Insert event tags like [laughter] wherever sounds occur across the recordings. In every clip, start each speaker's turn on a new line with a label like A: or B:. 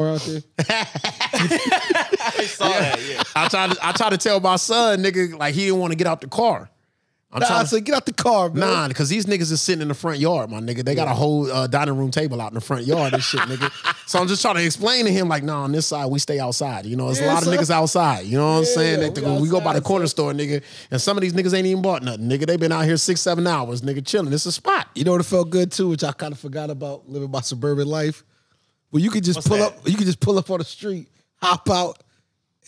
A: out there?
B: I saw that. Yeah.
C: I tried to I tried to tell my son, nigga, like he didn't want to get out the car. [laughs] I'm
A: Nah, I
C: trying to
A: said, get out the car, man.
C: Nah, because these niggas is sitting in the front yard, my nigga. They got a whole uh, dining room table out in the front yard and shit, nigga. So I'm just trying to explain to him, like, nah, on this side, we stay outside. You know, it's a
A: Yeah,
C: lot of
A: son.
C: niggas outside. You know what I'm saying?
A: yeah,
C: They-
A: we
C: we, go by the
A: outside,
C: corner store, nigga, and some of these niggas ain't even bought nothing, nigga. They been out here six, seven hours, nigga, chilling. It's a spot.
A: You know what it felt good too, which I kind of forgot about living my suburban life. Where you could just
B: What's
A: pull
B: that?
A: up, you could just pull up on the street, hop out,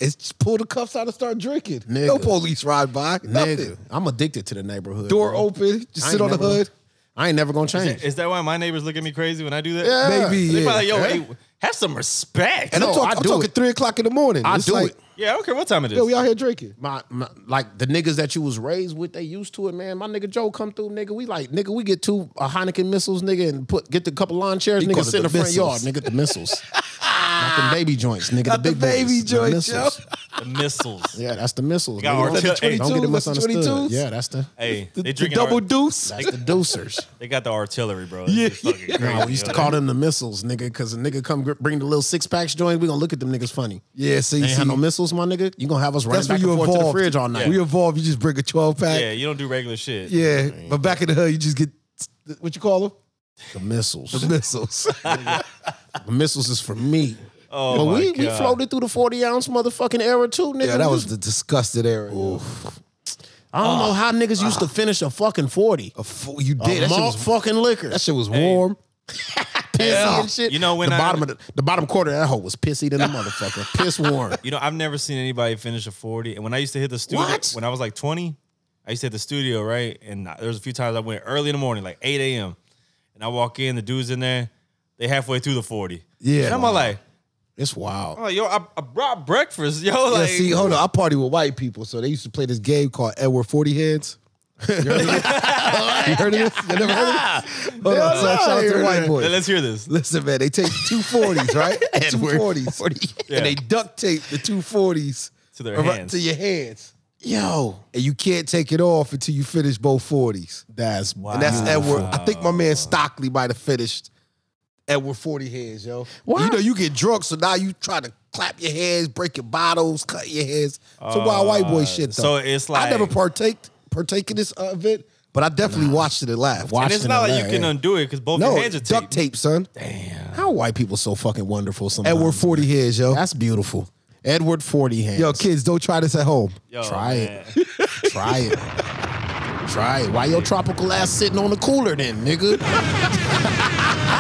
A: and just pull the cuffs out and start drinking. No
C: Nigga.
A: police ride by, nothing.
C: Nigga, I'm addicted to the neighborhood.
A: Door
C: bro.
A: open,
C: I
A: just
C: ain't
A: sit on the
C: never-
A: hood.
C: I ain't never gonna change.
B: Is that why my neighbors look at me crazy when I do that?
C: Yeah.
A: Maybe,
B: They
A: yeah.
B: probably like, yo,
C: Yeah.
B: hey, have some respect.
A: And
C: No,
A: I'm, talk,
C: I
A: I'm
C: do
A: talking
C: it.
A: three o'clock in the morning.
C: I
A: It's
C: do
A: like,
C: it.
B: yeah, I don't care what time it is.
A: Yo, we out here drinking.
C: my, my like the niggas that you was raised with, they used to it, man. My nigga Joe come through, nigga. We like, nigga, we get two uh, Heineken missiles, nigga, and put get the couple lawn chairs,
A: You
C: nigga,
A: call
C: sit in
A: it
C: the
A: the
C: front
A: missiles.
C: yard, nigga,
A: [laughs]
C: the missiles, not the baby joints, nigga,
A: Not
C: the
A: the
C: big
A: baby
C: boys, the
A: joints, yo.
C: missiles.
B: the missiles.
C: Yeah, that's the missiles.
B: Got
C: nigga.
B: our-
C: Don't-
B: hey,
C: Don't get it
A: That's the 22s?
C: misunderstood. Yeah, that's the
B: Hey,
A: The,
B: they
A: the
B: drinking
A: double
B: our-
A: deuce.
C: that's
A: [laughs]
C: the deucers.
B: They got the artillery, bro.
A: Yeah, [laughs]
B: Yeah, fucking
A: yeah.
B: crazy,
C: Nah, we used to
B: yo.
C: call them the missiles, nigga, because a nigga come gr- bring the little six packs joint, we gonna look at them niggas funny.
A: yeah, see,
C: They
A: see
C: ain't had no missiles, my nigga. You gonna have us running
A: that's
C: back
A: when
C: and
A: you
C: forth to the
A: evolve.
C: fridge all night.
A: We evolve. You just bring a twelve pack.
B: Yeah, you don't do regular shit.
A: Yeah, but back in the hood, you just get what you call them
C: The missiles.
A: the [laughs] missiles.
C: The missiles is for me.
B: Oh
C: but
B: my
C: we,
B: God.
C: we floated through the 40 ounce motherfucking era too, nigga.
A: yeah, that
C: We
A: was the disgusted era. yo.
C: I don't know how niggas used to finish a fucking 40.
A: A fool, you did Oh,
C: A
A: that shit,
C: malt
A: was,
C: fucking liquor.
A: that shit was
C: [laughs]
A: warm.
C: pissy
B: Yeah.
C: and shit.
B: You know when
C: the
B: I-
C: bottom of the, the bottom quarter of that hole was pissy
A: [laughs]
C: than a motherfucker. Piss warm.
B: You know, I've never seen anybody finish a 40. And when I used to hit the studio,
C: What?
B: when I was like 20, I used to hit the studio, right? And I- there was a few times I went early in the morning, like 8 a.m. And I walk in, the dude's in there, they halfway through the 40.
A: Yeah.
B: And I'm all like,
C: It's
B: I'm
C: wild.
B: like, yo, I, I brought breakfast, [laughs] yo. Like,
A: yeah, see, hold on, I party with white people, so they used to play this game called Edward Forty Heads. [laughs] You
B: [laughs]
A: heard of this? you heard of this? You never heard of this? Hold on, so shout out to the white boys.
B: let's hear this.
A: Listen, man, they take two forties, right?
B: [laughs]
A: two forties,
B: Yeah.
A: and they duct tape the two forties
B: To their hands.
A: to your hands,
C: Yo,
A: and you can't take it off until you finish both forties.
C: that's wow.
A: And that's Edward. I think my man Stockley might have finished Edward 40 heads, yo.
C: Why?
A: You know, you get drunk, so now you try to clap your hands, break your bottles, cut your heads. It's a wild white boy shit, though.
B: Uh, so it's
A: I never
B: like-
A: partake, partake in this uh, event, but I definitely watched it and laughed.
C: Watch-
B: And it's not
C: Ashton
B: like
C: and
B: you can
C: Larry.
B: undo it because both
A: No,
B: your hands are
A: duct
B: taped.
A: tape, son.
C: How are white people so fucking wonderful sometimes?
A: Edward 40 heads, yo.
C: That's beautiful. Edward 40 hands.
A: Yo, kids, don't try this at home.
B: Yo,
C: Try
B: man.
C: it. Try it. Try it. Why your tropical ass sitting on the cooler then, nigga? [laughs]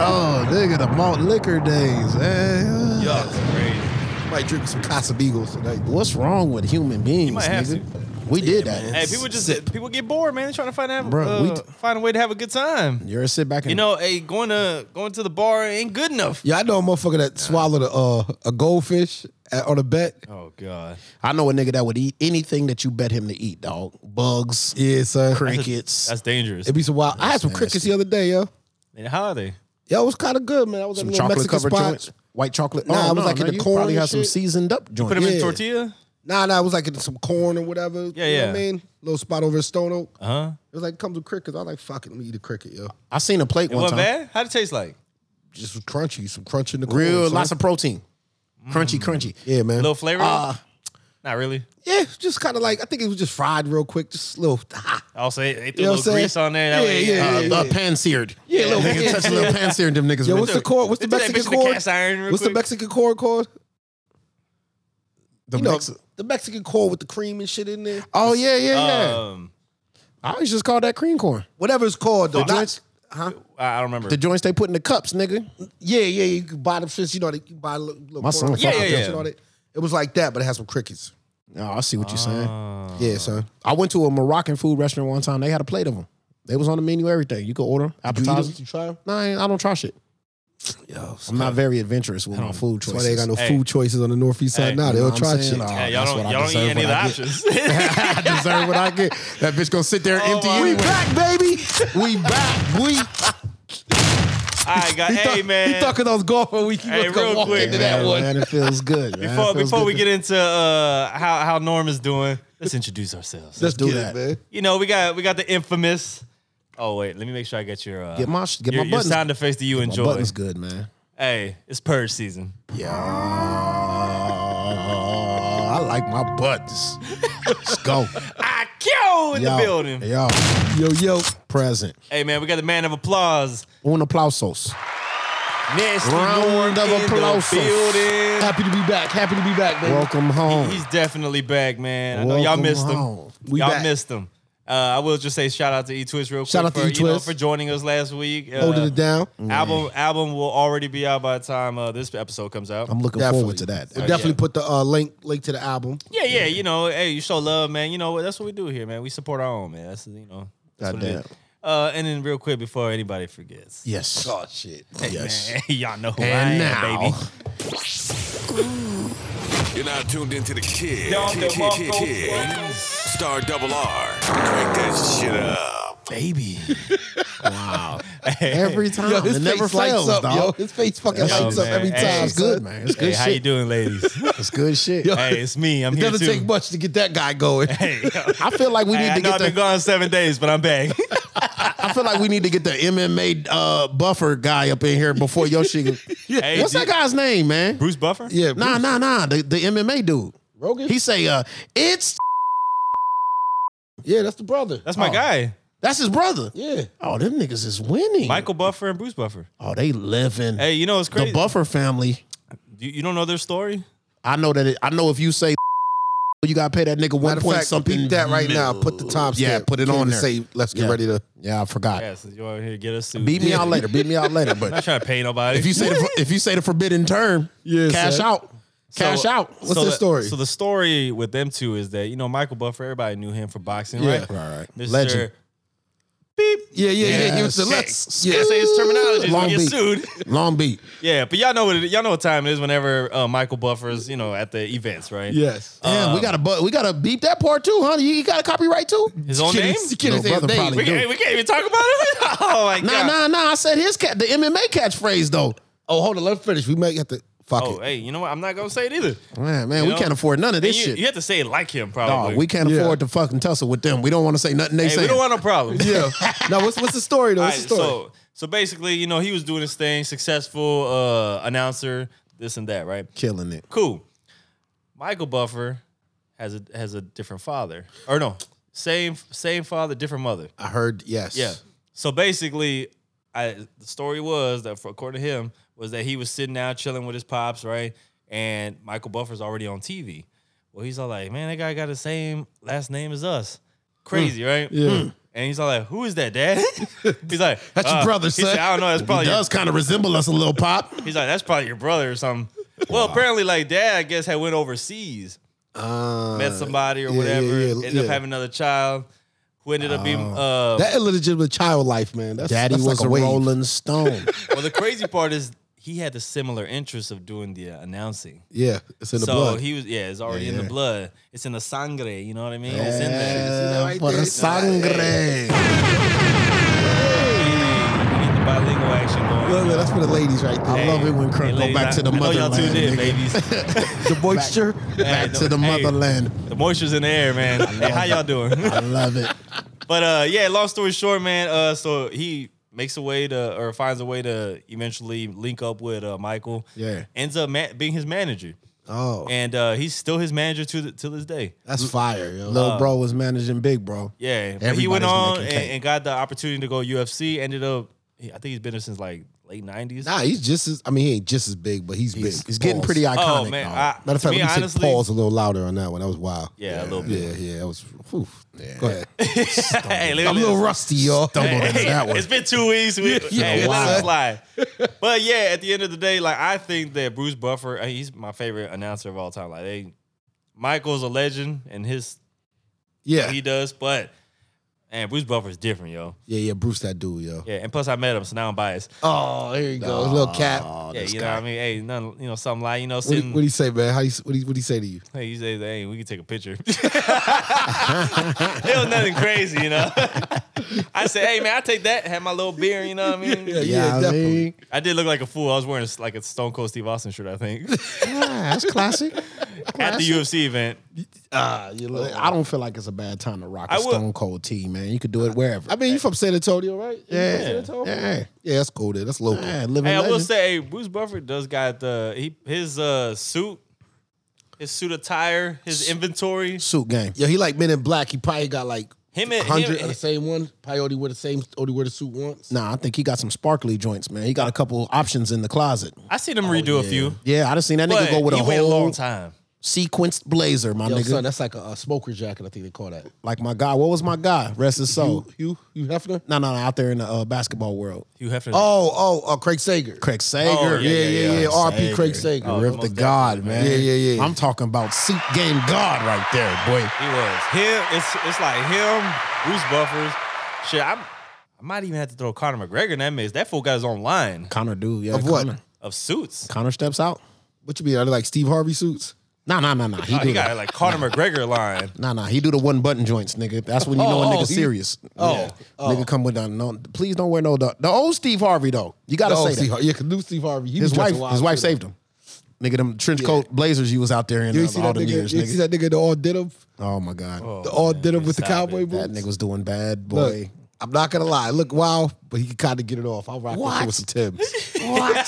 C: oh, nigga, the malt liquor days. eh.
B: Yo, it's crazy.
A: Might drink some Casamigos tonight.
C: What's wrong with human beings,
B: might have
C: nigga? We did that.
B: Hey, people just people get bored, man. They're trying to find out,
C: Bruh, we
B: uh,
C: d-
B: find a way to have a good time.
C: You're a sit back and
B: You know, hey, going to going to the bar ain't good enough.
A: Yeah, I know a motherfucker that swallowed a, uh, a goldfish at, on a bet.
B: Oh God,
C: I know a nigga that would eat anything that you bet him to eat, dog. Bugs,
A: Yeah, son.
C: crickets.
B: that's dangerous.
A: It'd be some wild. I had some
C: nasty.
A: crickets the other day, yo.
B: And how are they?
A: Yo, it was kind of good, man. I was at a
C: some
A: little
C: chocolate
A: Mexican
C: covered
A: spot.
C: joints. White chocolate.
A: Nah,
C: oh,
A: it was
C: no,
A: like in
C: no,
A: the
C: you
A: corn
C: probably
A: and
C: have some
A: shit.
C: seasoned up joints.
B: Put them in
A: Yeah.
B: tortilla.
A: Nah, nah, it was like in some corn or whatever.
B: Yeah,
A: you Know
B: yeah.
A: what I mean, little spot over at Stone Oak.
B: Uh huh.
A: It was like comes with crickets. I was like, fuck it, let me eat a cricket, yo.
C: I seen a plate
B: It
C: one
B: wasn't
C: time.
B: bad. How'd it taste like?
A: Just crunchy, some crunch in the corn.
C: Real,
A: son.
C: lots of protein. Crunchy, crunchy.
A: yeah, man.
B: A little flavor? Not really.
A: yeah, just kind of like I think it was just fried real quick, just a little. ah.
B: Also, they, they threw
A: You know what
B: a little
A: I'm saying?
B: grease on there. That
A: Yeah,
B: way,
A: yeah,
C: Uh,
A: yeah.
C: uh, pan seared.
A: Yeah, little-
C: nigga
A: yeah.
C: touch a little pan seared. Them niggas.
A: Yo,
C: with
A: what's
C: the,
A: the corn? What's
B: They
A: the
B: threw that
A: Mexican
B: bitch in the
A: corn?
B: cast iron real
A: What's the
B: quick.
A: Mexican corn called?
C: the
A: You know,
C: Mex-
A: the Mexican corn with the cream and shit in there.
C: Oh yeah, yeah, yeah.
B: Um,
C: I always just call that cream corn.
A: Whatever it's called, though.
C: The
A: Not-
C: joints,
B: I I don't remember.
C: the joints they put in the cups, nigga.
A: Yeah, yeah, you can buy them shits. You know, they- you buy a little, little
C: My son
A: corn.
B: fuck
A: chips
B: with that.
A: and all that. It was like that, but it had some crickets.
C: Oh, I see what you're saying.
A: yeah,
C: Uh,
A: son.
C: I went to a Moroccan food restaurant one time. They had a plate of them. They was on the menu, everything. You could order
A: You eat 'em?
C: appetizers.
A: You try 'em?
C: No, I, ain't- I don't try shit.
A: Yo,
C: I'm not very adventurous with my food
A: That's why they ain't
C: choices.
A: got no
B: Hey.
A: food choices on the northeast side
B: Hey.
A: now. They
C: You know
A: don't
C: what I'm
A: try shit.
C: saying? [laughs] Nah.
B: yeah,
C: that's
B: y'all
C: what
B: don't
C: I
B: y'all don't
C: deserve
B: eat any of
C: when
B: the
C: I
B: options. [laughs]
C: I [laughs] deserve what I get. That bitch gonna sit there and
B: Oh,
C: empty
B: my-
C: anyway.
B: We
A: back, [laughs] baby.
C: We back. We
B: I got
A: He thought-
B: hey man.
A: He talking I was gone for a week. He
B: Hey,
A: must come
B: real
A: walk
B: quick,
A: into that
C: Man,
A: one.
C: man, it feels good. man.
B: before
C: It feels
B: before we
C: good.
B: get into uh, how how Norm is doing, let's introduce ourselves.
A: Let's
C: do
A: do
C: that.
A: that, man.
B: you know, we got we got the infamous Oh wait, let me make sure I get your uh,
C: Get my sh- get
B: your,
C: my
B: your
C: buttons.
B: sound effects that you
C: My
B: enjoy.
C: button's good, man.
B: Hey, it's purge season.
C: Yeah. I like my buttons. Let's go.
B: I kill in
C: Yo.
B: [laughs] the building.
C: Yo.
A: Yo, yo.
C: Present.
B: Hey man, we got the man of applause.
C: Un aplausos.
B: Nasty
C: Round of
B: Lord in the
C: applause.
B: building.
A: Happy to be back. Happy to be back, baby.
C: Welcome home.
B: He's definitely back, man. I know
C: Welcome
B: y'all missed
C: home.
B: him.
A: We
B: y'all
A: back.
B: missed him. Uh, I will just say shout out to E Twist real quick
A: Shout out
B: for
A: to
C: E
B: you know,
A: E-Twist.
B: for joining us last week. Uh,
A: Holding it down.
C: Mm.
B: Album album will already be out by the time uh, this episode comes out.
C: I'm looking
A: Definitely.
C: forward to that.
A: We'll definitely
B: yeah.
A: put the uh, link link to the album.
B: yeah, yeah, you know, hey, you show love, man. You know what? That's what we do here, man. We support our own, man. That's you know, that's what it
C: Goddamn.
B: is. Uh, and then real quick before anybody forgets,
C: Yes.
A: Oh shit.
C: yes.
B: Man, [laughs] y'all know who
C: And
B: I am,
C: now-
B: baby.
D: You're now tuned into the kid.
B: Down
D: Kid,
B: the
D: kid, kid, kid. Star double R. Crank that shit up.
C: Baby. wow. Every time.
A: Yo, his
C: it
A: face
C: never fails,
A: lights up,
C: dog.
A: yo. His face fucking
B: Yo,
A: lights up
B: man.
A: every
B: Hey,
A: time.
C: It's good, man. It's
B: Hey,
C: good
B: how you
C: shit. [laughs]
B: doing, ladies?
C: It's good shit.
B: hey, it's me. I'm
A: It
B: here
A: doesn't
B: too.
A: take much to get that guy going.
B: hey, yo.
C: I feel like [laughs] we
B: [laughs] Hey,
C: need
B: I
C: to
B: know
C: get
B: I've been
C: the
B: gone seven days, but
C: [laughs]
B: I'm back.
C: I feel like we need to get the MMA uh, buffer guy up in here before your
B: [laughs]
C: shit.
B: Hey,
C: What's
B: do-
C: that guy's name, man?
B: Bruce Buffer?
A: Yeah,
C: Nah, nah, nah. The, the MMA dude.
A: Rogan.
C: He say, uh, it's
A: yeah, that's the brother.
B: That's my
C: Oh.
B: guy.
C: that's his brother.
A: yeah.
C: Oh, them niggas is winning.
B: Michael Buffer and Bruce Buffer.
C: Oh, they living.
B: Hey, you know it's
C: the
B: crazy.
C: Buffer family.
B: you, you don't know their story?
C: I know that. It, I know if you say [laughs] you gotta pay that nigga one
A: Matter of
C: point
A: fact,
C: something.
A: Beat that right now. Put the time.
C: Yeah, put it on there.
A: Say, let's get
C: Yeah.
A: ready to.
C: Yeah, I forgot.
B: Yes, you out here to get us sued.
C: Beat me
A: Yeah.
C: out later. Beat me out later.
B: [laughs] I'm not [laughs]
C: But
B: trying to pay nobody.
C: if you say the, if you say the forbidden term,
A: Yeah,
C: cash
A: son.
C: out, cash
B: So-
C: out.
A: What's the story?
B: So the story with them two is that you know Michael Buffer, everybody knew him for boxing,
A: Yeah.
B: right?
C: Right, right.
B: This
C: Legend.
B: Your,
A: Yeah, yeah, yeah. He was the
C: Yes.
A: let's.
B: yeah.
A: Yeah.
B: Say his terminology. is
C: Long
B: gonna get
C: Beach.
B: sued. [laughs]
C: Long Beach.
B: yeah, but y'all know what it, y'all know what time it is. Whenever uh, Michael Buffer's, you know, at the events, right?
A: Yes.
C: Damn,
B: Um,
C: we gotta bu- we gotta beep that part too, huh? You, you got a copyright too?
B: His own name.
A: You can't
C: No,
A: say his
C: brother
A: name.
C: probably
B: We,
C: do.
B: can't- we can't even talk about it. [laughs] Oh my
C: Nah,
B: god.
C: nah, nah. I said his cat the MMA catchphrase though.
A: Oh, hold on. Let's finish. We might have to. Fuck
B: Oh,
A: it.
B: hey, you know what? I'm not gonna say it either.
C: Man, man,
B: You
C: we
B: know?
C: can't afford none of
B: And
C: this
B: You,
C: shit.
B: you have to say it like him,
C: Dog,
B: probably.
C: we can't
A: Yeah.
C: afford to fucking tussle with them. We don't want to say nothing they
B: hey,
C: say.
B: we don't want no problem.
A: Yeah. [laughs] now, what's what's the story though? What's the story?
B: So, so basically, you know, he was doing his thing, successful uh, announcer, this and that, right?
C: [laughs] killing it.
B: Cool. Michael Buffer has a has a different father, or no, same same father, different mother.
A: I heard yes.
B: Yeah. So basically, I the story was that, for, according to him, was that he was sitting down chilling with his pops, right? And Michael Buffer's already on TV. Well, he's all like, "Man, that guy got the same last name as us. Crazy, right?"
A: Yeah.
B: Hmm. And he's all like, "Who is that, Dad?" [laughs] he's like,
A: That's your
B: "Uh,"
A: brother,
B: he
A: son."
B: Said, I don't know. That's
C: He
B: probably your,
C: does kind of resemble us a little pop.
B: he's like, "That's probably your brother
C: [laughs]
B: or something." Well, apparently, like Dad, I guess had went overseas
A: Uh,
B: met somebody or
A: yeah, yeah,
B: whatever,
A: yeah,
B: ended up
A: yeah.
B: having another child, who ended up being.
C: Oh.
B: Uh,
A: that illegitimate child life, man. That's,
C: Daddy
A: that's
C: was
A: like
C: a
A: a wave.
C: Rolling Stone.
B: well, the crazy part is he had the similar interest of doing the uh, announcing.
A: Yeah, it's in the
B: so
A: blood.
B: he was, yeah, it's already in the
C: yeah.
B: blood. It's in the sangre. You know what I mean? It's in there.
A: right
C: for
A: there.
C: the sangre.
B: We need the bilingual action going.
A: Look, look, that's for the ladies right there.
C: I love it when Kirk
B: Hey,
C: go
B: ladies,
C: back to the
B: I, I know y'all
C: motherland.
B: tuned in,
C: nigga. [laughs]
B: babies.
A: The moisture.
C: Back
B: Hey,
C: to the
B: hey,
C: motherland.
B: The moisture's in the air, man. Hey, how y'all doing?
C: I love it.
B: But uh, yeah, long story short, man. Uh, so he makes a way to, or finds a way to eventually link up with uh, Michael.
A: Yeah.
B: ends up ma- being his manager,
A: Oh,
B: and uh, he's still his manager to the, till this day.
A: that's fire, yo.
C: Little bro was managing big bro.
B: Yeah, but he went
C: Everybody's
B: on and,
C: making cake.
B: and got the opportunity to go UFC. Ended up, I think he's been there since like late nineties.
A: Nah, he's just as. I mean, he ain't just as big, but he's
C: He's,
A: big.
C: he's getting
A: Pause.
C: pretty iconic.
B: oh man,
C: dog.
B: I,
A: Matter of fact,
B: to me,
A: let me
B: honestly,
A: take
B: [laughs]
A: pause a little louder on that one. That was wild.
B: Yeah, a little bit.
A: Yeah, yeah, that was. whew. Go
C: [laughs]
A: ahead.
B: hey, let me-
A: I'm a little rusty, y'all.
C: Stumbled into that one.
B: it's been two weeks. We,
A: Yeah,
B: hey, let it
A: wow.
B: slide. But yeah, at the end of the day, like I think that Bruce Buffer, uh, he's my favorite announcer of all time. Like they, Michael's a legend and his
A: Yeah,
B: he does, but man, Bruce Buffer's different, yo.
A: yeah, yeah. Bruce, that dude, yo.
B: Yeah, and plus I met him, so now I'm biased.
A: Oh, there you go. little cap.
B: yeah, you know what I mean. Hey, none, you know, something like you
A: Oh,
B: know,
A: What
B: sitting.
A: do you say, man? How you? What do what he say to you?
B: hey, you say, hey, we can take a picture. [laughs] it was nothing crazy, you know. [laughs] I said, hey man, I take that. Had my little beer, you know what I mean.
A: [laughs] Yeah,
C: [laughs] Yeah, I
A: definitely.
C: mean,
B: I did look like a fool. I was wearing a s like a Stone Cold Steve Austin shirt, I think. [laughs]
C: yeah, that's classic.
B: at the UFC event.
A: Ah,
C: Uh, you look, I don't feel like it's a bad time to rock a
B: I would-
C: Stone Cold tee, man. You could do it wherever.
A: I mean, you from San Antonio, right?
C: yeah,
A: You from San Antonio?
C: yeah,
A: Yeah, that's cool. There, that's local.
C: yeah. Living
B: Hey, I will
C: legend.
B: say hey, Bruce Buffer does got the he his uh suit, his suit attire, his inventory.
C: suit game.
A: Yo, he like Men in Black. He probably got like
B: Him and-
A: hundred
B: him-
A: of the same one. Probably only wear the same. Only wear the suit once.
C: Nah, I think he got some sparkly joints, man. He got a couple options in the closet.
B: I seen him redo a few,
C: Oh, Yeah, I just seen that
B: but
C: nigga go with
B: he
C: a
B: waited a
C: whole
B: long time.
C: sequenced blazer, my
A: Yo,
C: nigga.
A: son, that's like a, uh smoker jacket. I think they call that.
C: like my guy, what was my guy? Rest his soul.
A: You, you, you Hefner.
C: No, no, no, out there in the uh, basketball world.
B: You have to.
A: Oh, oh, uh, Craig Sager.
C: Craig Sager.
B: Oh,
A: yeah, yeah, yeah.
B: yeah. Oh,
A: R.P. Craig
C: Sager.
A: Sager.
C: Rip the
B: most
C: God,
B: definitely,
C: man.
A: man. Yeah, yeah, yeah.
C: I'm talking about seat game God right there, boy.
B: He was him. It's it's like him, Bruce Buffers. Shit, I'm. I might even have to throw Conor McGregor in that mix. That fool got his own line
C: Connor, dude. Yeah,
A: Of what?
C: Connor.
B: of suits.
C: Connor steps out.
A: What you mean? Are they like Steve Harvey suits?
C: Nah, nah, nah, nah. He
B: Oh,
C: do the,
B: he got like
C: [laughs]
B: Conor McGregor line.
C: Nah, nah. He do the one button joints, nigga. That's when you know a
A: Oh,
C: nigga
A: oh, he-
C: serious.
A: oh,
C: Yeah.
A: oh.
C: nigga come with the no. Please don't wear no the, the old Steve Harvey though. You gotta
A: Oh,
C: say that.
A: Steve Harvey. Yeah, 'cause new Steve Harvey. He
C: His
A: be dressed
C: wife,
A: wild
C: his wife
A: too,
C: saved him. Nigga, them trench coat blazers you was out there in
A: though. You
C: uh,
A: ain't see
C: all
A: that
C: them
A: nigga?
C: years,
A: you ain't see
C: nigga.
A: that nigga? that all did him.
C: Oh my god,
A: The all
B: man,
A: did him with the
B: stop it.
A: cowboy boots.
C: that nigga was doing bad,
A: Look,
C: boy.
A: I'm not gonna lie. Look wild, but he can kind of get it off. I'll rock that
C: What?
A: shit with some Timbs.
C: [laughs]
A: [laughs]
B: Yo,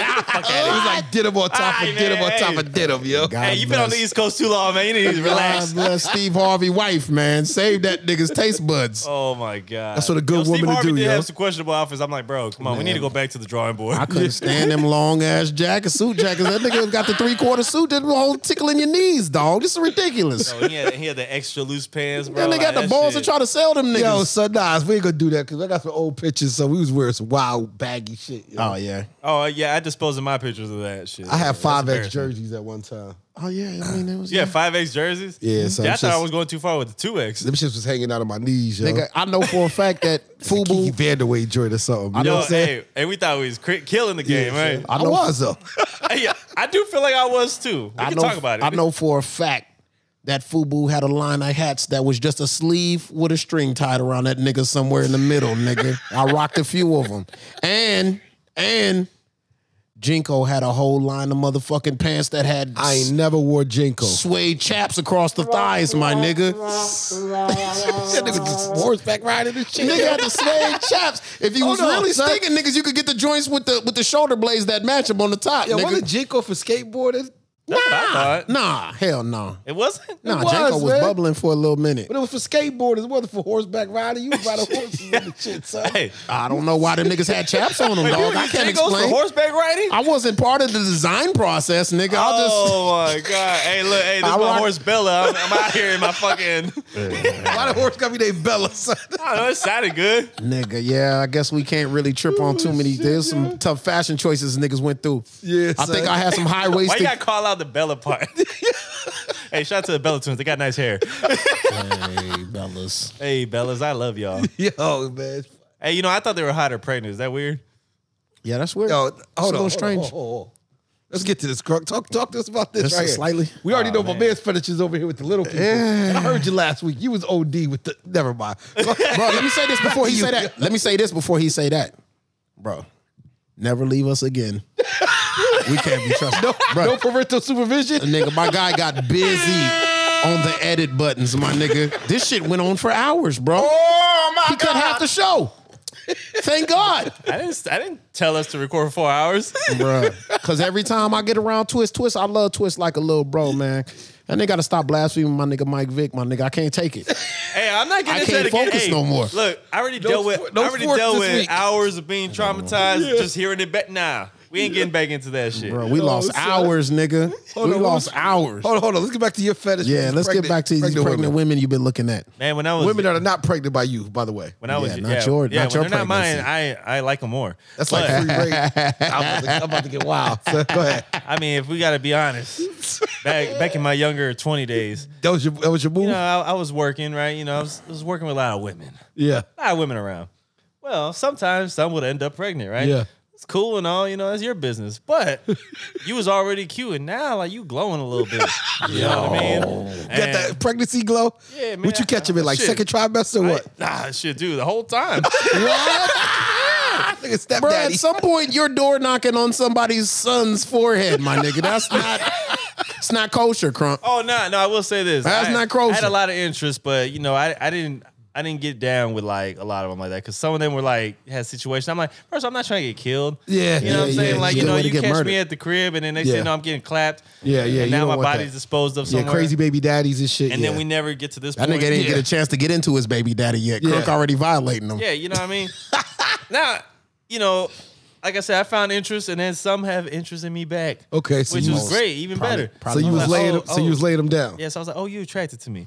B: get the [laughs] fuck
A: It was
B: out
A: like did him on top
B: Aye,
A: of did him on
B: man,
A: top
B: hey.
A: of did him, yo.
C: God
B: Hey, you been on the
C: bless-
B: East Coast too long, man. You
A: [laughs]
B: need to relax.
C: God bless Steve Harvey wife, man. Save that nigga's taste buds.
B: Oh my god!
A: That's what a good
B: yo, Steve
A: woman to
B: Harvey
A: do,
B: Did
A: yo.
B: have some questionable offers. I'm like, bro, come on, we need to go back to the drawing board.
C: I couldn't stand them long ass jackets, suit jackets. That nigga got the three quarter suit that whole tickling your knees, dog. This is ridiculous.
B: [laughs] Yo, he, had, he had the extra loose pants, bro.
C: Then they
B: like,
C: got the
B: that
C: balls
B: shit.
C: to try to sell them niggas.
A: Yo, son, nah, we ain't gonna do that because I got some old pictures. So we was wearing some wild baggy shit. yo.
C: oh yeah.
B: Oh yeah, I disposed of my pictures of that shit.
A: I had
B: That's
A: five X
B: embarrassing.
A: jerseys at one time.
C: Oh yeah. I mean, it was
B: Yeah, five X jerseys.
A: Yeah, so
B: Yeah, I
A: it's
B: thought I
A: just-
B: was going too far with the two X.
A: Them shits was hanging out on my knees, yo.
C: Nigga, I know for a fact
B: [laughs]
C: that
A: Kiki
C: Fubu
A: Vanderway joint or something. You know
B: Yo,
A: what I'm saying?
B: hey, and we thought we was cri- killing the game, right?
A: I,
C: know-
A: was
C: [laughs]
A: though.
B: Hey, yeah, I do feel like I was too. We
C: I
B: can
C: know,
B: talk about it.
C: I know for a fact that Fubu had a line of hats that was just a sleeve with a string tied around that nigga somewhere in the middle, nigga. I rocked a few of them. And, and Jinko had a whole line of motherfucking pants that had
A: I ain't never wore Jinko.
C: suede chaps across the thighs, my nigga.
A: that nigga just horseback riding and shit.
C: Nigga had the suede chaps. If you was
A: Hold on,
C: really
A: son.
C: stinking niggas, you could get the joints with the with the shoulder blades that match up on the top,
A: yo, wasn't
C: nigga.
A: Jinko for skateboarding?
B: That's what I thought.
C: Nah, hell nah.
B: It wasn't.
C: Nah,
A: was,
C: Jinko was
A: man.
C: bubbling for a little minute.
A: But it was for skateboarders. It wasn't for horseback riding. You was riding horses and shit, son.
B: Hey,
C: I don't know why them niggas had chaps on them,
B: you
C: dog.
B: were
C: I can't
B: Jacobs for
C: explain.
B: horseback riding.
C: I wasn't part of the design process, nigga. I'll [laughs]
B: oh my god! Hey, look, hey, this
C: I
B: is my
C: rock-
B: horse Bella. I'm, I'm out here in my fucking. [laughs]
A: Why the horse got me named Bella, son? [laughs]
B: I don't know. It sounded good.
C: just nigga. Yeah, I guess we can't really trip on too many. There's some tough fashion choices niggas went through.
A: Yeah,
C: I
A: son.
C: think I had some high
B: Why you
C: waisted.
B: gotta call out the
C: [laughs]
B: Bella part? hey, shout out to the Bella twins. They got nice hair.
C: Hey, fellas.
B: hey, Bellas, I love y'all.
A: Yo, man.
B: Hey, you know, I thought they were hotter pregnant. Is that weird?
C: Yeah, that's weird.
A: Yo,
C: It's
A: hold on.
C: a little
A: hold
C: strange.
A: on, hold on, hold on. Let's get to this. Crunk. Talk, talk to us about this
C: Just
A: right here.
C: slightly.
A: We already know
B: man.
A: my man's furniture's over here with the little people. And I heard you last week. You was OD with the. Never mind.
C: [laughs] Bro, let me say this before
A: [laughs]
C: he
A: You-
C: say that. Let me say this before he say that. Bro, never leave us again. we can't be trusted.
A: [laughs]
C: Bro,
A: no parental supervision.
C: nigga, my guy got busy on the edit buttons, my nigga. This shit went on for hours, bro.
A: Oh my
C: he cut half the show. Thank God.
B: I didn't. I didn't tell us to record for
C: [laughs]
B: four hours.
C: Bruh. Cause every time I get around Twist, Twist, I love Twist like a little bro, man. And they gotta stop blaspheming my nigga Mike Vick, my nigga. I can't take it.
B: hey, I'm not getting
C: I
B: into
C: can't
B: that again.
C: focus
B: Hey,
C: no more.
B: Look, I already dealt with.
A: sport- no
B: I already
A: sports
B: dealt
A: this
B: with
A: week.
B: hours of being traumatized. Just hearing it back. Nah, we ain't getting back into that shit.
C: Bro, we lost
A: Oh, son.
C: hours, nigga. we
A: on, what's-
C: lost hours.
A: Hold on, hold on. Let's get back to your fetish.
C: yeah,
A: These
C: let's get
A: pregnant-
C: back to these pregnant, women. you've been looking at.
B: Man, when I was
A: women. Women that are not pregnant by you, by the way.
B: when I was
C: Yeah, not your-
B: yeah,
C: not
B: when
C: your
B: they're not mine,
C: pregnancy.
B: I I like them more.
A: That's like free rape. I'm, about to, I'm about to get
B: [laughs]
A: wild. So go ahead.
B: I mean, if we gotta be honest, back back in my younger twenty days,
A: That was your that was your move.
B: you know, I, I was working right. You know, I was, I was working with a lot of women,
A: yeah.
B: a lot of women around. Well, sometimes some would end up pregnant, right?
A: Yeah.
B: it's cool and all. You know, that's your business. But you was already cute, and now like you glowing a little bit. You know what I mean?
A: Got that pregnancy glow?
B: Yeah, man,
A: What you catch him in like
B: shit.
A: second trimester? Or
B: [laughs]
A: what?
B: Nah, shit, dude, the whole time.
A: Nigga, step
C: Bro,
A: daddy.
C: at some point, you're door knocking on somebody's son's forehead, my nigga. That's not That's not kosher, Crump.
B: Oh no, no, I will say this.
C: That's
B: I,
C: not kosher.
B: I had a lot of interest, but you know, I, I didn't I didn't get down with like a lot of them like that because some of them were like had situations. I'm like, first, I'm not trying to get killed.
A: Yeah.
B: you know what I'm
A: Yeah,
B: saying.
A: yeah,
B: like
A: yeah.
B: you know,
A: Way to
B: you
A: get
B: catch
A: murdered.
B: me at the crib, and then they say
A: Yeah.
B: no, I'm getting clapped.
A: Yeah, yeah, you
B: And now
A: don't
B: my
A: want that.
B: body's disposed of
A: Yeah,
B: somewhere.
A: crazy baby daddies and shit.
B: And
A: yeah.
B: then we never get to this.
C: That
B: point.
C: nigga didn't
B: yeah.
C: get a chance to get into his baby daddy yet.
A: Yeah.
C: Crook already violating him.
B: Yeah, you know what
A: [laughs]
B: I mean. now, you know, like I said, I found interest, and then some have interest in me back.
A: Okay, so
B: which
A: you
B: was
A: was-
B: great, even better.
A: so you
B: I'm
A: was
B: like,
A: laying,
B: oh,
A: so you
B: oh.
A: was laying them down.
B: Yeah, so I was like, oh, you attracted to me.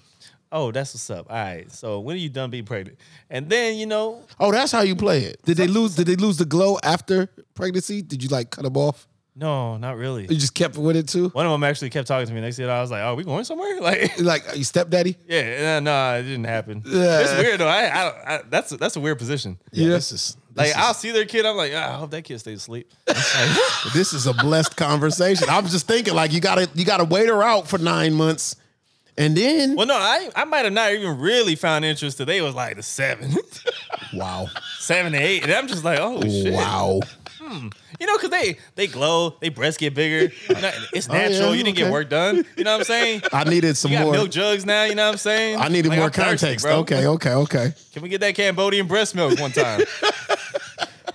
B: Oh, that's what's up. All right. So when are you done being pregnant? And then, you know,
C: Oh, that's how you play it.
A: Did they lose? Did they lose the glow after pregnancy? Did you like cut them off?
B: no, not really.
A: You just kept with it too?
B: One of them actually kept talking to me. Next thing I was like, oh, we going somewhere? [laughs] Like,
A: Like you stepdaddy?
B: yeah, no, no, it didn't happen.
A: Yeah.
B: It's weird though. I, I, I that's that's a weird position.
A: Yeah.
C: This is
B: Like
C: this,
B: I'll see their kid, I'm like, ah, I hope that kid stays asleep. [laughs]
C: is, this is a blessed conversation. I'm just thinking like you gotta you gotta wait her out for nine months, and then
B: well, no, I I might have not even really found interest today. It was like the seven, [laughs]
C: wow,
B: seven to eight, and I'm just like, oh shit,
C: wow.
B: You know, cause they they glow, they breasts get bigger. You know, it's
C: yeah,
B: natural. you didn't
C: okay.
B: get work done. You know what I'm saying?
C: I needed some
B: You got
C: more.
B: milk jugs now, you know what I'm saying?
C: I needed
B: Like,
C: more
B: I'm thirsty,
C: context.
B: bro.
C: okay, okay, okay.
B: Can we get that Cambodian breast milk
A: [laughs]
B: one time?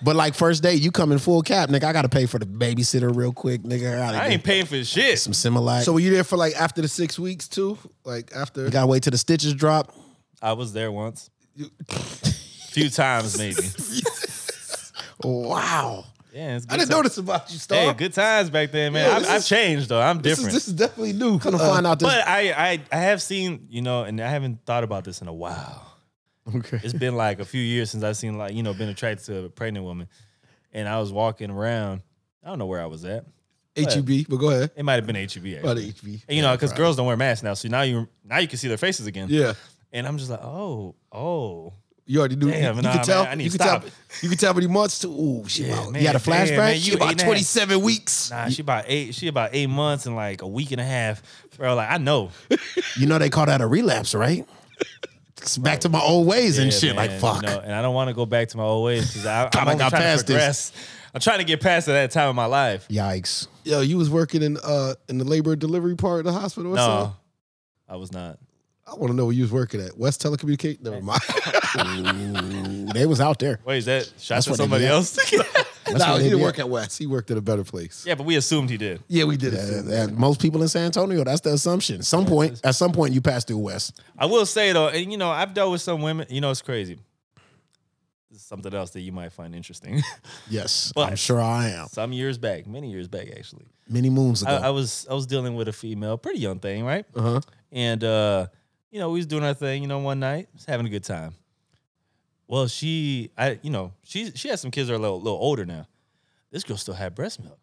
C: But like first date, you come in full cap, nigga. I gotta pay for the babysitter real quick, nigga. I gotta
B: I
C: get
B: ain't paying for shit.
C: some Similac.
A: So
C: So
A: were you there for like after the six weeks too? Like after?
C: you gotta wait till the stitches drop.
B: I was there once.
A: [laughs]
B: A few times maybe.
C: Wow.
B: [laughs] Yeah, it's good
A: I didn't
B: times.
A: know this about you, Star.
B: Hey, good times back then, man.
A: Yeah,
B: I've,
A: this
B: I've
A: is-
B: changed though. I'm
A: This is,
B: different.
A: this is definitely new.
C: I'm
B: Uh,
C: gonna find out this.
B: but I, I I have seen, you know, and I haven't thought about this in a while.
C: [laughs] okay.
B: It's been like a few years since I've seen like, you know, been attracted to a pregnant woman. And I was walking around. I don't know where I was at.
A: Uh, HEB, E but go ahead. E
B: It might have been HEB.
A: About
B: actually.
A: HEB.
B: And, you know, because girls don't wear masks now, so now you now you can see their faces again.
A: Yeah.
B: And I'm just like, oh, oh,
A: You already knew.
B: Damn,
A: you
B: nah,
A: can
B: man,
A: tell.
B: I need
A: you
B: to
A: can
B: stop.
A: tell. You can tell how many months to. Ooh, she about.
B: man,
A: you had a
B: damn,
A: flashback.
B: man,
A: she
B: you
A: about
B: ain't
A: twenty seven weeks.
B: nah, she about eight, she about eight months and like a week and a half, bro. Like I
C: [laughs]
B: know,
C: You know they call that a relapse,
B: [laughs]
C: right? It's back to my old ways and
B: Yeah,
C: shit.
B: man,
C: Like fuck.
B: you know, and I don't want to go back to my old ways
C: [laughs]
B: because I'm
C: Thought I
B: only
C: got
B: trying
C: past
B: to
C: this.
B: progress. I'm trying to get past that time in my life.
C: Yikes.
A: Yo, you was working in uh in the labor and delivery part of the hospital. Or something?
B: No, I was not.
A: I want to know where you was working at. West Telecommunicate. Never mind.
C: Ooh, Mm, they was out there.
B: Wait, is that
C: That's
B: shots to
C: what they
B: somebody
C: do.
B: else?
C: [laughs]
B: [laughs]
A: no,
C: That's where
A: he
C: they
A: didn't
C: be
A: work at West. He worked at a better place.
B: yeah, but we assumed he did.
A: Yeah, we did
C: at.
A: it.
C: At- at Uh, most people in San Antonio, that's the assumption. Some point, at some point, you pass through West.
B: I will say though, and you know, I've dealt with some women. You know, it's crazy. This is something else that you might find interesting. [laughs]
C: Yes,
B: But-
C: I'm sure I am.
B: some years back, many years back, actually.
C: Many moons ago,
B: I, I was I was dealing with a female, pretty young thing, right?
A: Uh-huh.
B: And uh, you know, we was doing our thing, you know, one night, just having a good time. Well, she I you know, she she had some kids that are a little, little older now. This girl still had breast milk.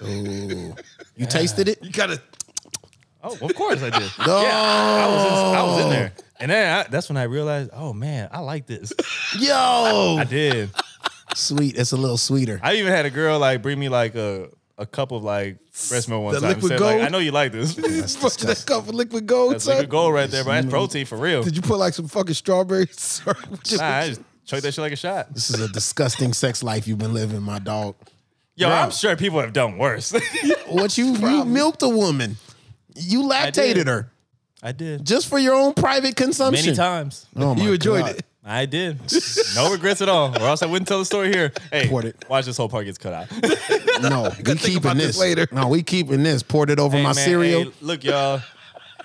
B: Uh, [laughs]
C: Ooh. you tasted it.
A: You gotta.
B: Oh, of course I
A: [laughs]
B: did.
C: No,
B: Yeah, I was in, I was in there. And then I, that's when I realized, oh man, I like this.
C: Yo,
B: I did.
C: sweet. It's a little sweeter.
B: I even had a girl like bring me like a a cup of like breast milk one
A: The
B: time. and
A: liquid
B: said, like,
A: gold?
B: I know you like this. [laughs]
A: [laughs] That's that cup of liquid gold.
B: That's
A: son?
B: liquid gold right there, but that's protein for real.
A: Did you put like some fucking strawberry [laughs] syrup? Just-
B: Nah,
A: [laughs]
B: I just choked that shit like a shot.
C: This is a disgusting sex life you've been living, my dog.
B: Yo,
C: Bro.
B: I'm sure people have done worse. [laughs]
C: What you you milked a woman? You lactated
B: did.
C: her
B: I did
C: just for your own private consumption.
B: many times.
C: Oh my
A: you enjoyed
C: God.
A: it.
B: I [laughs] did. No regrets at all. Or else I wouldn't tell the story here. Hey,
C: Report it.
B: watch this whole part gets cut out. [laughs]
C: No, we keeping
A: about
C: this.
A: this later.
C: No, we keeping this. Poured it over
B: Hey,
C: my
B: man,
C: cereal.
B: hey, look, y'all.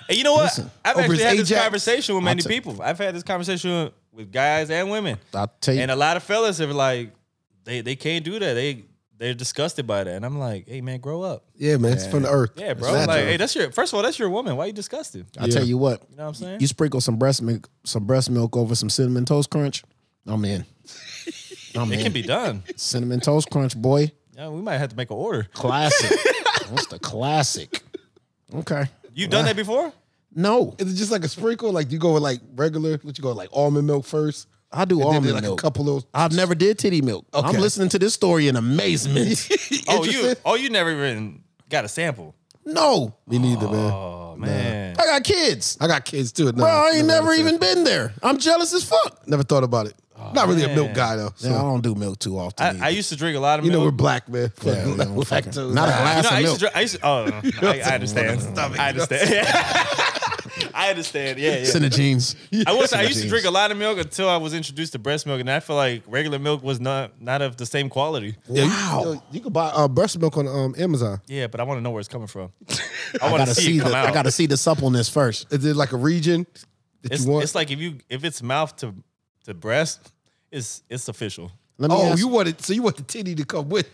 B: Hey, you know what?
C: Listen,
B: I've
A: over
B: actually
A: his
B: had this
A: Ajax.
B: conversation with
C: I'll
B: many
C: t-
B: people. I've had this conversation with- with guys and women.
C: I'll tell you.
B: And uh, a lot of fellas have like, they they can't do that. They they're disgusted by that. And I'm like, hey man, grow up.
A: Yeah, man, it's from the earth.
B: Yeah, bro.
A: It's
B: Like,
A: natural.
B: hey, that's your first of all, that's your woman. Why you disgusted?
C: I'll tell you what.
B: You know what I'm saying?
C: You sprinkle some breast milk, some breast milk over some cinnamon toast crunch. I'm in. I'm
B: it
C: in.
B: can be done. [laughs]
C: cinnamon toast crunch, boy.
B: Yeah, we might have to make an order.
C: Classic. [laughs] That's the classic. Okay.
B: You've done that before?
C: No,
A: Is it just like a sprinkle? Like do you go with like regular? What you go with, like almond milk first?
C: I
A: And
C: do
A: then
C: almond
A: like
C: milk.
A: a couple little.
C: I've never did titty milk. I'm
A: Okay.
C: listening to this story in
A: [laughs]
C: amazement.
B: Oh, you oh you never even got a sample.
C: no,
A: Me neither, man.
B: Oh man.
C: I got kids.
A: I got kids too. No,
C: Bro, I ain't never
A: interested.
C: even been there. I'm jealous as fuck.
A: Never thought about it. Not really a
B: man.
A: milk guy though. So.
C: Yeah, I don't do milk too often.
B: I, I used to drink a lot of
A: You know
B: milk.
A: we're black, man. Fuck
C: Yeah, we
B: [laughs]
C: don't fucking-
A: lactose.
C: not a glass
B: No,
C: of
B: I used
C: milk.
B: to. Drink, I used to. Oh, no, no. I, I understand. Stop it. I understand. [laughs] I understand. Yeah, yeah.
C: Send the jeans.
B: I was. I used to drink a lot of milk until I was introduced to breast milk, and I feel like regular milk was not not of the same quality.
A: Yeah, you-
C: Wow.
A: You, know, you can buy uh, breast milk on um, Amazon.
B: Yeah, but I want to know where it's coming from. I
C: I
B: want
C: gotta
B: to see it come
C: the,
B: out.
C: I gotta see the suppleness first.
A: Is it like a region that
B: it's,
A: you want?
B: it's like if you if it's mouth to to breast, it's it's official.
C: Let me
A: oh,
C: ask,
A: you want it? So you want the titty to come with?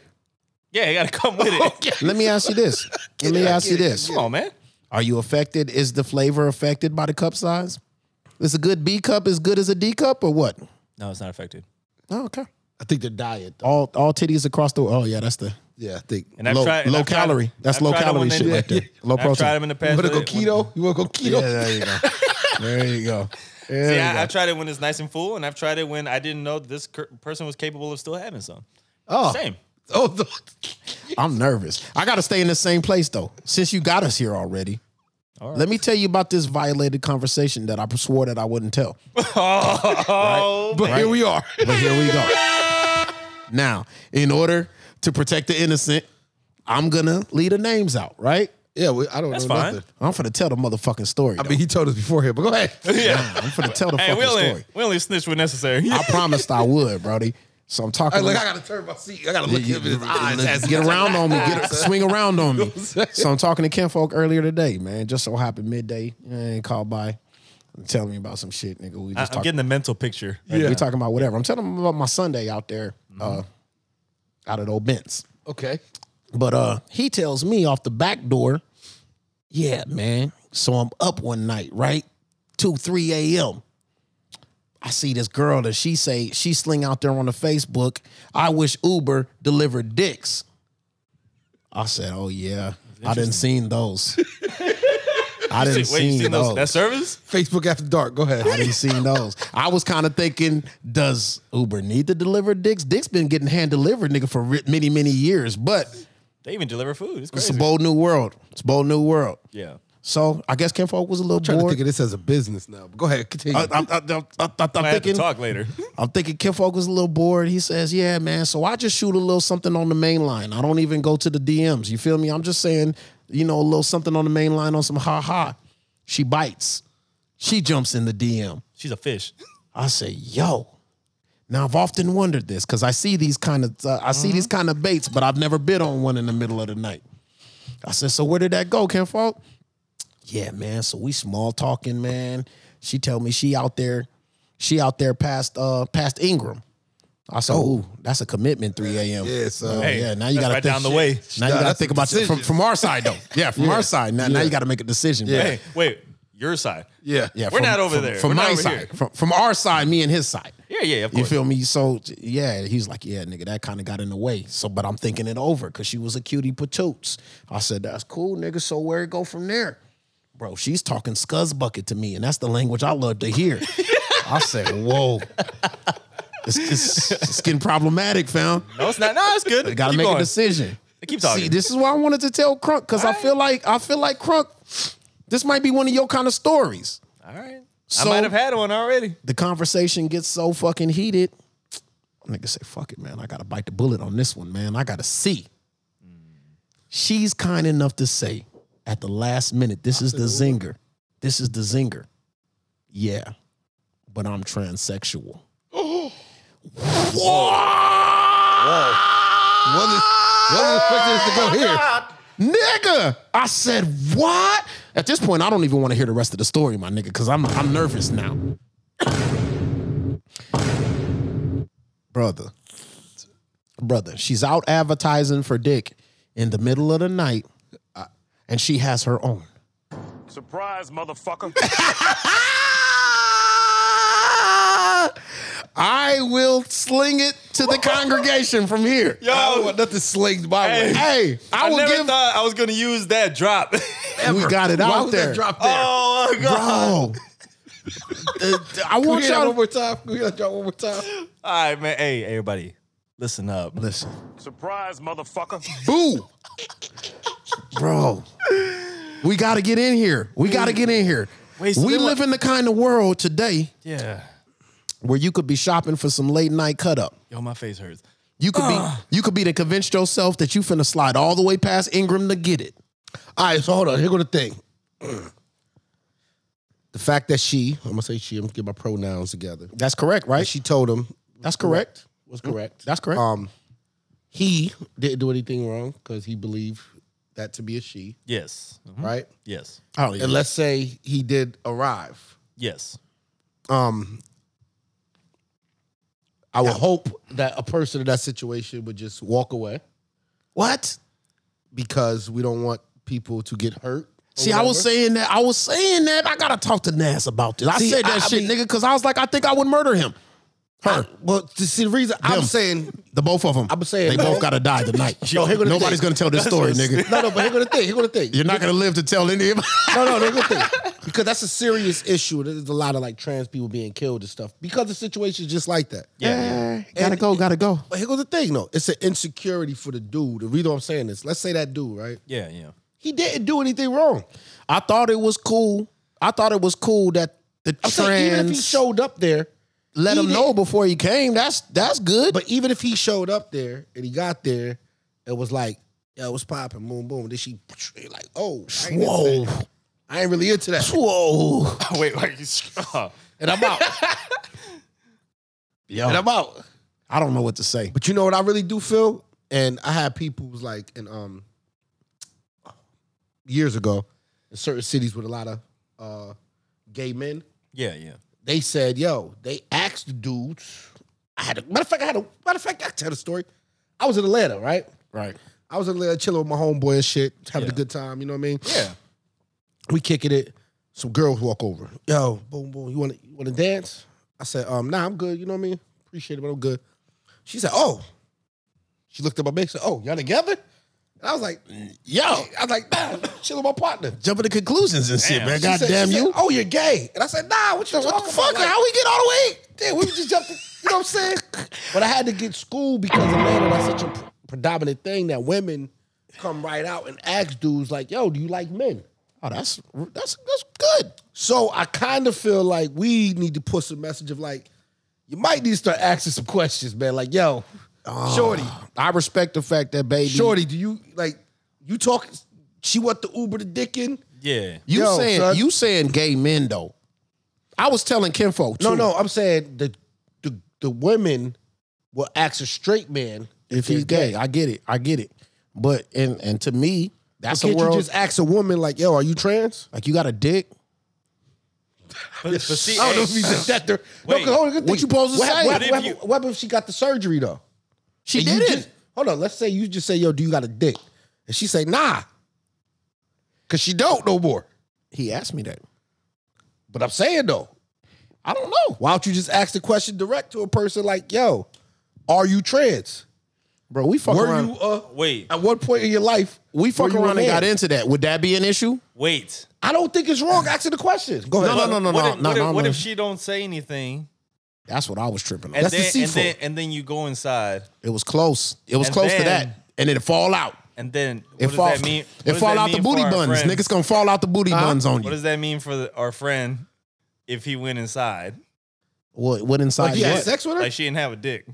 B: Yeah, you gotta come with it.
C: Let me ask you
B: [laughs]
C: this. Let me ask you this.
B: Come on, man.
C: Are you affected? Is the flavor affected by the cup size? Is a good B cup as good as a D cup or what?
B: No, it's not affected.
C: Oh, okay.
A: I think the diet. Though.
C: All all titties across the. Oh yeah, that's the
A: Yeah, I think.
B: And I've
C: low,
B: tried and
C: low
B: I've tried-
C: calorie. that's
B: I've
C: low
B: tried them
C: calorie
B: when
C: shit
B: they-
C: right there.
B: [laughs]
C: Low
B: I've
C: protein.
B: tried them in the
A: you
B: past.
A: want to go
B: but it-
A: keto? You want to go keto?
C: yeah, there you go.
B: [laughs]
C: there you go. There
B: See,
C: you
B: I, I
C: go.
B: tried it when it's nice and full, and I've tried it when I didn't know this cur- person was capable of still having some.
A: Oh,
C: [laughs]
B: Same.
A: [laughs] Oh, no.
C: I'm nervous. I gotta stay in the same place though. Since you got us here already.
B: All right.
C: Let me tell you about this violated conversation that I swore that I wouldn't tell.
B: [laughs] Oh,
A: but here we are.
C: But here we go. Now, in order to protect the innocent, I'm gonna leave the names out, right?
A: yeah, we, I don't
B: That's
A: know
B: fine.
A: nothing.
C: I'm finna tell the motherfucking story.
A: I mean, he told us beforehand, but go ahead.
B: yeah.
C: I'm finna tell the
B: [laughs] Hey,
C: fucking
B: we only,
C: story.
B: we only snitch when [laughs] necessary.
C: I promised I would, Brody. So I'm talking.
A: Like, I gotta turn my seat. I gotta look him in his eyes.
C: Let's
A: Ask
C: get
A: him.
C: around on me. Get swing around
A: [laughs]
C: on me.
A: saying?
C: So I'm talking to Ken Folk earlier today, man. Just so happened midday, and called by, telling me about some shit, nigga. We
B: I,
C: just
B: I'm
C: talking.
B: getting the mental picture.
C: Like, We talking about whatever. I'm telling him about my Sunday out there,
B: Mm-hmm.
C: uh, out at old Bent's.
A: [laughs] Okay.
C: But uh, he tells me off the back door, yeah, man. So I'm up one night, right? 2, 3 a.m. I see this girl that she say, she sling out there on the Facebook, I wish Uber delivered dicks. I said, oh yeah. I didn't seen those. I didn't
B: Wait, you
C: seen,
B: seen
C: those.
B: those, that service?
A: Facebook after dark. Go ahead.
C: I didn't seen those. I was kind of thinking, does Uber need to deliver dicks? Dicks been getting hand delivered, nigga, for ri- many, many years. But
B: They even deliver food. It's
C: it's
B: crazy.
C: a bold new world. It's a bold new world.
B: yeah.
C: So I guess Ken Folk was a little
A: trying to
C: bored.
A: think of this as a business now. But go ahead, continue.
C: I, I, I, I, I,
B: I
C: am
B: have to
C: thinking, [laughs]
B: talk later.
C: I'm thinking Ken Folk was a little bored. He says, "Yeah, man. So I just shoot a little something on the main line. I don't even go to the DMs. You feel me? I'm just saying, you know, a little something on the main line on some ha ha. She bites. She jumps in the DM.
B: She's a fish.
C: I say, yo. Now I've often wondered this because I see these kind of uh, I see
A: Mm-hmm.
C: these kind of baits, but I've never bid on one in the middle of the night. I said, so where did that go, Ken Folk? Yeah, man. So we small talking, man. She tell me she out there, she out there past uh past Ingram. I said, oh, that's a commitment, 3 a.m.
A: Yeah, son.
C: Oh,
B: Hey,
C: yeah. Now you
B: that's
C: gotta
B: right
C: think
B: down the way.
C: Now you
A: Nah,
C: gotta
A: that's
C: think
A: a
C: about it from,
A: decision.
C: from our side though. Yeah, from our side. Now, now you gotta make a decision. Yeah.
B: Hey, wait, your side.
A: yeah.
C: Yeah,
B: We're not over
C: from,
B: there.
C: From
B: We're not
C: my
B: over
C: side,
B: here.
C: from from our side, me and his side.
B: Yeah, yeah, of
C: You
B: course.
C: feel me? So yeah, he's like, yeah, nigga, that kind of got in the way. So, but I'm thinking it over because she was a cutie patoots. I said, that's cool, nigga. So where it go from there, bro? She's talking scuzz bucket to me, and that's the language I love to
B: [laughs]
C: hear. I said, whoa, it's, it's, it's getting problematic, fam.
B: No, it's not. No, it's good.
C: I [laughs] gotta
B: Keep
C: make
B: going.
C: a decision.
B: Keep talking.
C: See, this is why I wanted to tell Crunk because I feel like I feel like Crunk. This might be one of your kind of stories.
B: All right.
C: So-
B: I might have had one already.
C: the conversation gets so fucking heated. Nigga say, fuck it, man. I gotta bite the bullet on this one, man. I gotta see. She's kind enough to say at the last minute, this is the zinger. This is the zinger. Yeah, but I'm transsexual.
A: Wasn't, wasn't expecting this to go
C: Ah!
A: here.
C: Nigga, I said what? At this point, I don't even want to hear the rest of the story, my nigga, because I'm I'm nervous now. [coughs] brother, brother, she's out advertising for dick in the middle of the night, uh, and she has her own.
D: Surprise, motherfucker.
C: Ah! I will sling it to the congregation from here.
B: Yo,
A: I
B: I,
A: don't want nothing slinged my way.
C: Hey, I, will
B: never
C: give.
B: thought I was going to use that drop. [laughs]
C: we got it
A: Why
C: out
A: was
C: there.
A: that drop there?
B: oh, my God.
C: bro. Uh, I
A: Can we
C: want
A: hear that
C: y'all
A: one
C: to
A: more time? Can we hear that drop one more time?
B: All right, man. Hey, everybody, listen up.
C: listen,
D: Surprise, motherfucker.
C: boo, bro. We got to get in here. We got to get in here.
B: Wait, so
C: we
B: they
C: live
B: want-
C: in the kind of world today
B: Yeah.
C: where you could be shopping for some late night cut up.
B: Yo, my face hurts.
C: You could be you could be to convince yourself that you finna slide all the way past Ingram to get it.
A: All right, so hold on. Here go the thing. [clears throat] The fact that she, I'm gonna say she, I'm gonna get my pronouns together.
C: That's correct, right?
A: She told him
C: That's correct.
A: was correct.
C: That's correct.
A: Um, he didn't do anything wrong because he believed that to be a she,
B: Yes. Mhm.
A: right?
B: Yes.
C: oh, yeah.
A: And let's say he did arrive.
B: Yes.
A: Um, I would hope that a person in that situation would just walk away
C: what?
A: because we don't want people to get hurt. or
C: See, I was
A: whatever.
C: saying that. I was saying that. I gotta talk to Nas about this. I
A: See,
C: said that
A: I- I
C: shit,
A: mean-
C: nigga, because I was like, I think I would murder him. Her,
A: Well, to see the reason I'm saying
C: the both of them.
A: I'm saying-
C: they both gotta die [laughs] tonight.
A: Yo, here go the
C: Nobody's
A: thing.
C: gonna tell this story,
A: [laughs]
C: nigga.
A: no, no, but here go the thing. Here go the thing.
C: You're not gonna live to tell any of. [laughs]
A: No, no, they're good thing. Because that's a serious issue. There's a lot of like trans people being killed and stuff because the situation's just like that.
B: Yeah.
C: gotta go. Gotta go.
A: But here goes the thing though. It's an insecurity for the dude. The reason I'm saying this, let's say that dude, right?
B: Yeah. Yeah.
A: He didn't do anything wrong.
C: I thought it was cool. I thought it was cool that the
A: I'm saying even if he
C: trans
A: showed up there,
C: let
A: he
C: him
A: did-
C: know before he came. That's that's good.
A: But even if he showed up there and he got there and was like, yo, what's popping? Boom, boom. Then she like, oh, I ain't into
C: [laughs] whoa,
A: that. I ain't really into that.
C: whoa.
B: Wait. Wait. you-
A: And I'm out.
C: uh, Yo,
A: and I'm out.
C: I don't know what to say.
A: But you know what I really do feel? And I had people who's like in um years ago in certain cities with a lot of uh gay men,
B: Yeah. Yeah.
A: they said, yo, they asked the dudes. I had a matter of fact, I had a matter of fact, I can tell the story. I was in Atlanta, right?
C: Right.
A: I was in Atlanta chilling with my homeboy and shit, having a
B: Yeah.
A: good time, you know what I mean?
B: Yeah.
A: We kicking it. Some girls walk over. Yo, boom, boom. You wanna you wanna dance? I said, um, nah, I'm good, you know what I mean? Appreciate it, but I'm good. She said, Oh. She looked at my back, said, Oh, y'all together? And I was like,
C: Yo,
A: I was like, [clears throat] nah, chill with my partner.
C: jumping to conclusions and shit,
B: Damn.
C: man.
B: She
A: She
C: God
A: said-
C: damn
A: she said,
C: you.
A: oh, you're gay. And I said, nah, what you
C: what
A: talking
C: the fuck?
A: about? Like,
C: How we get all the way?
A: Damn, we just jumped. in- You know what I'm [laughs] saying? But I had to get school because Atlanta that's such a pr- predominant thing that women come right out and ask dudes like, "Yo, do you like men?"
C: Oh, that's that's that's good.
A: So I kind of feel like we need to push a message of like, you might need to start asking some questions, man. Like, yo, shorty,
C: I respect the fact that baby.
A: shorty, do you like you talk? She want the Uber to dick in?
B: Yeah.
C: you
A: Yo,
C: saying
A: son.
C: you saying gay men though? I was telling Kinfo.
A: No,
C: too.
A: no, I'm saying the the the women will ask a straight man
C: If he's
A: they're
C: gay, I get it. I get it. But and and to me, that's
A: Can't
C: a world
A: you just ask a woman like, "Yo, are you trans?"
C: like you got a dick.
B: But, but see,
C: Oh,
A: I Oh, don't know
B: hey,
A: if he did that. There.
B: [laughs] Wait.
A: no, 'cause hold on, good
C: What
A: thing.
C: you supposed to
A: what,
C: say?
A: What,
B: But if
A: what-
B: you-
A: what if she got the surgery though?
C: She
A: And
C: did
A: you
C: it.
A: just- Hold on. Let's say you just say, "Yo, do you got a dick?" And she say, "Nah," because she don't no more.
C: he asked me that.
A: But I'm saying though,
C: I don't know,
A: why don't you just ask the question direct to a person like, "Yo, are you trans?
C: bro. We fuck
A: Were
C: around.
A: you uh,
B: wait,
A: at one point in your life?
C: we fuck
A: were you a
C: around and
A: man?"
C: got into that. Would that be an issue?
B: wait.
A: I don't think it's wrong asking the question. Go ahead.
C: No, no, no, no,
B: what
C: no,
B: if,
C: no,
B: what, if,
C: no,
B: what
C: no.
B: if she don't say anything?
C: That's what I was tripping on.
B: And
C: That's
B: then, and
C: deceitful.
B: then and then you go inside,
C: it was close. It was
B: And
C: close to
B: then-
C: that, and it fall out.
B: and then what
C: It
B: does
C: fall.
B: that mean? what
C: It
B: does
C: fall
B: that
C: out the
B: mean for
C: booty
B: our
C: buns.
B: friend?
C: Niggas gonna fall out the booty buns on
B: What
C: you.
B: does that mean for the, our friend if he went inside?
C: What? What inside?
A: Like, you had
C: what?
A: sex with her?
B: Like she didn't have a dick,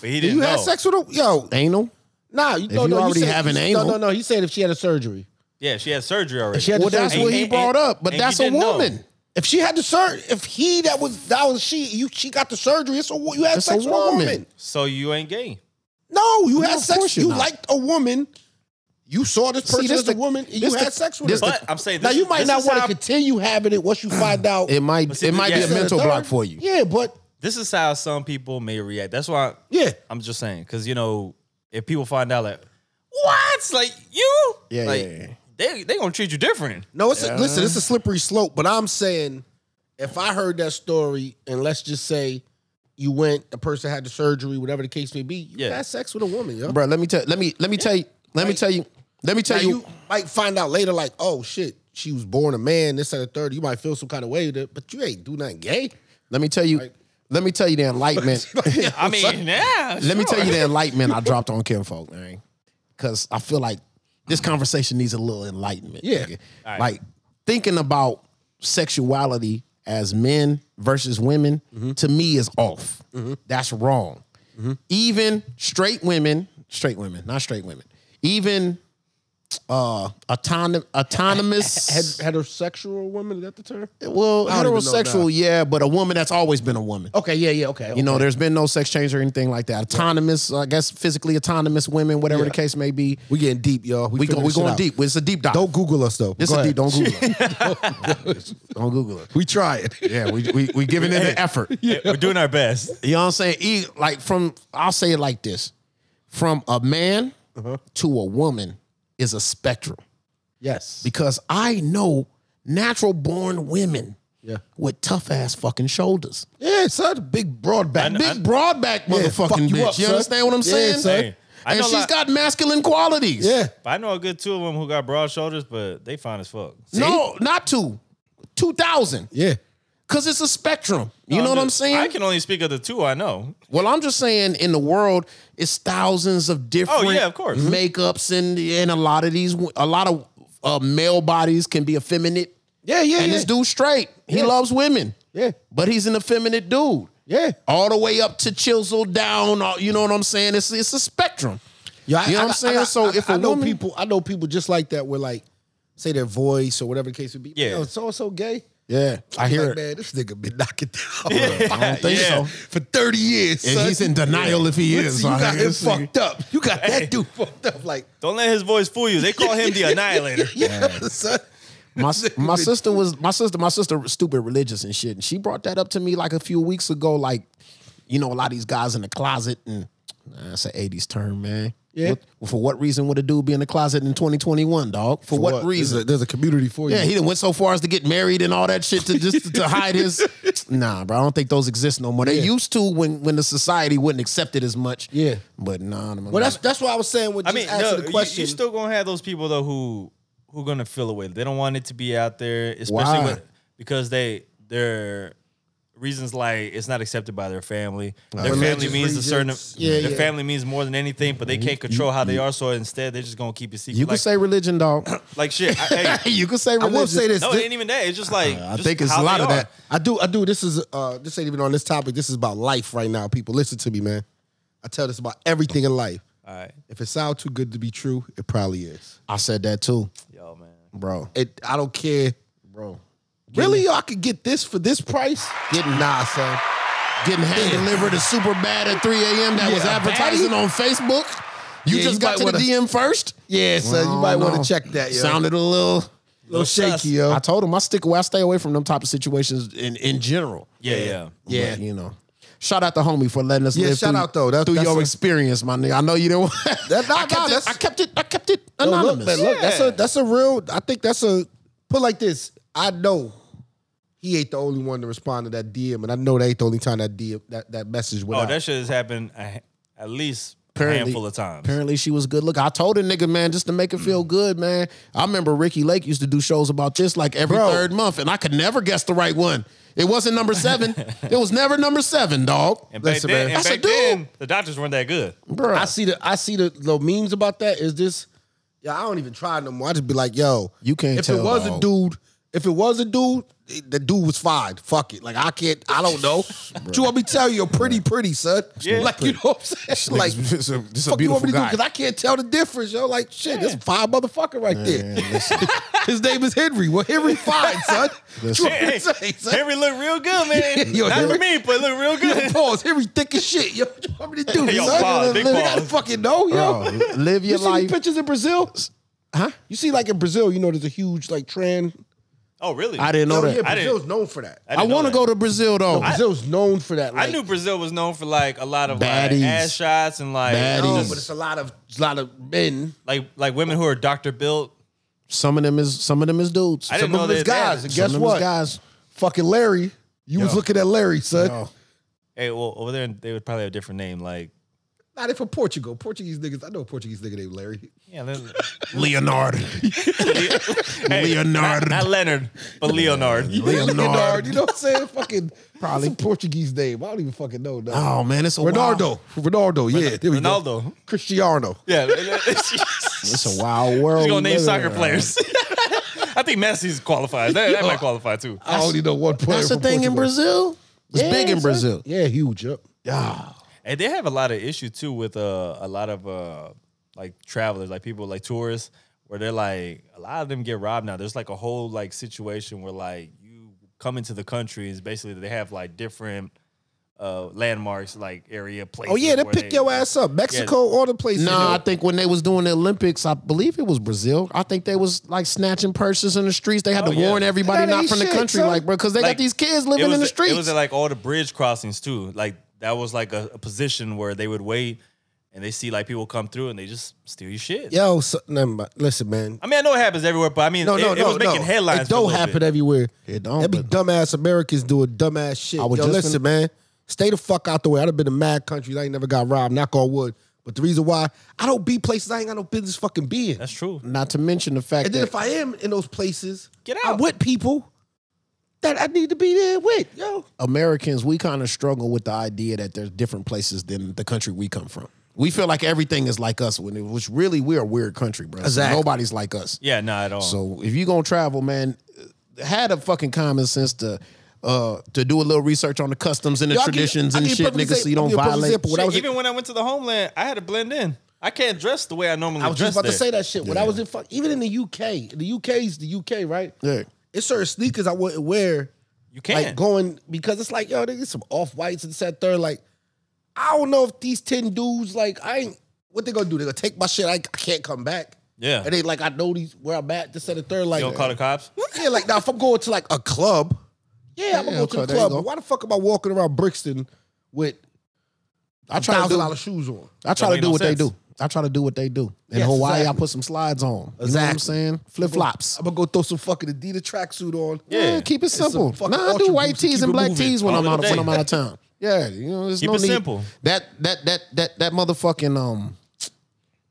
B: but he
A: Did
B: didn't
A: you
B: know.
A: have sex with her? Yo,
C: Anal?
A: nah. You, no,
C: you
A: no,
C: already
A: said,
C: have an
A: no,
C: anal-
A: No, no, He said if she had a surgery.
B: Yeah, she had surgery already.
A: She had
C: Well,
A: the
C: that's
A: surgery.
C: what he
B: and-
C: brought
B: and-
C: up. But
B: and you
C: that's a
B: didn't know.
C: woman.
A: If she had the surgery, if he that was that was she, you she got the surgery. It's a wo- you had
C: It's a
A: sex with a
C: woman.
A: woman.
B: so you ain't gay.
A: No, you had
C: of course
A: sex.
C: you're
A: You
C: not.
A: liked a woman. You saw this
C: See,
A: person
C: this
A: as a
C: the-
A: woman. And you
C: this
A: had
C: the-
A: sex with
C: this
A: her.
B: But I'm saying
A: now
B: this-
A: you might
B: this
A: not
B: is
A: want to
B: how-
A: continue having it once you find out.
C: [clears throat] It might.
B: see,
C: it might
B: yeah.
C: be a mental
A: Third-
C: block for you.
A: Yeah, but
B: This is how some people may react. That's why
A: yeah,
B: I'm just saying, because you know, if people find out like, what, like you,
C: Yeah,
B: like,
C: yeah, yeah.
B: they they gonna treat you different.
A: no. It's a, listen. It's a slippery slope. But I'm saying, if I heard that story, and let's just say you went, the person had the surgery, whatever the case may be, you
B: Yeah.
A: had sex with a woman, yo.
C: bro. Let me tell. Let me. Let me tell you. Let me
A: Like-
C: tell you. Let me tell
A: Now, you,
C: you.
A: might find out later, like, oh shit, she was born a man, this and the third. You might feel some kind of way, that- but you ain't do nothing [laughs] gay.
C: Let me tell you. Let me tell you the
A: [laughs]
C: enlightenment.
B: I mean, yeah.
C: Let [laughs] me tell you the enlightenment I dropped on kinfolk, man. Because I feel like this conversation needs a little enlightenment.
A: Yeah.
C: nigga. Like thinking about sexuality as men versus women
A: Mm-hmm.
C: to me is off. That's wrong. Even straight women, straight women, not straight women. Even uh
A: [laughs]
C: autonom- autonomous
A: Heterosexual woman, is that the term?
C: well
A: I don't even know now.
C: heterosexual yeah but a woman that's always been a woman
A: Okay, yeah, yeah, okay.
C: you know, there's been no sex change or anything like that. Autonomous, I guess, physically autonomous women, whatever the
A: Yeah.
C: case may be.
A: we getting deep, y'all.
C: We go,
A: figuring
C: we
A: this shit
C: going
A: out.
C: deep. It's a deep dive.
A: Don't Google us though.
C: This
A: Go
C: is
A: ahead.
C: deep. Don't Google it.
A: [laughs]
C: don't Google it.
A: We try [laughs] it.
C: Yeah, we we we giving it an effort. You
B: We're doing our best.
C: know what I'm saying? E- like from I'll say it like this: from a man
A: Uh-huh.
C: to a woman is a spectrum
A: yes.
C: because I know natural born women
A: Yeah.
C: with tough ass fucking shoulders.
A: Yeah, son. Big broad back.
C: Big broad back
A: fuck
C: motherfucking
A: you
C: bitch.
A: up,
C: you
A: son.
C: understand what I'm
A: Yeah,
C: saying?
A: son.
B: Hey, I
C: and
B: know a
C: she's
B: lot-
C: got masculine qualities.
A: Yeah.
B: I know a good two of them who got broad shoulders, but they fine as fuck.
C: No, not two. 2000.
A: Yeah.
C: Because it's a spectrum. You know what I'm saying?
B: I can only speak of the two I know.
C: well, I'm just saying in the world, it's thousands
A: Oh,
C: of different
B: yeah, of course.
A: Mm-hmm.
C: makeups and, and a lot of these, a lot of uh, male bodies can be effeminate.
A: Yeah, yeah,
C: And
A: yeah.
C: this dude's straight. He
A: Yeah.
C: loves women.
A: Yeah.
C: But he's an effeminate dude.
A: Yeah.
C: All the way up to chiseled down. all- You know what I'm saying? It's, it's a spectrum.
A: Yeah, I,
C: You know
A: I-
C: what I'm
A: I-
C: saying?
A: I-
C: So
A: I-
C: if a
A: I know
C: woman-
A: people, I know people just like that. Where like, say their voice or whatever the case would be.
B: Yeah.
A: so and so gay.
C: Yeah. I
A: Like,
C: hear it.
A: man, this nigga been knocking
C: [laughs]
A: down [laughs]
C: I don't think
B: Yeah.
C: so.
A: for thirty years.
C: And
A: son.
C: he's in denial if he is. [laughs]
A: Listen, you
C: I
A: got
C: hear
A: him
C: this nigga.
A: fucked up. You got that dude fucked up. Like, [laughs]
B: Don't let his voice fool you. They call him
C: [laughs]
B: the annihilator.
A: yeah, son.
C: my [laughs] my sister was my sister my sister was stupid religious and shit and she brought that up to me like a few weeks ago like you know a lot of these guys in the closet and nah, that's an 80s term man
A: Yeah.
C: What- for what reason would a dude be in the closet in 2021 dog for, what, reason
A: There's a community for you.
C: yeah he done went so far as to get married and all that shit to just to
A: [laughs]
C: hide his nah bro I don't think those exist no more they
A: Yeah.
C: used to when when the society wouldn't accept it as much
A: Yeah.
C: but nah I'm
A: Well, that's that's what I was saying with
B: I
A: just
B: mean,
A: asking
B: no,
A: the
B: you-
A: question.
B: you're still gonna have those people though who who gonna feel away. They don't want it to be out there, especially
C: Why?
B: with, because they their reasons like it's not accepted by their family. Their family
A: Religious
B: means a certain.
A: reasons. Yeah,
B: their
A: yeah.
B: family means more than anything, but they can't control how they are. So instead, they're just gonna keep it secret.
C: Mm-hmm. you
B: like,
C: can say religion dog
B: like shit. I,
C: [laughs]
B: hey,
C: you can say
A: I
C: religion
A: will say this.
B: no, it
A: thi-
B: ain't even that. It's just like
C: I
B: just
C: think it's
B: how
C: a lot
B: they
C: of
B: are.
C: that.
A: I do, I do. This is uh this ain't even on this topic. This is about life right now. People, listen to me, man. I tell this about everything in life.
B: All right,
A: If it sounds too good to be true, it probably is.
C: I said that too
B: yo, man.
C: bro
A: It I don't care.
C: bro
A: Really, y'all could get this for this price? Get nah, son.
C: getting hand delivered to super bad at 3 a.m. that was
A: Yeah,
C: advertising
A: baddie.
C: on Facebook. You
A: Yeah,
C: just
A: you
C: got
A: might
C: to the
A: wanna-
C: DM first.
A: Yeah, son. You might
C: Oh,
A: want
C: no.
A: to check that. Yo.
C: Sounded a little.
A: a little
B: sus.
A: shaky, yo.
C: I told him I stick away. I stay away from them type of situations in, in general.
B: Yeah, yeah.
C: But,
A: Yeah.
C: you know. Shout out to homie for letting us
A: Yeah,
C: live
A: shout
C: through,
A: out, though. That-
C: through
A: that's
C: your
A: a-
C: experience, my nigga. I know you didn't. Want, [laughs]
A: That- nah,
C: I, kept
A: nah,
C: it,
A: that's-
C: I kept it. I kept it
A: Yo, look,
C: anonymous.
A: man, look, that's
B: Yeah.
A: a that's a real. I think that's a put like this. I know he ain't the only one to respond to that DM, and I know that ain't the only time that DM that, that message went
B: Oh,
A: out.
B: that shit has happened a, at least a
C: Apparently-
B: handful of times.
C: Apparently she was good. Look, I told a nigga, man, just to make it feel good, man. I remember Ricky Lake used to do shows about this like every
A: Bro.
C: third month, and I could never guess the right one. It wasn't number
A: [laughs]
C: seven. it was never number seven, dog.
B: And back
A: Listen,
B: then,
A: man.
B: and
C: That's a
B: back
C: dude.
B: then, the doctors weren't that good.
C: Bro,
A: I see the I see the little memes about that. Is this? Yeah, I don't even try no more. I just be like, yo,
C: You can't
A: If
C: tell,
A: it was a
C: dog.
A: dude, if it was a dude, the dude was fine. Fuck it. Like I can't. I don't
C: [laughs]
A: know. But you want me to tell you, you're pretty, pretty, son.
B: Yeah.
A: Like you know what I'm saying? Like.
C: [laughs] it's a, it's a
A: Fuck you want me to
C: beautiful
A: do?
C: guy.
A: Because I can't tell the difference, yo. Like shit, this fine motherfucker right there. [laughs] His name is Henry. Well, Henry fine, son. What [laughs] you want me
B: Hey,
A: to say, son?
B: Henry looked real good, man.
A: Yo,
B: Not
A: Henry-
B: for me, but it looked real
A: [laughs] Yo,
B: good.
A: pause. Henry thick as shit. Yo, what you want me to
B: [laughs]
A: do?
B: Yo,
A: son?
B: pause, big
A: You gotta
B: pause.
A: fucking know, yo.
C: [laughs] Bro, live
A: You
C: your
A: see
C: life.
A: the pictures in Brazil? Huh? You see, like in Brazil, you know, there's a huge like trans.
B: Oh, really?
C: I didn't know
A: Yo,
C: that.
A: yeah,
B: I didn't-
A: Brazil's known for that.
B: I
C: I,
B: didn't know
C: want to
B: that.
C: go to Brazil though.
A: Brazil's known for that.
B: I
A: Like,
B: knew Brazil was known for like a lot of like,
C: Baddies.
B: ass shots and like
C: Baddies.
A: no,
B: just,
A: but it's a lot of it's a lot of men.
B: like like women who are doctor built.
C: some of them is some of them is dudes.
B: I
C: some
B: didn't know
A: Some of these
B: that. that-
A: guys, and
C: some of
A: guess
C: them
A: what?
C: is [laughs] guys. Oh,
A: Fucking Larry. You was
C: Yo.
A: looking at Larry, son.
B: Hey, well, over there they would probably have a different name. Like,
A: Not if for Portugal. Portuguese niggas. I know a Portuguese nigga named Larry.
B: yeah, then-
C: Leonard.
A: [laughs]
B: hey,
C: Leonard.
B: not, not Leonard, but Leonard.
C: Leonard.
A: Leonard, you know what I'm saying? fucking
C: Probably.
A: probably Portuguese name. I don't even fucking know. No.
C: Oh man, it's a Wild,
A: Ronaldo. Ronaldo. Yeah, there we go.
B: Ronaldo.
A: Cristiano.
B: [laughs] Yeah, [laughs] she's
C: it's a wild world.
B: gonna
C: we
B: name
C: live in,
B: soccer
C: bro.
B: players. [laughs] I think Messi's qualifies. That, that might qualify too.
A: I only know one player.
C: That's the
A: from
C: thing in
A: Portugal.
C: Brazil. It's
A: Yeah,
C: big in
A: son.
C: Brazil.
A: Yeah, huge. Yep.
B: And they have a lot of issue too with uh, a lot of uh, like travelers, like people like tourists, where they're like a lot of them get robbed now. There's like a whole like situation where like you come into the country is basically they have like different uh, landmarks, like area places.
A: Oh yeah, they
B: where
A: pick your ass up. Mexico, all the places.
C: No, I think when they was doing the Olympics, I believe it was Brazil. I think they was like snatching purses in the streets. They had
B: Oh,
C: to
B: yeah.
C: warn everybody
A: That
C: not
A: ain't
C: from the
A: shit,
C: country,
A: son.
C: like bro, because they
B: Like,
C: got these kids
B: It
C: living
B: was
C: in the
B: at- It
C: streets.
B: was at like all the bridge crossings too. Like that was like a, a position where they would wait and they see like people come through and they just steal your shit.
A: Yo, so, never mind. listen, man.
B: I mean, I know it happens everywhere, but I mean,
A: No,
B: it,
A: no,
B: it
A: no,
B: was making
A: no.
B: headlines.
A: It
B: for a
A: don't
B: little
A: happen
B: bit.
A: everywhere.
C: It don't,
A: That be
C: but-
A: dumbass Americans doing dumbass shit.
C: I was
A: Yo,
C: just
A: listen,
C: finna-
A: man. Stay the fuck out the way. I'd have been in mad countries. I ain't never got robbed. Knock on wood. But the reason why I don't be places I ain't got no business fucking being.
B: That's true.
C: not to mention the fact
A: And then
C: that
A: if I am in those places,
B: Get
A: I'm
B: out.
A: with people that I need to be there with. Yo,
C: Americans, we kind of struggle with the idea that there's different places than the country we come from. We feel like everything is like us, when it, which really we're a weird country, bro.
A: Exactly.
C: Nobody's like us.
B: Yeah, not at all.
C: So if you gonna travel, man, had a fucking common sense to uh to do a little research on the customs and the
A: Yo, I'll give you-
C: traditions
A: I'll
C: and
A: give you a
C: shit,
A: perfect
C: nigga, so you
A: example.
C: don't
A: I'll give you a perfect example. When
C: violate.
A: I
B: Shit,
A: was in-
B: even when I went to the homeland, I had to blend in. I can't dress the way I normally
A: I was
B: dress.
A: just about to
B: there.
A: say that shit. When I was in fuck, even in the UK, the UK's the UK, right?
C: Yeah.
A: It's certain sneakers I wouldn't wear.
B: you can't.
A: Like going because it's like, yo, they get some off whites and set third. Like, I don't know if these 10 dudes, like, I ain't what they gonna do. They gonna take my shit, I, I can't come back.
B: Yeah.
A: And they like I know these where I'm at, this set and third. Like
B: you don't call the
A: [laughs]
B: cops.
A: Yeah, like now if I'm going to like a club, yeah, I'm gonna
C: Yeah,
A: go
C: okay,
A: to the
C: there you
A: club.
C: go.
A: But why the fuck am I walking around Brixton with
C: I try to
A: thousand
C: do.
A: dollar shoes on?
C: I try
B: Don't
C: to
B: make
C: do
B: no
C: what
B: sense.
C: they do. I try to do what they do. In
A: Yes,
C: Hawaii, I
A: exactly.
C: put some slides on. You know what I'm
A: Exactly.
C: saying? Flip flops.
A: I'm gonna go throw some fucking Adidas tracksuit on.
C: Yeah.
B: Yeah.
C: keep it
A: some
C: simple.
A: fucking
C: Nah, I do
A: Ultra
C: white
A: Boost to
C: tees
A: keep
C: and
A: it
C: black
A: moving
C: tees when
B: all
C: I'm
B: in
C: out
B: the
C: when
B: day.
C: I'm out of town. Yeah, you know, there's
B: Keep
C: no
B: it
C: need.
B: simple.
C: That that that that that motherfucking um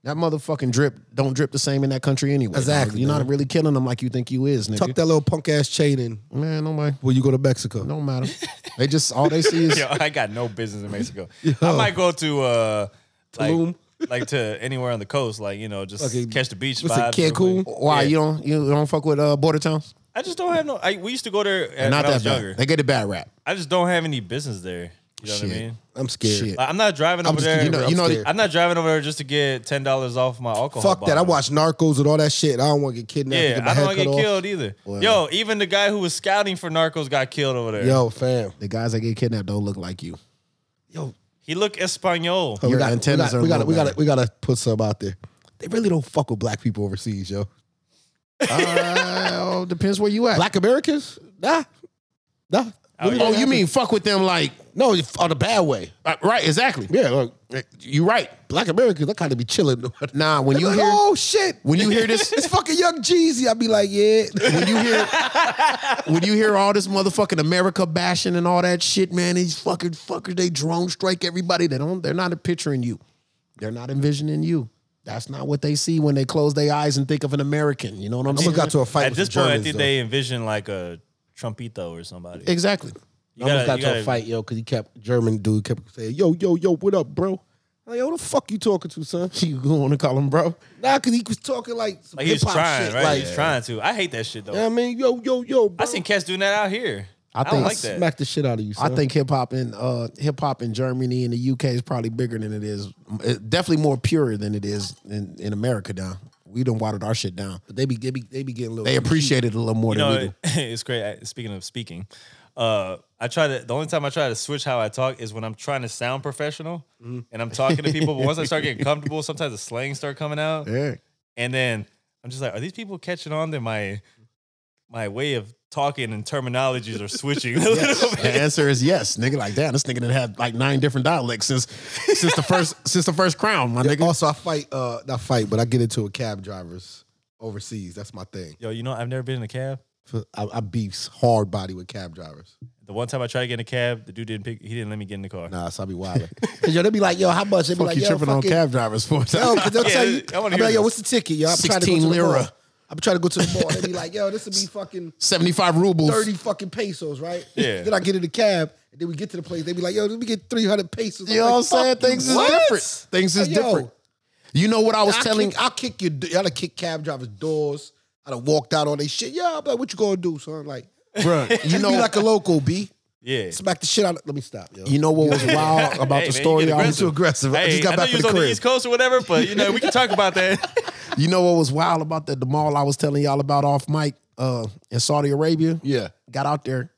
C: that motherfucking drip don't drip the same in that country anyway. dog.
A: Exactly,
C: You're
A: man.
C: not really killing them like you think you is, nigga.
A: Tuck that little punk ass chain in
C: Man, no way.
A: when you go to Mexico.
C: Don't
B: [laughs]
C: matter. they just all they see is
B: Yo, I got no business in Mexico.
A: [laughs]
B: I might go to uh,
A: Tulum.
B: like, [laughs] like to anywhere on the coast, like you know, just
A: Okay,
B: catch the beach.
A: listen,
B: vibes real quick.
A: Cancun.
C: why
B: Yeah.
C: you don't you don't fuck with uh border towns.
B: I just don't have no. I, we used to go there at,
C: Not
B: when I
C: that
B: was
C: bad.
B: younger.
C: They get a bad rap.
B: I just don't have any business there. You know what I mean?
A: I'm scared.
C: Shit.
B: Like, I'm not driving over
A: just
B: there.
A: kidding,
C: You know,
A: bro,
C: you know,
A: upstairs.
B: I'm not driving over there just to get ten dollars off my alcohol.
A: Fuck that. I
B: bottle.
A: watch Narcos and all that shit. I don't want to get kidnapped. and
B: Yeah,
A: get my
B: I don't
A: head
B: want to
A: cut
B: get
A: off.
B: killed either. Yo, even the guy who was scouting for Narcos got killed over there.
A: Yo, fam.
C: the guys that get kidnapped don't look like you.
A: Yo,
B: He looked Espanol.
A: we
C: Your
A: got, we
C: antennas
A: got,
C: are
A: we got,
C: low,
A: we got,
C: man.
A: we got to put some out there. They really don't fuck with black people overseas, yo.
C: Uh, depends where you at.
A: Black Americans? Nah, nah. Really
B: yeah.
A: don't
C: oh, you
A: happen.
C: mean fuck with them like
A: no if- on a bad way?
C: uh, right? Exactly.
A: Yeah, look, eh,
C: You right.
A: black Americans, they kind of be chilling. [laughs] When
C: Nah, when you
A: like,
C: hear
A: oh shit,
C: when you hear
B: [laughs]
C: this-
A: it's fucking Young Jeezy. I'll be like, [laughs] yeah.
C: when you hear when you hear all this motherfucking America bashing and all that shit, man, these fucking fuckers they drone strike everybody. They don't. They're not picturing you. They're not envisioning you. That's not what they see when they close their eyes and think of an American. You know what I'm
A: I
C: saying?
A: almost got to a fight
B: At
A: with
B: this
A: some
B: point, I
A: Germans,
B: think
A: though.
B: they envisioned like a Trumpito or somebody.
C: exactly. [laughs]
B: You
A: I almost
B: gotta-
A: got
B: you
A: to
B: gotta-
A: a fight, yo, because he kept German dude kept saying, yo, yo, yo, what up, bro? I'm like, yo, who the fuck you talking to, son?
C: You want to call him bro?
A: Nah, because he was talking like some
B: Like he's
A: hip hop
B: trying,
A: shit.
B: right?
A: Like,
B: he's trying to. I hate that shit though.
A: you know what I mean, yo, yo, yo, bro.
B: I seen cats doing that out here. I,
C: think-
B: don't like that.
A: smack the shit out of you.
C: I
A: Son.
C: think hip hop in uh, hip hop in Germany and the UK is probably bigger than it is. It- definitely more pure than it is in, in America. Down, we done watered our shit down.
A: But they be they be they be getting a little.
C: They appreciate it a little more
B: You
C: than
B: know,
C: we do.
B: [laughs] it's great. I- Speaking of speaking, uh, I try to. The only time I try to switch how I talk is when I'm trying to sound professional
A: Mm.
B: and I'm talking to people. But once I
A: [laughs]
B: start getting comfortable, sometimes the slang start coming out,
C: Yeah.
B: and then I'm just like, are these people catching on to my my way of talking and terminologies are switching [laughs] a little bit?
C: The answer is yes, nigga. Like damn, this nigga done had like nine different dialects since since the first [laughs] since the first crown, my nigga.
A: Also, I fight uh not fight, but I get into a cab drivers overseas. That's my thing.
B: Yo, you know, I've never been in a cab.
A: I, I beefs hard body with cab drivers.
B: The one time I tried to get in a cab, the dude didn't pick. He didn't let me get in the car.
A: Nah, so I [laughs] be wilding. Cause yo, they be like, yo, how much? They be
C: Fuck
A: like,
C: you
A: yo,
C: tripping on
A: fucking-
C: cab drivers for?
A: [laughs] Yo,
C: [laughs]
A: cause they'll
B: [laughs] Yeah,
A: tell you.
B: I
A: I
B: wanna
A: be
B: hear
A: like, yo,
B: this.
A: what's the ticket? Yo, I'm trying to go to
C: 16
A: the
C: lira.
A: mall. I'm trying to go to the mall. They be like, yo, this would be fucking
C: Seventy five rubles.
A: thirty fucking pesos, right?
B: Yeah.
A: Then I get in the cab, and then we get to the place. They be like, yo, let me get three hundred pesos. I'm
C: You know what I'm
A: like, fuck
C: saying?
A: you,
C: Things is
A: what?
C: different. Things is
A: Yo,
C: different. You know what I was
A: I'll
C: telling?
A: kick, I'll kick your. Y'all kick cab drivers' doors. I'd have walked out on they shit. Yeah, I'm like, what you gonna do, son? Like,
C: bro. You
A: you know, be
C: know,
A: like a local, B.
B: Yeah.
A: Smack the shit out of Let me stop, yo.
C: you know what was wild about
B: Hey, man, you
C: the story?
B: get
C: I was
B: aggressive.
C: too aggressive. I
B: Hey,
C: just got
B: I know
C: back
B: you
C: to
B: was
C: the
B: on
C: crib.
B: the East Coast or whatever, but you know we can talk about that.
C: You know what was wild about that? The mall I was telling y'all about off mic uh, in Saudi Arabia.
A: yeah.
C: Got out there.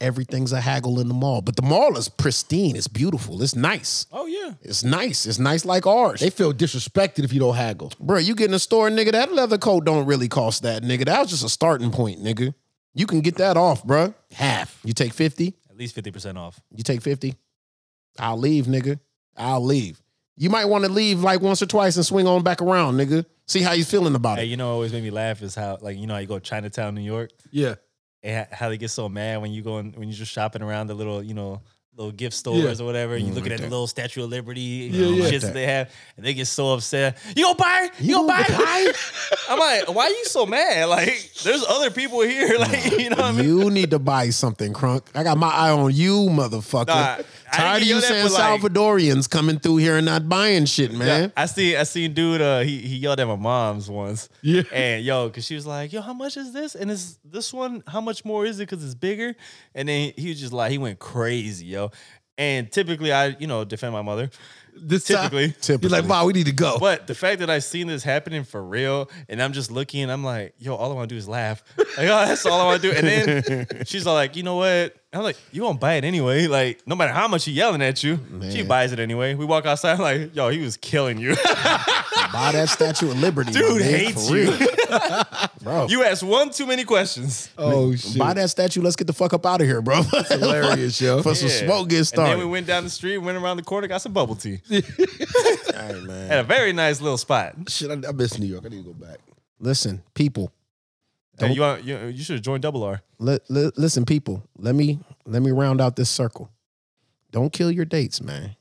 C: Everything's a haggle in the mall, but the mall is pristine. It's beautiful. It's nice.
B: [laughs] Oh yeah,
C: It's nice. It's nice like ours.
A: They feel disrespected if you don't haggle.
C: Bro, you get in a store, nigga, that leather coat don't really cost that, nigga. That was just a starting point, nigga. You can get that off, bruh. Half. You take 50,
B: at least fifty percent off.
C: you take 50. I'll leave, nigga. I'll leave. You might want to leave like once or twice and swing on back around, nigga. See how you feeling about
B: Hey,
C: it.
B: you know, what always made me laugh is how like you know how you go to Chinatown, New York,
A: Yeah.
B: and ho- how they get so mad when you go in, when you're just shopping around the little you know little gift stores or whatever, and you're looking at the little Statue of Liberty, you know,
A: yeah.
B: shits that they have, and they get so upset. You gonna buy? it? You, gonna buy? it?" [laughs] I'm like, why are you so mad? Like, there's other people here. [laughs] Like, you know what I mean?
C: You need to buy something, Crunk. I got my eye on you, motherfucker.
B: Nah, I
C: Tired
B: didn't
C: of you
B: know that,
C: saying
B: but, like-
C: Salvadorians coming through here and not buying shit, man.
B: I see. I seen dude. Uh, he he yelled at my mom's once.
A: Yeah.
B: And yo, cause she was like, "Yo, how much is this?" And it's this one. How much more is it? Cause it's bigger. And then he was just like, he went crazy, yo. And typically, I you know defend my mother.
A: This
B: Typically.
A: You're like, wow, we need to go.
B: But the fact that I've seen this happening for real, and I'm just looking, I'm like, yo, all I want to do is laugh. [laughs] Like, oh, that's all I want to do. And then she's all like, you know what? I'm like, you gonna buy it anyway. Like, no matter how much he yelling at you, she buys it anyway. We walk outside, I'm like, yo, he was killing you.
C: buy that Statue of Liberty. my nigga,
B: Dude hates
C: for real.
B: you. [laughs]
C: Bro.
B: You asked one too many questions.
A: oh shit.
C: Buy that statue. Let's get the fuck up out of here, bro. [laughs] That's
A: hilarious, yo.
C: For some
B: Yeah.
C: smoke getting started.
B: And then we went down the street, went around the corner, got some bubble tea. At a very nice little spot.
A: Shit, I, I miss New York. I need to go back.
C: Listen, people.
B: Hey, you, want- you, you should have joined Double R.
C: Li- li- listen, people. Let me let me round out this circle. Don't kill your dates, man.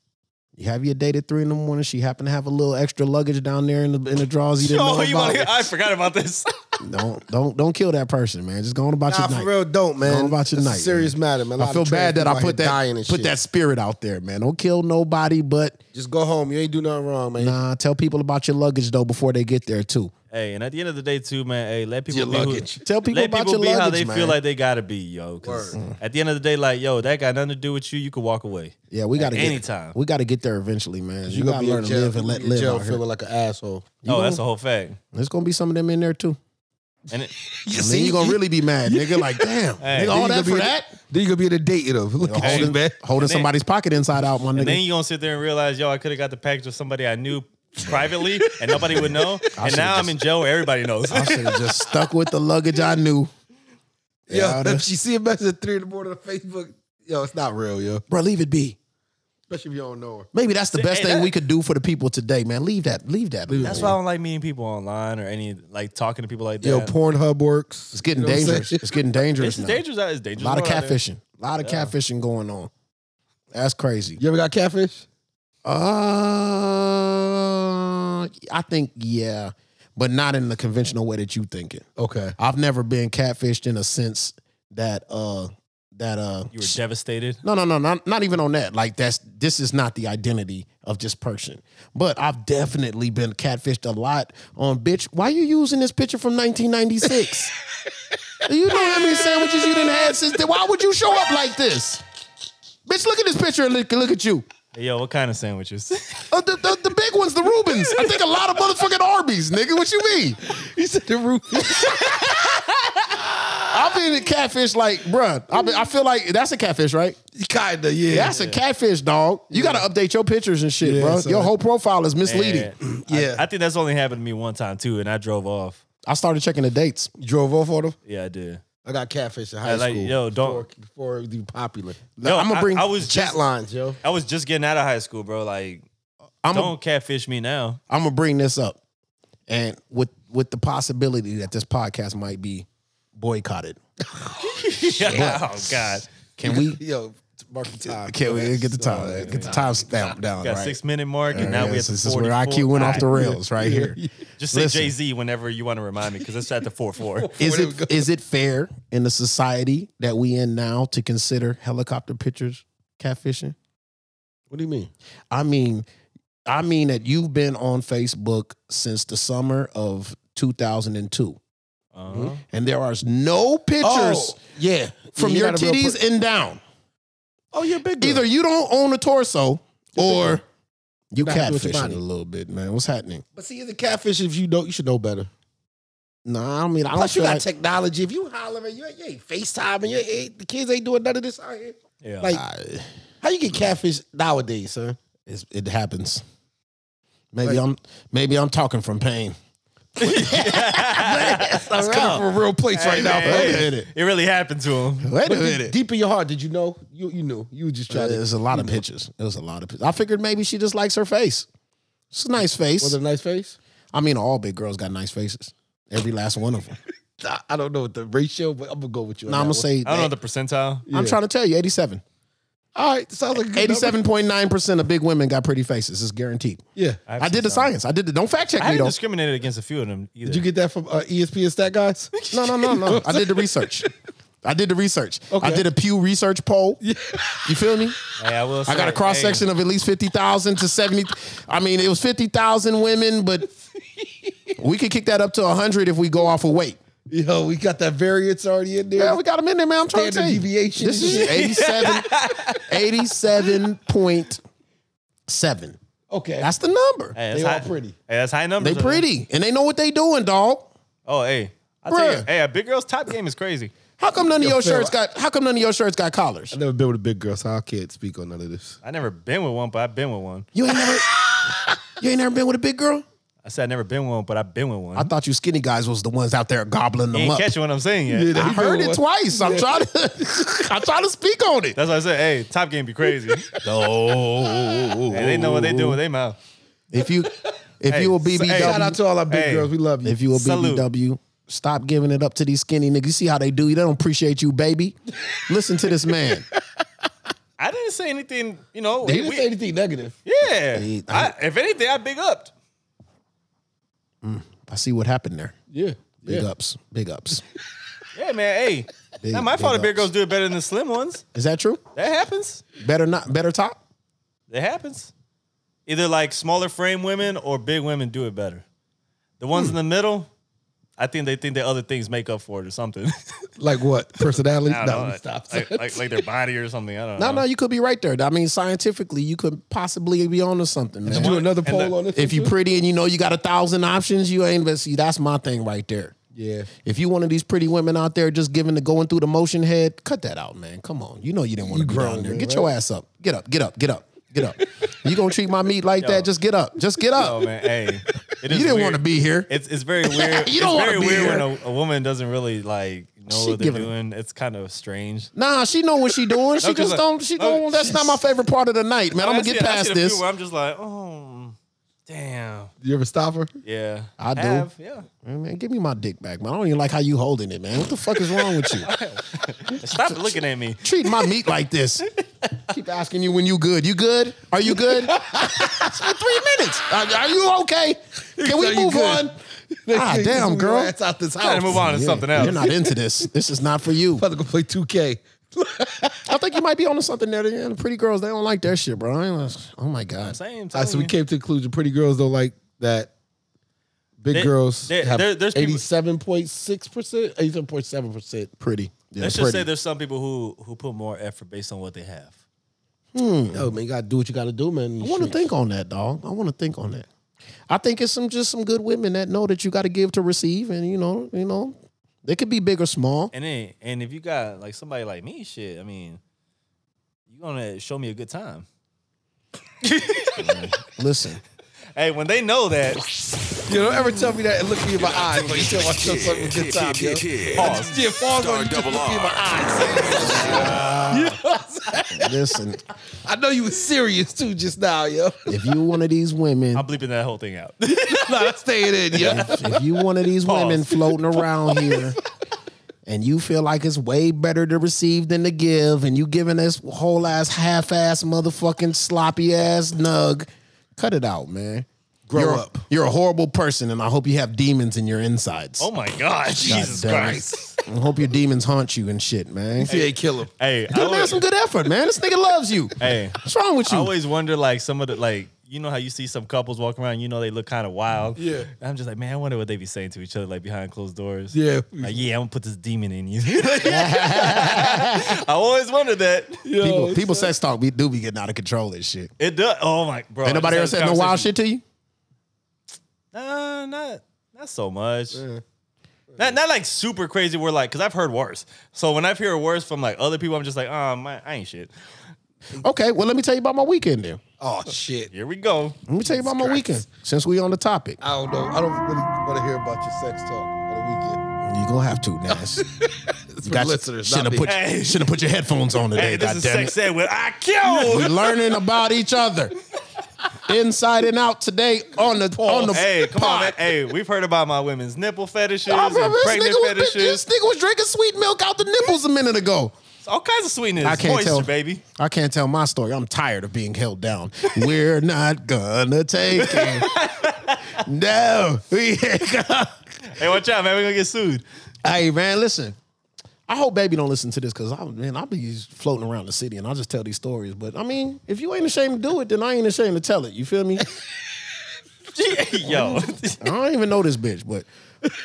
C: You have your date at three in the morning. She happened to have a little extra luggage down there in the in the drawers you didn't
B: [laughs] Oh,
C: know
B: you
C: about.
B: wanna- I forgot about this. [laughs]
C: Don't don't don't kill that person, man. Just go on about
A: Nah,
C: your night.
A: for real, don't man.
C: Go on about your
A: It's a
C: night, man.
A: serious matter, man. A lot
C: I
A: of
C: feel
A: trans
C: bad
A: people
C: that I
A: out here
C: put that
A: dying
C: put
A: and shit.
C: that spirit out there, man. Don't kill nobody, but
A: Just go home. You ain't do nothing wrong, man.
C: nah. Tell people about your luggage though before they get there too.
B: hey, and at the end of the day, too, man, hey, let people
A: Your
B: be who-
A: luggage.
C: Tell people
B: let
C: about
B: people
C: your
B: be
C: luggage,
B: how they
C: man. Mm.
B: feel like they gotta be, yo. 'Cause at the end of the day, like, yo, that got nothing to do with you. You could walk away.
C: Yeah, we gotta get
B: anytime.
C: We gotta get there eventually, man. You,
A: You
C: gotta
A: gonna be
C: learn
A: in
C: to
A: jail.
C: live and
A: You
C: let
A: be in
C: live
A: jail
C: out here.
A: feeling like an asshole.
B: oh, that's a whole fact.
C: There's gonna be some of them in there too. [laughs]
B: And it,
A: You
C: And then you're gonna really be mad, [laughs] nigga. Like, damn,
B: Hey.
C: nigga,
A: Then you
C: all that
A: gonna
C: for
A: be-
C: that.
A: Then you gonna be in a date of. Look
C: Holding,
A: at you,
C: [laughs]
A: man.
C: holding
B: And then-
C: somebody's pocket inside out, my
B: and then
C: nigga.
B: you're gonna sit there and realize, yo, I could have got the package of somebody I knew privately and nobody would
C: [laughs]
B: know. and now I'm in jail where everybody knows.
C: I should have just stuck with the luggage I knew.
A: Yo,
C: Yeah, that-
A: if [laughs] she see a message at three in the morning on Facebook, yo, it's not real, yo.
C: Bro, leave it be.
A: Especially if you don't know her.
C: Maybe that's the best
B: hey,
C: thing
B: that-
C: we could do for the people today, man. Leave that. Leave that. alone.
B: That's why I don't like meeting people online or any like talking to people like that.
A: Yo, Pornhub works.
C: it's getting
A: You know what I'm
C: dangerous.
A: saying?
C: It's getting dangerous.
B: It's
C: now.
B: dangerous. out- It's
C: A
B: dangerous.
C: lot of
B: world out there.
C: catfishing. A lot of catfishing going on. That's crazy.
A: You ever got catfish?
C: Uh, I think yeah, but not in the conventional way that you think it.
A: Okay.
C: I've never been catfished in a sense that uh that uh
B: You were devastated.
C: no no no not not even on that. Like that's this is not the identity of this person. But I've definitely been catfished a lot on bitch. Why you using this picture from 1996? Do you know how many sandwiches you didn't had since then? Why would you show up like this? Bitch, look at this picture and look, look at you.
B: Hey, yo, what kind of
C: [laughs]
B: sandwiches?
C: Uh, the, the, the big ones, the Rubens. I think a lot of motherfucking Arby's, nigga. What you mean?
A: He said the roof.
C: [laughs] I've been in catfish like, bruh. I, been, I feel like that's a catfish, right?
A: Kinda, yeah.
C: That's a catfish, dog. You got to update your pictures and shit,
A: Yeah,
C: bro.
A: son.
C: Your whole profile is misleading.
B: And I-
A: Yeah.
B: I, think that's only happened to me one time too, and I drove off.
C: I started checking the dates.
A: You drove off on him?
B: Yeah, I did.
A: I got catfish in high
B: I like-
A: school.
B: yo, don't-
A: Before, before it was popular.
B: No,
C: I'm gonna
B: I-
C: bring
B: I, was
A: Chat
B: just,
A: lines, yo.
B: I was just getting out of high school, bro. Like,
C: I'm
B: don't
C: gonna
B: catfish me now. [laughs]
C: I'm gonna bring this up, and with with the possibility that this podcast might be boycotted.
B: oh God,
C: Can we?
B: [laughs]
A: Yo, mark the time.
C: Can we get the time? Get the time stamp down.
B: got
C: right?
B: six minute mark, and now we have
C: Yes,
B: to
C: this is where IQ went off the rails right here.
B: Just say
C: Listen.
B: Jay Z whenever you want to remind me, because it's at the
C: [laughs]
B: four four.
C: Is
A: Where do we
C: it is it fair in the society that we in now to consider helicopter pictures catfishing?
A: What do you mean?
C: I mean, I mean that you've been on Facebook since the summer of 2002.
B: Uh-huh.
C: and there are no pictures
A: Oh, yeah,
C: from
A: You're
C: your
A: not a real
C: titties
A: per-
C: and down.
A: oh, you're a big. Girl.
C: Either you don't own a torso or you
A: Not happy with your
C: catfishing
A: body.
C: a little bit, man. What's happening?
A: but see, as a catfish, if you know, you should know better.
C: Nah, I mean, I don't
A: Plus, you
C: feel
A: got
C: like-
A: technology. If you hollering, you ain't, you ain't FaceTiming. You ain't, the kids ain't doing none of this out here.
B: Yeah.
A: Like,
C: I-
A: how you get catfish nowadays, son?
C: it's, it happens. Maybe I'm maybe I'm talking from pain. That's coming from a real place right now.
A: [laughs]
C: but Wait a minute.
B: It really happened to him. [laughs]
C: Wait
A: But
C: a
A: deep,
C: minute.
A: deep in your heart, did you know? You you knew. You were just
C: Uh,
A: trying
C: There's
A: to.
C: a lot of pictures. It was a lot of pictures. I figured maybe she just likes her face. It's a nice
A: Was
C: face.
A: it a nice face?
C: I mean, all big girls got nice faces. Every last one of them.
A: I- I don't know what the ratio, but I'm gonna go with you. on
C: Now I'm
A: that
C: gonna
A: one.
C: say
B: I don't know the percentile.
C: I'm trying to tell you, 87.
A: All right, sounds like a good number.
C: 87.9% of big women got pretty faces. It's guaranteed.
A: Yeah.
B: I've
C: I
B: seen
C: did the
B: some.
C: science. I did the don't fact check me
B: I haven't
C: though.
B: discriminated against a few of them either.
A: Did you get that from uh, ESPN stat [laughs] guys?
C: No, no, no,
B: [laughs]
C: no. I did the research. I did the research. I
A: Okay.
C: did a Pew research poll. You feel me?
B: Hey, I, will
C: I got
B: say,
C: a cross
B: hey,
C: section of at least 50,000 to 70. I mean, it was 50,000 women, but we could kick that up to 100 if we go off of weight.
A: Yo, we got that variance already in there.
C: Yeah, we got them in there, man. I'm trying to tell
A: Standard
C: you.
A: deviation
C: This is
A: and
C: 87, 87.7.
A: okay.
C: That's the number.
B: Hey,
A: They
B: that's
A: all
B: high-
A: pretty.
B: Hey, that's high numbers.
C: They
B: though.
C: pretty, and they know what they doing, dog.
B: Oh, hey. I tell you,
C: Bruh.
B: hey, a big girl's top game is crazy.
C: How come none of
A: Yo,
C: your
A: Phil,
C: shirts
A: I-
C: got? How come none of your shirts got collars?
A: I've never been with a big girl, so I can't speak on none of this.
B: I never been with one, but I've been with one.
C: You ain't never, you ain't never been with a big girl.
B: I said I never been with one, but I've been with one.
C: I thought you skinny guys was the ones out there gobbling
B: you
C: them
B: ain't
C: up.
B: catching what I'm saying
C: [laughs]
B: yet.
A: Yeah,
C: I
A: You
C: heard
A: doing
C: it
A: what?
C: twice. I'm trying to, [laughs] I'm trying to speak on it.
B: That's why I said, hey, top game
C: [laughs]
B: be crazy.
C: No,
B: hey, they know what they do with their mouth.
C: If you, if
B: Hey,
C: you a
B: so- hey,
C: BBW,
A: Shout out to all our big
B: Hey.
A: girls. We love you.
C: if you a
B: Salute.
C: BBW, stop giving it up to these skinny niggas. You see how they do you? They don't appreciate you, baby. Listen to this man.
B: I didn't say anything, you know.
A: they
B: we-
A: didn't
B: we-
A: say anything negative.
B: yeah.
C: I-
B: I, if anything, I big upped.
C: I see what happened there.
A: Yeah.
C: Big
A: yeah.
C: ups, big ups.
B: Yeah, man. Hey,
C: Big-
B: not my
C: big
B: fault the big
C: ups.
B: girls do it better than the slim ones.
C: Is that true?
B: That happens.
C: Better not, better top.
B: That happens. Either like smaller frame women or big women do it better. The ones in the middle, I think they think that other things make up for it or something.
A: Like what? Personality?
B: [laughs] I
A: no,
B: don't know, like-
A: stop.
B: Like, like, like their body or something. I don't
C: No,
B: know.
C: no, you could be right there. I mean, scientifically, you could possibly be onto something, man.
A: do another
B: and
A: poll
B: the-
A: on this.
C: If you
A: one, too?
C: pretty and you know you got a thousand options, you ain't. But see, that's my thing right there.
A: yeah.
C: If you one of these pretty women out there just giving the going through the motion head, cut that out, man. Come on, you know you didn't want
A: You
C: to be
A: grown,
C: down there.
A: man,
C: Get
A: right?
C: your ass up. Get up. Get up. Get up. Get up. you gonna treat my meat like that? Just get up. Just get
B: Oh
C: up. [laughs]
B: man, hey, it is
C: you didn't
B: weird.
C: want to be here.
B: It's it's very weird.
C: [laughs] You don't
B: it's
C: wanna
B: very
C: be
B: weird
C: here.
B: when a, a woman doesn't really like know
C: She
B: what they're
C: giving-
B: doing. It's kind of strange.
C: Nah, she know what she doing. She
B: 'cause
C: just
B: I-
C: don't. She
B: I-
C: don't. That's not my favorite part of the night, man. I'm
B: I
C: gonna get
B: see- I see
C: past
B: a few
C: this.
B: Where I'm just like, oh, damn,
A: You ever stop [laughs] her?
B: yeah,
C: I do.
B: have, yeah.
C: Man, give me my dick back, man. I don't even like how you holding it, man. What the fuck is wrong with you?
B: Stop looking
C: [laughs]
B: at me.
C: treat my meat like this. Keep asking you when you good. You good? Are you good? it's been three minutes. Are, are you okay? Can
A: Are
C: we
A: you
C: move
A: good?
B: [laughs]
C: on? ah, damn,
A: Move
C: girl.
A: Your ass out this house.
B: Trying to move on to
C: Oh, Yeah,
B: something else.
C: You're not into this. This is not for you.
A: About to go play 2K.
C: I think you might be onto something there. Yeah, the pretty girls, they don't like that shit, bro. I ain't like- oh my god.
B: Same.
A: All right, so we came to the conclusion pretty girls don't like that. Big
B: There-
A: girls
B: there-
A: have
B: there- there's people-
A: 87.6%, 87.7%.
C: Pretty. Yeah,
B: Let's
C: pretty.
B: just say there's some people who who put more effort based on what they have.
A: Yo, man, you got to do what you got to do, man.
C: I want to
A: Shit.
C: think on that, dog. I want to think on that. I think it's some just some good women that know that you got to give to receive, and you know, you know, they could be big or small.
B: And then and if you got like somebody like me, shit, I mean, you gonna show me a good time.
C: Listen,
B: Hey, when they know that,
A: You don't ever tell me that and look me in my eyes when you tell my show something a good time, yo.
D: Pause.
A: Yeah, falls
D: Star
A: on you, just
D: double
A: look me in my
D: R.
A: eyes. You know what I'm saying?
C: listen.
A: I know you was serious too just now, yo. [laughs]
C: If you one of these women,
B: I'm bleeping that whole
C: [laughs]
B: thing out.
A: no, I'm staying in, yo.
C: if you one of these
B: Pause.
C: women floating around here and you feel like it's way better to receive than to give and you giving this whole ass half ass motherfucking sloppy ass nug cut it out man
A: Grow
C: you're,
A: up.
C: you're a horrible person and i hope you have demons in your insides
B: oh my god, Jesus
C: damn it.
B: Christ!
C: i hope your demons haunt you and shit man
A: If you ain't kill him.
B: Hey, I
C: Dude, man,
B: always,
C: some good effort man this nigga loves you
B: hey,
C: what's wrong with
B: I
C: you
B: always wonder like some of the like you know how you see some couples walking around, you know they look kind of wild.
A: Yeah.
B: And I'm just like, man, I wonder what they be saying to each other like behind closed doors.
A: Yeah.
B: Like, yeah, I'm gonna put this demon
C: [laughs]
B: in you. [laughs] I always wondered that.
C: People, people sex talk. We do be getting out of control. This shit.
B: It does. Oh my, bro.
C: Ain't nobody
B: I
C: ever
B: just
C: said
B: had
C: no
B: this
C: wild shit
B: conversation-
C: to you.
B: Uh, not not so much. Not not like super crazy. We're like, cause I've heard worse. So when I've heard worse from like other people, I'm just like, oh my, I ain't shit.
C: Okay, well let me tell you about my weekend then.
A: Oh shit.
B: Here we go.
C: Let me tell you about my weekend. Since we on the topic,
A: I don't know. I don't really want to hear about your sex talk on the weekend.
C: you gonna have to, Nas.
A: It's for
C: Got
A: the listeners,
C: Should
A: not
C: have
A: me.
C: put
B: Hey.
C: should have put your headphones on today.
B: Hey, this is
C: goddamn it.
B: sex ed with IQ.
C: We learning about each other, inside and out today on the on the
B: Hey, come on, man.
C: pod.
B: Hey, we've heard about my women's nipple fetishes
C: I
B: and
C: remember this
B: pregnant
C: nigga, was, this
B: fetishes.
C: nigga was drinking sweet milk out the nipples a minute ago.
B: All kinds of sweetness.
C: I can't
B: Moisture,
C: tell,
B: baby.
C: I can't tell my story. I'm tired of being held down. We're not gonna take it. no, [laughs] we ain't gonna-
B: Hey, watch out, man. We're gonna get
C: [laughs]
B: sued.
C: Hey man, listen. I hope baby don't listen to this because I man, I'll be floating around the city and I'll just tell these stories. But I mean, if you ain't ashamed to do it, then I ain't ashamed to tell it. You feel me?
B: Yo.
C: I don't even know this bitch,
B: [laughs]
C: but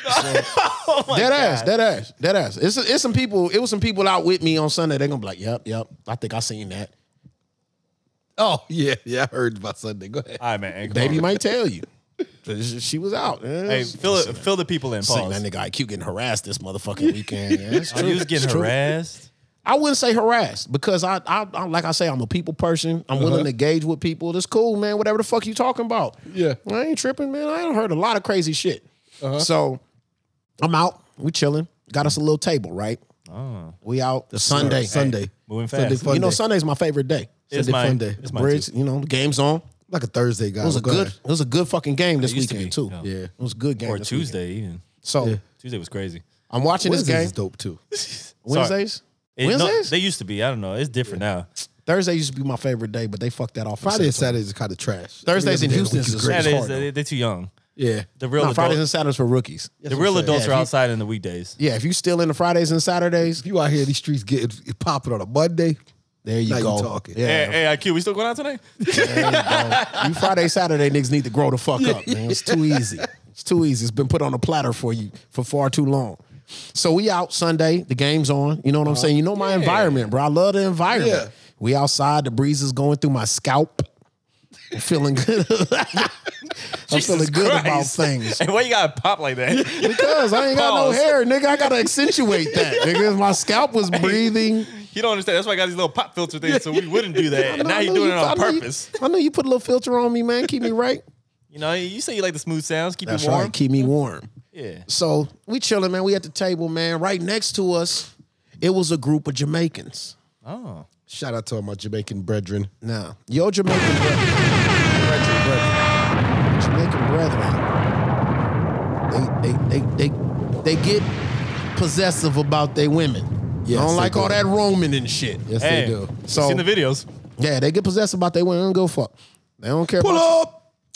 B: Oh
C: dead ass, dead ass, dead ass. It's it's some people. It was some people out with me on Sunday. They're gonna be like, "Yep, yep. I think I seen that."
A: Oh yeah, yeah. I heard about Sunday. Go ahead.
B: All right, man. Hey, come
C: Baby
B: on.
C: might tell you. She was out.
B: Hey, fill, it, fill the people in.
C: Seeing that
B: Pause.
C: nigga IQ getting harassed this motherfucking
B: [laughs]
C: weekend. Yeah, it's
B: Are
C: true.
B: you just getting
C: It's true.
B: harassed?
C: I wouldn't say harassed because I, I, I like I say, I'm a people person. I'm
A: Uh-huh.
C: willing to engage with people. That's cool, man. Whatever the fuck you talking about.
A: Yeah. Uh-huh.
C: I ain't tripping, man. I ain't heard a lot of crazy shit. So I'm out. We chilling. Got us a little table, right? We out Sunday.
A: Sunday.
B: Oh. Moving fast.
A: Sunday fun
C: You know,
A: day.
C: Sunday's my favorite day.
B: It's
A: Sunday
B: mine.
A: fun day.
B: It's mine
C: Bridge,
B: too.
C: you know, the game's on.
A: like a Thursday guy.
C: It was a good. It was a good fucking game this
B: used to
C: weekend
B: be,
C: too.
B: yeah.
A: Yeah.
C: it was a good game.
B: Or
C: this weekend.
B: Tuesday, even.
C: So
A: Yeah.
B: Tuesday was crazy.
C: I'm watching this
A: Wednesdays
C: game.
A: is dope too.
B: Sorry.
C: Wednesdays.
B: It- no,
C: Wednesdays?
B: they used to be. I don't know. It's different now.
C: Thursday used to be my favorite day, but they fucked that off.
A: Friday and Saturdays are kind of trash.
C: Thursdays in
A: Every day of the
C: Houston
A: week
C: is
A: great.
C: great.
B: Saturdays,
C: hard, though.
B: they, they're too young.
A: Yeah.
B: The real
C: No, Fridays
B: adults,
C: and Saturdays for rookies.
B: the real adults
C: Yeah,
B: are
C: if you-
B: outside in the weekdays.
C: Yeah, if you still in the Fridays and Saturdays,
A: If you out here in these streets getting it popping on a Monday,
C: there you
A: Now you
C: go.
A: talking.
B: Hey,
C: Yeah,
B: hey, IQ, we still going out [laughs] tonight?
C: there you go. You Friday Saturday niggas need to grow the fuck up, man. It's too easy. It's too easy. It's been put on a platter for you for far too long. So we out Sunday. The game's on. You know what I'm saying? You know my environment, bro. I love the environment.
A: Uh-huh. Yeah.
C: We outside. The breeze is going through my scalp. I'm feeling good. [laughs] I'm feeling
B: Jesus
C: good about
B: Christ.
C: things.
B: Hey, why you got to pop
C: [laughs]
B: like that?
C: Because I ain't got no
B: Pause.
C: hair, nigga. I gotta accentuate
B: [laughs]
C: that, nigga. My scalp was breathing.
B: You don't understand. That's why I got these little pop filter things, so we wouldn't do
C: [laughs]
B: that. And
C: I
B: now you're
C: knew
B: doing
C: you-
B: it on
C: I knew you-
B: purpose.
C: I know you put a little filter on me, man. Keep me right.
B: You know, you say you like the smooth sounds, keep
C: That's
B: it warm.
C: right. Keep me warm.
B: Yeah.
C: So we chilling, man. We at the table, man. Right next to us, it was a group of Jamaicans.
B: Oh.
A: shout out to all my Jamaican brethren.
C: Now, yo, Jamaican brethren, Jamaican brethren, they they they they they get possessive about their women.
A: Yes,
C: I don't
A: they
C: like all
A: do.
C: that roaming and shit.
A: Yes,
B: Hey,
A: they do.
C: So-
B: so, seen the videos.
C: Yeah, they get possessive about their women. They don't give a fuck. They don't care. about you. They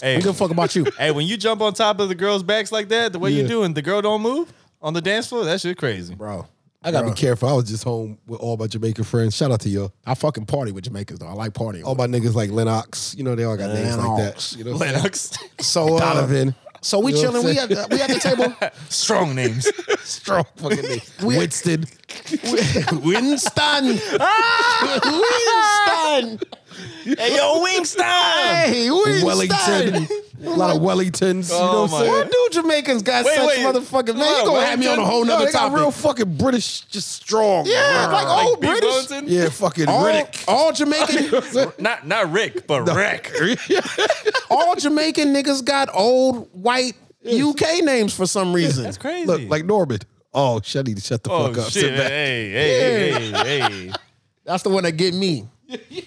B: Hey,
C: don't give a fuck about you.
B: hey, when you jump on top of the girl's backs like that, the way you
A: Yeah.
B: do and the girl don't move on the dance floor, that shit crazy.
C: [laughs] Bro,
A: I gotta be careful. I was just home with all my Jamaican friends. Shout out to y'all.
C: I fucking party with Jamaicans though. I like partying.
A: All
C: with
A: my niggas like Lennox. You know they all got names like
C: Lennox.
A: that. You know, what I'm saying?
B: Lennox. [laughs]
C: So uh,
A: Donovan.
C: So we
A: You know
C: chilling.
A: what I'm
C: We at the, we at the [laughs] table.
B: Strong names.
A: Strong fucking name.
C: We-
A: Winston.
B: [laughs]
C: [laughs] Winston. Winston.
B: [laughs] hey, yo, Wingstop.
C: Hey, Winston.
A: Wellington. A lot of Wellingtons. you know
B: Oh,
A: what I'm
B: my-
A: saying?
C: What do Jamaicans got
B: Wait,
C: such
B: wait.
C: motherfucking man? You
B: Hold on,
C: gonna have me on a whole
A: No,
C: nother
A: they got
C: topic?
A: real fucking British, just strong.
C: yeah, like
A: Brr.
C: old
B: Big
C: British.
B: Wellington?
A: oh, yeah, fucking
C: All, [laughs]
A: Riddick.
C: all Jamaican,
B: Not not Rick, but Rick.
C: all Jamaican niggas got old white UK names for some reason.
B: That's crazy.
A: Look, like Norman. Oh, shit, I need to shut the
B: oh
A: fuck up.
B: shit.
A: Sit back.
B: Hey, hey, hey, hey.
C: That's the one that get me.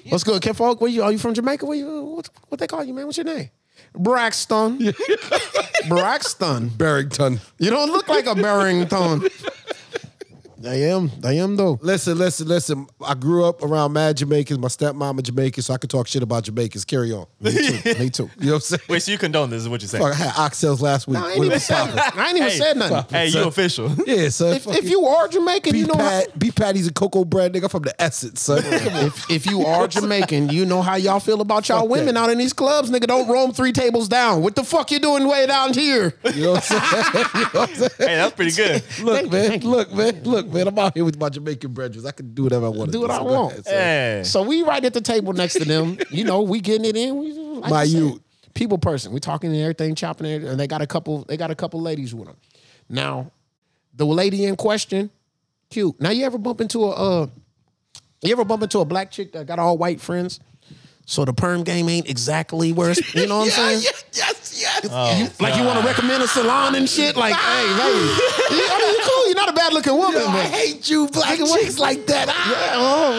C: What's good, Ken Folk? Where you? Are you from Jamaica? Where you? What, what they call you, man? What's your name? Braxton. [laughs] Braxton.
A: Barrington.
C: You don't look like a Barrington. I am. I am though.
A: Listen, listen, listen. I grew up around mad Jamaicans. My stepmama Jamaican, so I could talk shit about Jamaicans. Carry on. You
B: [laughs]
C: Me too.
A: know what I'm saying?
B: Wait, so you condone this? Is what you're saying?
A: Fuck, I had oxtails last week.
C: I
A: What
C: ain't even
A: was
C: said
A: poppin'?
C: nothing. I ain't even
B: Hey,
C: said [laughs] nothing.
B: Hey, you official?
A: Yeah, son.
C: If, if you are Jamaican,
A: beef,
C: you know how,
A: pat, beef patties and cocoa bread, nigga, I'm from the essence,
C: [laughs]
A: son.
C: if, if you are Jamaican, you know how y'all feel about y'all women out in these clubs, nigga. Don't roam three tables down. What the fuck you doing way down here?
A: you know what I'm saying?
B: hey, that's pretty good.
A: Look, man. Look, man. Look, man. I'm out here with my Jamaican brethren. I can do whatever I want.
C: Do what I want. [laughs]
B: Hey,
C: So we right at the table next to them. You know, we getting it in. We, like
A: My
C: you said,
A: youth.
C: people person. We talking and everything, chopping and everything. And they got a couple. They got a couple ladies with them. Now, the lady in question, cute. Now you ever bump into a, uh, you ever bump into a black chick that got all white friends? So the perm game ain't exactly where it's, you know what I'm saying?
A: yes, yes.
C: You- like you want to recommend a salon and shit. Like, hey, lady, [laughs] you, I mean, you cool. You're not a bad looking woman,
A: Yo, I
C: but
A: hate you, black chicks like that.
C: yeah,
A: Ah.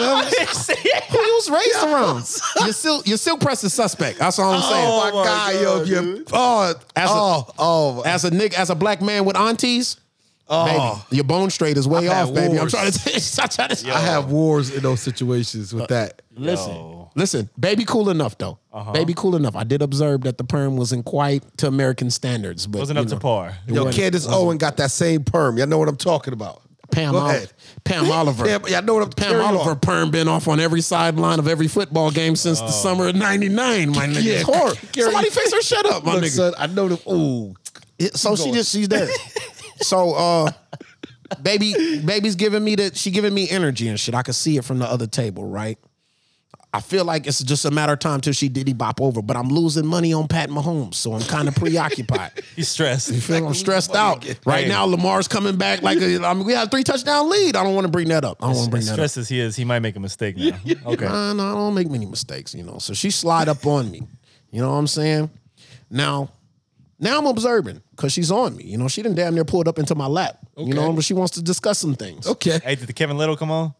A: [laughs]
C: oh, well, who you was raised around? Your silk, your silk press is suspect. That's all I'm saying.
A: Oh, my
B: my
A: God, yo,
B: God,
A: if you, oh,
C: As a-
A: oh, oh,
C: As a nigga, as a black man with aunties,
A: oh.
C: baby, your bone straight is way
A: I've had
C: off, baby. I'm
A: wars.
C: trying to. [laughs] I'm trying to
A: I have wars in those situations with that.
C: Listen,
B: Yo.
C: listen, baby, cool enough though.
B: Uh-huh.
C: Baby, cool enough. I did observe that the perm wasn't quite to American standards, but
B: wasn't
C: you
B: up to
C: know,
B: par.
A: Yo,
C: wasn't-
A: Candace Owen got that same perm. Y'all know what I'm talking about.
C: Pam,
A: Go
C: Oliver,
A: ahead. [laughs]
C: Pam Oliver.
A: Yeah, but y'all know what I'm
C: Pam
A: carry on.
C: Oliver perm been off on every sideline of every football game since the summer of '99. My nigga,
A: Yeah.
C: it's horrible.
A: Carry-
C: [laughs] Somebody fix her shit up, my
A: Look,
C: nigga.
A: son, I know them. Ooh,
C: It- so she
A: going.
C: just she's there. so uh baby baby's giving me the she giving me energy and shit. I could see it from the other table, right? I feel like it's just a matter of time till she diddy bop over, but I'm losing money on Pat Mahomes, so I'm kind of preoccupied.
B: He's stressed.
C: You [laughs] feel I'm stressed out. Right
B: Hey.
C: now, Lamar's coming back like a, I mean, we had a three touchdown lead. I don't want to bring that up. I don't want to bring
B: As
C: that up.
B: stressed as he is, he might make a mistake now. Okay.
C: Uh, no, I don't make many mistakes, you know. So she slide up on me. You know what I'm saying? Now, now I'm observing because she's on me. You know, she didn't damn near pulled up into my lap. You know,
A: Okay.
C: but she wants to discuss some
A: [laughs]
C: things.
A: okay.
B: Hey, did the Kevin Little come on?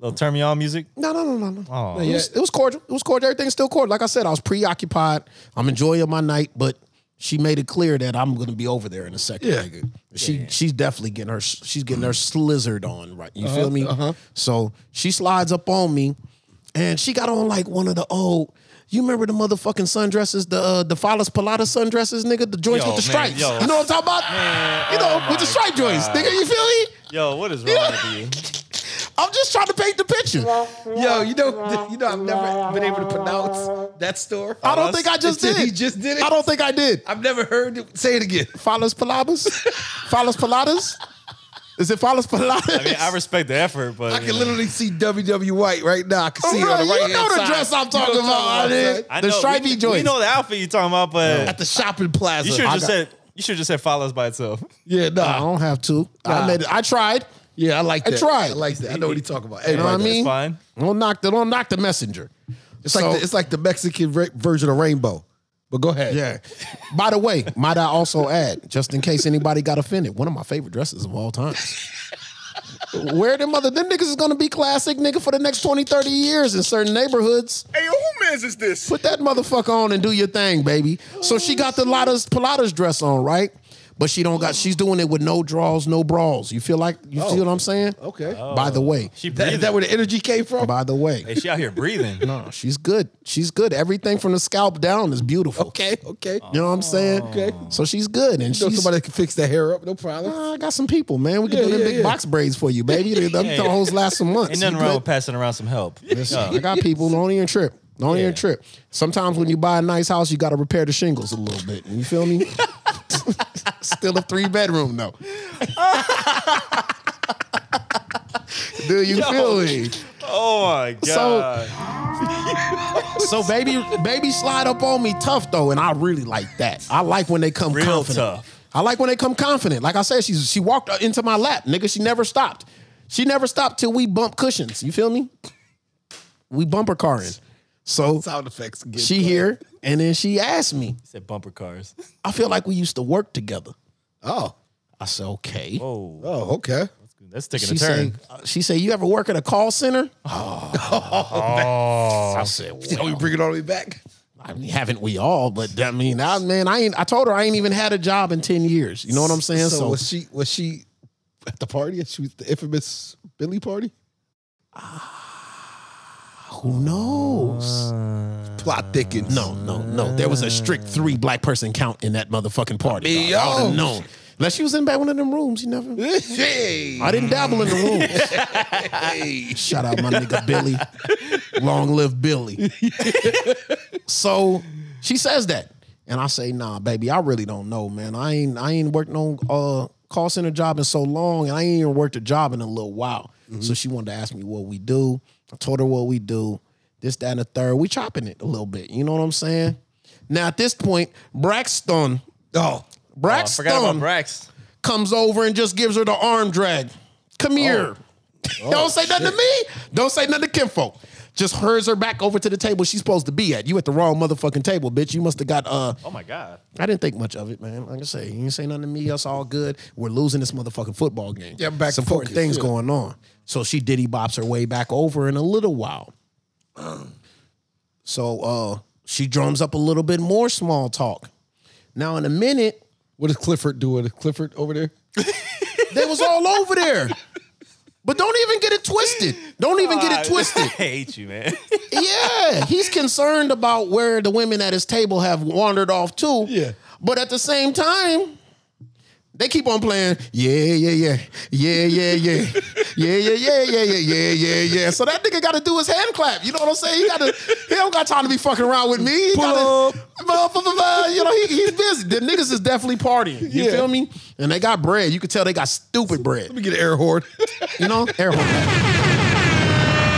B: Little turn me on music.
C: No, no, no, no, no.
B: Oh,
C: It, was, it was cordial. It was cordial. Everything's still cordial. Like I said, I was preoccupied. I'm enjoying my night, but she made it clear that I'm going to be over there in a second.
A: Yeah.
C: nigga. She she's definitely getting her she's getting her slizzard on right. You feel me? Uh-huh. So she slides up on me, and she got on like one of the old. You remember the motherfucking sundresses, the uh, the Fallas Pilata sundresses, nigga, the joints
B: Yo,
C: with the
B: man,
C: stripes.
B: yo.
C: You know what I'm talking about?
B: Man,
C: you know,
B: oh
C: with the
B: my
C: stripe joints,
B: God.
C: nigga. You feel me?
B: yo, what is wrong with
C: I'm just trying to paint the picture.
A: Yo, you know, you know, I've never been able to pronounce that store.
C: I don't think I just
A: He
C: did.
A: just did it?
C: I don't think I did.
A: I've never heard it. Say it again.
C: Follows Palabas? Follows Paladas? Is it Follows Paladas?
B: you? I mean, I respect the effort, but
A: I
B: you
A: can
B: know.
A: literally see WW White right now. I can see it on the right
C: Oh, you know the dress I'm talking about. I did.
B: I
C: the
B: know-
C: stripey
B: we,
C: joints.
B: We know the outfit you're talking about, but
A: At the shopping plaza.
B: you should have
A: I
B: just
A: got-
B: said you should have just said follows by itself. [laughs]
A: Yeah,
C: I
A: nah.
C: don't have to. I made it. I tried.
A: Yeah, I like
C: Uh-huh. I
A: that.
C: tried.
A: I like that. I know what he's talking about.
C: You know what I
A: Everybody
C: mean?
B: It's fine.
C: Don't knock the don't knock the messenger.
A: It's like the, it's like the Mexican ra- version of Rainbow. But go ahead.
C: Yeah. By the way, might I also add, just in case anybody got offended, one of my favorite dresses of all time. Where the mother, them niggas is gonna be classic nigga for the next 20, 30 years in certain neighborhoods.
D: Hey, yo, who man's is this?
C: put that motherfucker on and do your thing, baby. So she got the Lotta's Pilates dress on, right? But she don't got. She's doing it with no draws, no brawls. You feel like you see what I'm saying?
A: Oh. Okay. Oh.
C: By the way,
B: She
A: That,
B: breathing.
A: is that where the energy came from?
C: by the way,
B: hey, she out here [laughs] breathing.
C: no, she's good. She's good. Everything from the scalp down is beautiful.
A: Okay, okay.
C: You know what I'm saying?
A: Oh. Okay.
C: So she's good, and
A: You know
C: Uh, she's. Uh,
A: somebody that can fix that hair up, no problem.
C: I got some people, man. We can
A: Yeah,
C: do them
A: yeah,
C: big
A: yeah.
C: box braids for you, baby. Them
A: [laughs]
C: them hoes last some months.
B: Ain't nothing
C: You
B: wrong
C: good?
B: with passing around some help.
C: Listen, I got people. Don't even trip. Don't
B: Yeah.
C: even trip. Sometimes when you buy a nice house, you got to repair the shingles a little bit. You
A: [laughs]
C: feel me? Still a three bedroom though. Do you feel me?
B: Oh my [laughs] god.
C: So baby, baby slide up on me tough though, and I really like that. I like when they come
B: Real
C: confident.
B: tough.
C: I like when they come confident. Like I said, she she walked into my lap, nigga. She never stopped. She never stopped till we bump cushions. You feel me? We bumper carring. So
A: Sound effects. Again.
C: She here, and then she asked me,
B: He said bumper cars. [laughs]
C: I feel like we used to work together.
A: Oh,
C: I said, okay.
B: Oh,
A: oh, okay.
B: that's taking
C: She
B: a
C: said,
B: turn.
C: she said, you ever work at a call center?
B: oh,
C: [laughs] I said,
A: Are we
C: well,
A: bringing all the way back?
C: I mean, haven't we all? But I mean, I, man, I ain't. I told her I ain't even had a job in ten years. You know what I'm saying?
A: So
C: So,
A: was she? Was she at the party. She was the infamous Billy party.
C: Who knows?
A: Plot thickens.
C: No, no, no. There was a strict three black person count in that motherfucking party.
A: Me,
C: dog. I would
A: yo.
C: have known. Unless she was in back one of them rooms, you never.
A: [laughs] Hey.
C: I didn't dabble in the rooms.
B: Mm.
A: Hey.
B: [laughs]
C: Shout out my nigga Billy. Long live Billy. so she says that. And I say, nah, baby, I really don't know, man. I ain't I ain't worked no uh call center job in so long, and I ain't even worked a job in a little while.
B: Mm-hmm.
C: So she wanted to ask me what we do. I told her what we do, this, that, and the third. We chopping it a little bit. You know what I'm saying? Now at this point, Braxton,
A: Oh.
B: I
C: Braxton
B: forgot about Brax.
C: comes over and just gives her the arm drag.
A: Oh.
C: Come here. [laughs] Don't say nothing to me. Don't say nothing to Kinfolk. Just hers her back over to the table she's supposed to be at. You at the wrong motherfucking table, bitch. You must have got uh
B: Oh my god.
C: I didn't think much of it, man. Like I say, you didn't say nothing to me. That's all good. We're losing this motherfucking football game.
A: Yeah, back
C: Some
A: to
C: important
A: focus,
C: things
A: yeah.
C: going on. So she diddy bops her way back over in a little while. So uh she drums up a little bit more small talk. Now in a minute,
A: What is Clifford doing? Is Clifford over there?
C: They was all over there. But don't even get it twisted. Don't even get it
B: Ah. [laughs]
A: [laughs]
B: I
C: twisted.
B: hate you, man.
C: Yeah, he's concerned about where the women at his table have wandered off to.
A: Yeah.
C: But at the same time, they keep on playing. Yeah, yeah, yeah. Yeah, yeah, yeah. Yeah, yeah, yeah, yeah, yeah, yeah, yeah, yeah. So that nigga got to do his hand clap. You know what I'm saying? He got to. He don't got time to be fucking around with me. He
A: Pull
C: gotta, Blah, blah, blah, blah. You know he, he's busy. The niggas is definitely partying. You
A: Yeah.
C: feel me? And they got bread. You could tell they got stupid bread.
A: Let me get an air horn. [laughs]
C: You know, air horn.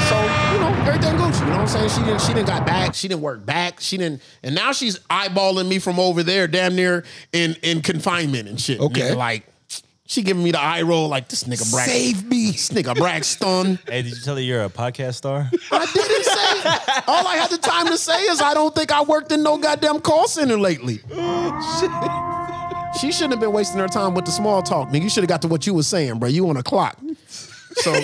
C: So you know, everything Gucci. You know what I'm saying? She didn't. She didn't got back. She didn't work back. She didn't. And now she's eyeballing me from over there, damn near in in confinement and shit.
A: Okay.
C: nigga, like she giving me the eye roll, like this nigga Brax.
A: Save me.
C: This nigga Braxton.
B: hey, did you tell her you're a podcast star?
C: I didn't say. All I had the time to say is I don't think I worked in no goddamn call center lately. She shouldn't have been wasting her time with the small talk, nigga. You should have got to what you was saying, bro. You on a clock. So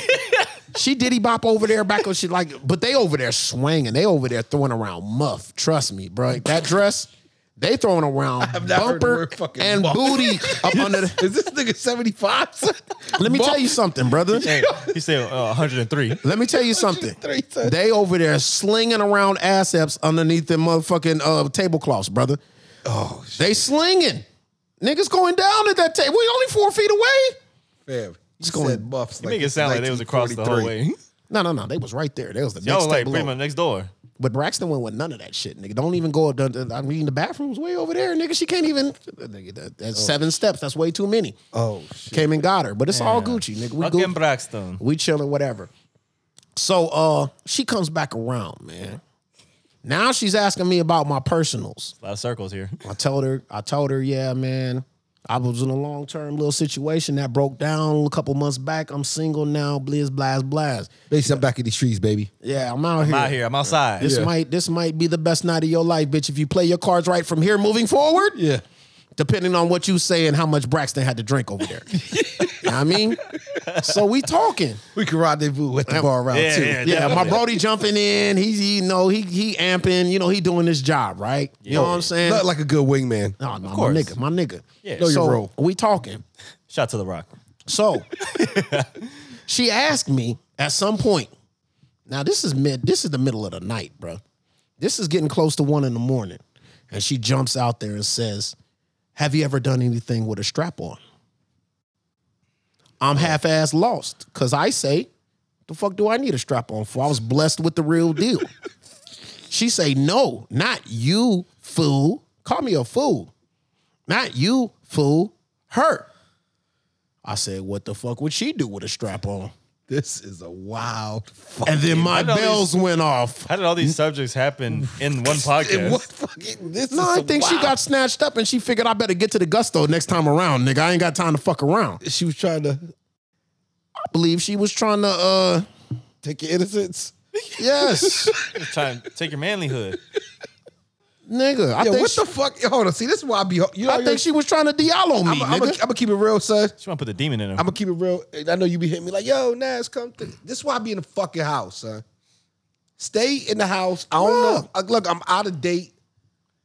C: she diddy bop over there, back on shit like, but they over there swinging. They over there throwing around muff. Trust me, bro. That dress, they throwing around
A: not heard the
C: bumper
A: word fucking
C: and
A: muff.
C: booty up under the.
A: Is this nigga 75?
C: Let me tell you something, brother.
B: Hey, he said uh, [laughs] 103.
C: Let me tell you something.
A: Three times.
C: They over there slinging around assets underneath them motherfucking uh, tablecloths, brother.
A: [laughs] Oh, shit.
C: They slinging. Niggas going down at that table. We only four feet away.
A: Fam. It's
C: going-
A: going buffs.
B: Make it sound like they was across the whole way.
C: No, no, no. They was right there. They was the
B: Y'all
C: next
B: was like
C: table
B: pretty
C: over.
B: much next door.
C: But Braxton went with none of that shit, nigga. Don't even go up. dun- I mean, the bathroom's way over there, nigga. She can't even. Nigga, that,
B: Oh.
C: that's seven steps. That's way too many.
A: Oh, shit.
C: Came and got her, but it's all Gucci, nigga. We
B: Fucking
C: Gucci.
B: Braxton.
C: We chilling, whatever. So uh she comes back around, man. Now she's asking me about my personals.
B: A lot of circles here.
C: I told her, I told her, yeah, man, I was in a long term little situation that broke down a couple months back. I'm single now, blizz, blast, blast.
A: Basically, I'm back in these trees, baby.
C: Yeah, I'm out here.
B: I'm out here. I'm outside.
C: This
A: Yeah.
C: might this might be the best night of your life, bitch. If you play your cards right from here moving forward,
A: Yeah.
C: depending on what you say and how much Braxton had to drink over
B: [laughs]
C: there. You know what I mean, so we talking.
A: We can rendezvous at the bar around
B: Yeah,
A: too.
B: yeah,
C: Yeah, my Brody jumping in. He's you know he he amping. You know he doing his job right. You know what I'm saying?
A: Not like a good wingman.
C: no, no, my
B: course.
C: nigga, my nigga.
B: Yeah.
C: so
B: Know your
A: role.
C: we talking.
B: Shout to the rock.
C: So she asked me at some point. Now this is mid. This is the middle of the night, bro. This is getting close to one in the morning, and she jumps out there and says, "Have you ever done anything with a strap on?" I'm half-ass lost because I say, "The fuck do I need a strap on for?" I was blessed with the real deal. she say, "No, not you, fool. Call me a fool, not you, fool. Her." I said, "What the fuck would she do with a strap
A: Oh,
C: on?"
A: This is a wild fucking.
C: And then my
B: I know these-
C: bells went off.
B: How did all these subjects happen Mm. [laughs] in one podcast?
A: What fucking? This
C: No,
A: is
C: I
A: a
C: think she
A: wild-
C: got snatched up and she figured I better get to the gusto next time around, nigga. I ain't got time to fuck around.
A: She was trying to
C: I believe she was trying to, uh,
A: take your innocence. [laughs]
C: yes,
B: Just trying to take your manlyhood.
C: nigga. I
A: Yeah,
C: think
A: what
C: she,
A: the fuck? Hold on. See, this is why I be. You know,
C: I think she was trying to Diallo me,
A: I'm gonna
C: nigga.
A: keep it real, son.
B: She want to put the demon in him.
A: I'm gonna keep it real. I know you be hitting me like, yo, Nas, come. Through. This is why I be in the fucking house, son. Stay in the house. I don't
C: Bruh.
A: know. Uh, Look, I'm out of date.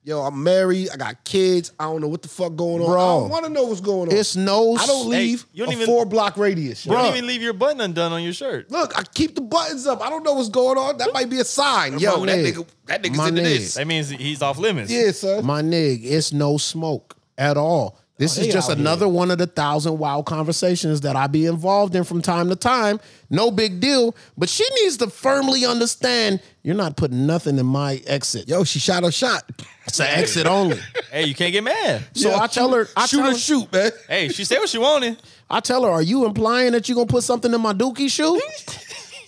A: yo, I'm married, I got kids, I don't know what the fuck going on.
C: Bro.
A: I don't want to know what's going on.
C: It's no.
A: I don't leave
B: you
A: a
B: don't even-
A: four block radius. yo.
B: You don't even leave your button undone on your shirt.
A: Look, I keep the buttons up. I don't know what's going on. That might be a sign. Yo,
C: My
A: that
C: nigga.
A: nigga, that nigga's
C: My
A: into
C: nigga.
A: this.
B: That means he's off limits.
A: Yeah, sir.
C: My nig, it's no smoke at all. This
A: Oh,
C: is
A: they
C: just
A: out
C: another one of the thousand wild conversations that I be involved in from time to time. No big deal, but she needs to firmly understand you're not putting nothing in my exit.
A: Yo, she shot her shot.
C: It's an exit only.
B: Hey, you can't get mad.
C: So
A: Yo,
C: I tell her, I
A: shoot
C: tell
A: or
C: her,
A: shoot, man.
B: Hey, she said what she wanted.
C: I tell her, are you implying that you're gonna put something in my dookie shoe?
A: [laughs]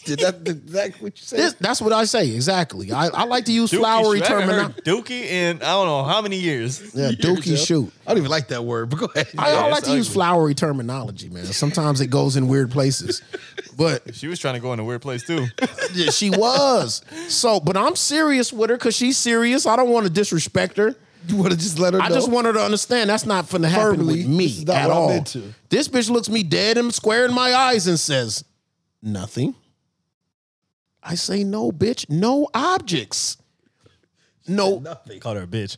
A: Did that, did that what you said?
C: This- that's what I say exactly. I, I like to use
B: Dookie
C: flowery
B: shoot. I haven't
C: terminology.
B: heard Dookie in I don't know how many years.
C: Yeah, dookie shoot.
A: I don't even like that word, but go ahead.
C: I, I
B: Yeah,
C: like
B: it's
C: to use
B: ugly.
C: flowery terminology, man. Sometimes it goes in weird places, but
B: She was trying to go in a weird place too.
C: Yeah, she was. So, but I'm serious with her because she's serious. I don't want to disrespect her.
A: you want to just let her
C: I just want her to understand that's not finna happen
A: Firmly,
C: with me
A: this is not
C: at
A: what I'm
C: all.
A: into.
C: This bitch looks me dead and square in my eyes and says nothing. I say no, bitch. No objects. No, no,
A: nothing.
B: [laughs] Called her a bitch.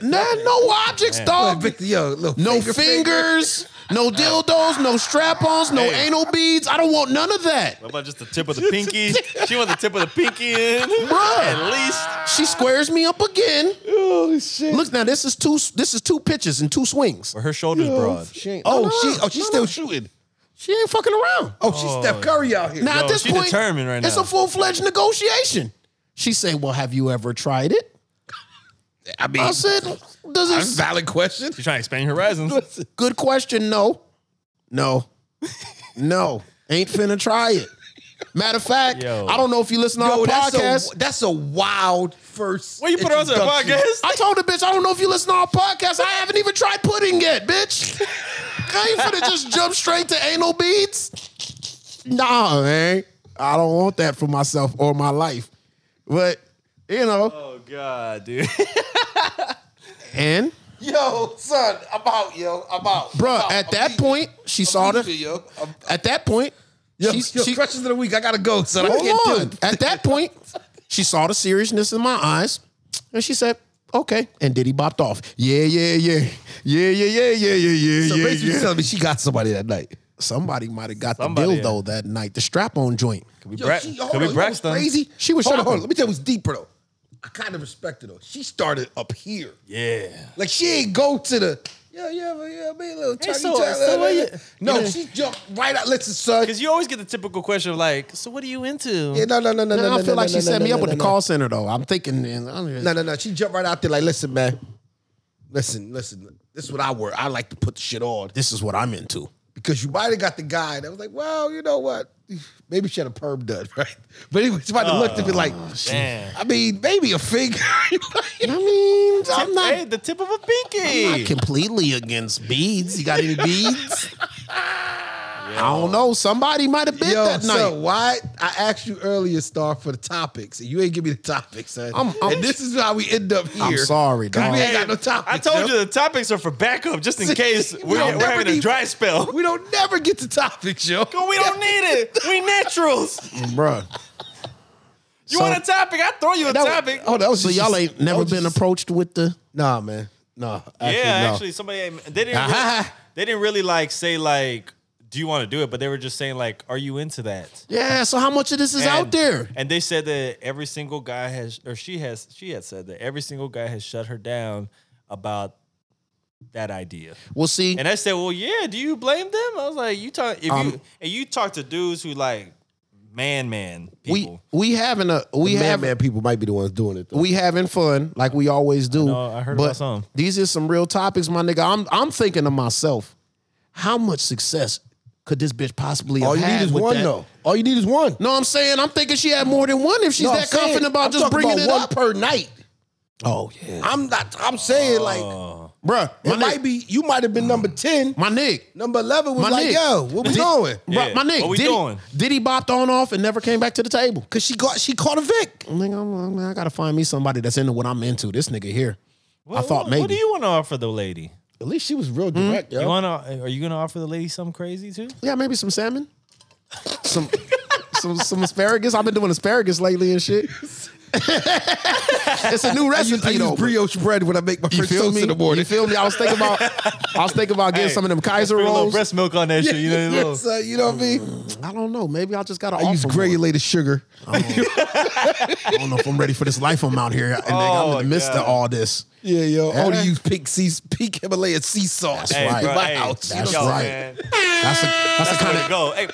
C: no objects,
A: Oh,
C: dog.
A: Victor, yo, little
C: No
A: finger,
C: fingers, no dildos, no strap-ons, no
B: Hey.
C: anal beads. I don't want none of that.
B: What about just the tip of the pinky? She wants the tip of the pinky in.
A: [laughs]
C: Bruh.
B: At least.
C: She squares me up again.
A: Oh shit.
C: Look now, this is two. This is two pitches and two swings.
B: Or her shoulders broad.
A: She ain't, oh,
C: no,
A: she, oh, she's
C: no,
A: still
C: no.
A: shooting.
C: She ain't fucking around.
A: Oh, she's Steph Curry out here.
C: Now
B: Yo,
C: at this
B: she
C: point,
B: determined right
C: it's
B: now.
C: a full fledged negotiation. She say, "Well, have you ever tried it?"
A: I mean,
C: I said, "Does it?"
A: that's a valid question.
B: She's trying to expand your horizons.
C: Good question. No, no, no. Ain't finna try it. Matter of fact,
B: Yo.
C: I don't know if you listen to
A: Yo,
C: our
A: that's
C: podcast.
A: a, that's a wild first.
B: Well, you put her on to the
A: introduction.
B: podcast.
C: I told the bitch, I don't know if you listen to our podcast. I haven't even tried pudding yet, bitch. I ain't finna just jump straight to anal beads. Nah, man. I don't want that for myself or my life. But, you know,
B: Oh God, dude.
C: and,
A: Yo, son, I'm out, yo. I'm out.
C: bruh,
A: I'm out.
C: at
A: I'm
C: that
A: leaving.
C: point, she
A: I'm
C: saw
A: leaving,
C: the,
A: yo. I'm,
C: at that point,
A: yo,
C: she,
A: yo,
C: she,
A: crushes of the week. I gotta go, son. I can't
C: hold on.
A: do it.
C: At that point, she saw the seriousness in my eyes, and she said, okay. And Diddy bopped off. Yeah, yeah, yeah. Yeah, yeah, yeah, yeah, yeah, yeah,
A: So
C: yeah,
A: basically,
C: yeah.
A: you telling me she got somebody that night.
C: Somebody might have got
B: Somebody,
C: the dildo that night, the strap on joint.
B: Could be,
A: Yo,
B: Bra-
A: she- hold
B: could
A: on, you
B: be
A: know what's
B: Braxton.
A: Crazy.
C: She was-
A: Hold
C: shut
A: on,
C: up.
A: hold on. Let me tell you what's deeper though. I kind of respect her though. She started up here.
B: [laughs] Yeah.
A: Like she ain't go to the. Yeah, yeah, but yeah, be a little turkey.
B: so-
A: turkey,
B: so what you-
A: no, she jumped right out. Listen, son.
B: Because you always get the typical question of like, so what are you into?
A: Yeah, Eh, no, no, no, no,
C: No,
A: no.
C: I
A: no,
C: feel
A: no,
C: like she
A: no,
C: set
A: no,
C: me up
A: no, [laughs]
C: with the
A: no,
C: call center though. I'm thinking, and I'm just-
A: No, no, no. She jumped right out there. Like, listen, man. Listen, listen. This is what I work. I like to put the shit on
C: this is what I'm into.
A: because you might have got the guy that was like, well, you know what? Maybe she had a perm done, [laughs] right? But anyway, somebody looked at me like,
B: damn.
A: I mean, maybe a [laughs] finger.
C: I mean, I'm not,
B: hey, the tip of a
C: I'm
B: pinky.
C: not completely against beads. You got any
B: [laughs]
C: beads? I don't know. Somebody might have been
A: Yo,
C: that night.
A: so why I asked you earlier, Star, for the topics, and you ain't give me the topics, son.
C: I'm- I'm-
A: and this is how we end up here.
C: I'm sorry,
A: 'Cause
C: dog.
A: We ain't got no topics.
B: I told
A: yo.
B: you the topics are for backup,
A: [laughs]
B: just in case
A: We
B: we're,
A: don't
B: we're
A: never
B: having a
A: need-
B: dry spell.
A: [laughs] we don't never get to topics, yo.
B: But we don't need it. We naturals.
C: Bruh.
B: You
C: So-
B: want a topic? I throw you a
C: That-
B: topic.
A: Oh, that was
C: So
A: just-
C: y'all ain't
A: that
C: never
A: was
C: been
A: just-
C: approached with the
A: Nah, man. Nah. Actually,
B: yeah,
A: no.
B: actually, somebody they didn't really,
C: Ah-ha.
B: they didn't really like say like, do you want to do it? But they were just saying like, are you into that?
C: Yeah, so how much of this is out
B: And-
C: there?
B: And they said that every single guy has, or she has, she had said that every single guy has shut her down about that idea.
C: We'll see.
B: [laughs] And I said, well, yeah. Do you blame them? I was like, you talk if you
C: Um,
B: and you talk to dudes who like man, man
C: We
B: people.
C: we having a we
A: man,
C: have
A: man, people might be the ones doing it. Though.
C: we having fun like we always do.
B: know, I heard
C: but
B: about some.
C: These are some real topics, my nigga. I'm I'm thinking to myself, how much success could this bitch possibly have
A: All you
C: had
A: need is
C: with
A: one,
C: that?
A: though. All you need is one.
C: No, I'm saying I'm thinking she had more than one if she's
A: No, I'm
C: that
A: saying-
C: confident about
A: I'm
C: just
A: talking
C: bringing
A: about
C: it
A: one
C: up.
A: per night.
C: oh yeah,
A: I'm not. I'm saying
B: Oh.
A: like
C: bruh.
A: it
C: My
A: might
C: nigga,
A: be. You might have
B: Mm.
A: been number ten.
C: my nigga,
A: Number eleven was
C: My
A: like,
C: nigga.
A: yo, what we doing?
B: Yeah.
C: bruh, my nigga.
B: What we
C: Diddy-
B: doing?
C: Diddy bopped on off and never came back to the table.
A: Cause she got she caught a Vic.
C: Nigga, I'm, I'm- I gotta find me somebody that's into what I'm into. This nigga here. I thought
B: what,
C: maybe.
B: What do you want to offer the lady?
A: At least she was real direct, yo.
B: Mm. You want to? Are you gonna offer the lady something crazy too?
C: Yeah, maybe some salmon, some some some asparagus. I've been doing asparagus lately and shit. It's a new recipe
A: I use
C: though.
A: brioche bread when I make my
C: you
A: first
C: feel
A: toast
C: me?
A: in the
B: [laughs]
A: morning.
C: You feel me? I was thinking about I was thinking about getting
B: Hey,
C: some of them Kaiser
B: Put a little
C: rolls.
B: breast milk on that shit. You know, a little- Mm.
A: Yes, uh, you know what I mean?
C: I don't know. Maybe I just got to
A: I
C: offer
A: use
C: more.
A: granulated sugar.
C: I don't know if I'm ready for this life I'm out here. And nigga, I'm
B: Oh,
C: in the midst
B: God.
C: of all this.
A: Yeah, yo. I only
C: Yeah.
A: use pink sea, pink Himalayan sea sauce.
B: Hey,
C: right.
B: bro,
A: In my
B: hey,
A: house.
C: That's
B: yo,
C: right.
B: man.
C: That's the that's,
B: That's
C: the
B: the way
C: kind
B: to
C: of
B: go. Hey,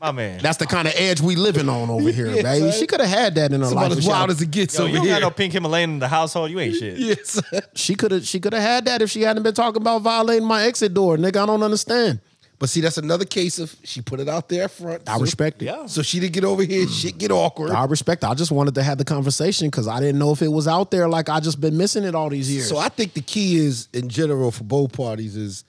B: my man.
C: that's the kind of edge we living on [laughs] over here,
A: Yeah,
C: baby.
A: right.
C: She could have had that in her
A: It's
C: life.
A: about
C: if
A: as
C: she
A: wild
C: had-
A: as it gets
B: Yo, you
A: over
B: don't
A: here.
B: got no pink Himalayan in the household. You ain't
A: [laughs]
B: shit.
A: yes.
C: she could have she could have had that if she hadn't been talking about violating my exit door, nigga. I don't understand.
A: but see, that's another case of she put it out there up front.
C: I
A: so,
C: respect it.
B: Yeah.
A: So she didn't get over here. Shit get awkward.
C: I respect. It. I just wanted to have the conversation because I didn't know if it was out there. Like I just been missing it all these years.
A: So I think the key is, in general, for both parties, is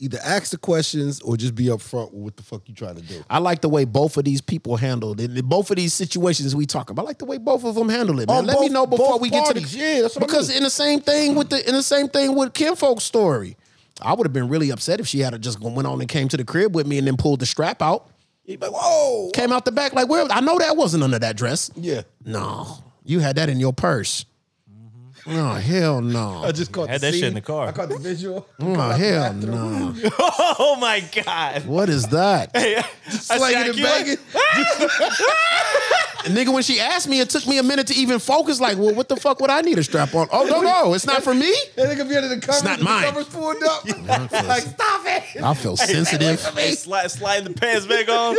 A: either ask the questions or just be upfront with what the fuck you trying to do.
C: I like the way both of these people handled it. Both of these situations we talk about, I like the way both of them handled it. Man,
A: On
C: let
A: Oh,
C: me
A: both-
C: know before
A: both
C: we get
A: parties.
C: to the
A: Yeah, that's what I
C: because
A: mean.
C: in the same thing with the in the same thing with kinfolk's story, I would have been really upset if she had just went on and came to the crib with me and then pulled the strap out,
A: He's like, whoa.
C: came out the back like where I know that wasn't under that dress.
A: Yeah.
C: No, you had that in your purse. No hell [laughs] no.
A: I just caught
B: Had
A: the
B: that shit
A: scene.
B: in the car.
A: I caught the [laughs] visual.
C: Oh hell no.
B: [laughs] Oh my god.
C: What is that?
B: I see
A: Slanging and
B: IQ.
A: banging.
C: Nigga, when she asked me, it took me a minute to even focus. Like, well, what the fuck would I need a strap on? Oh, no, no, it's not for me.
A: And they could be under the covers.
C: not
A: and the
C: mine.
A: Covers pulled [laughs] up. like, stop it.
C: [laughs] I feel sensitive.
B: Hey, slide, sliding the pants back on.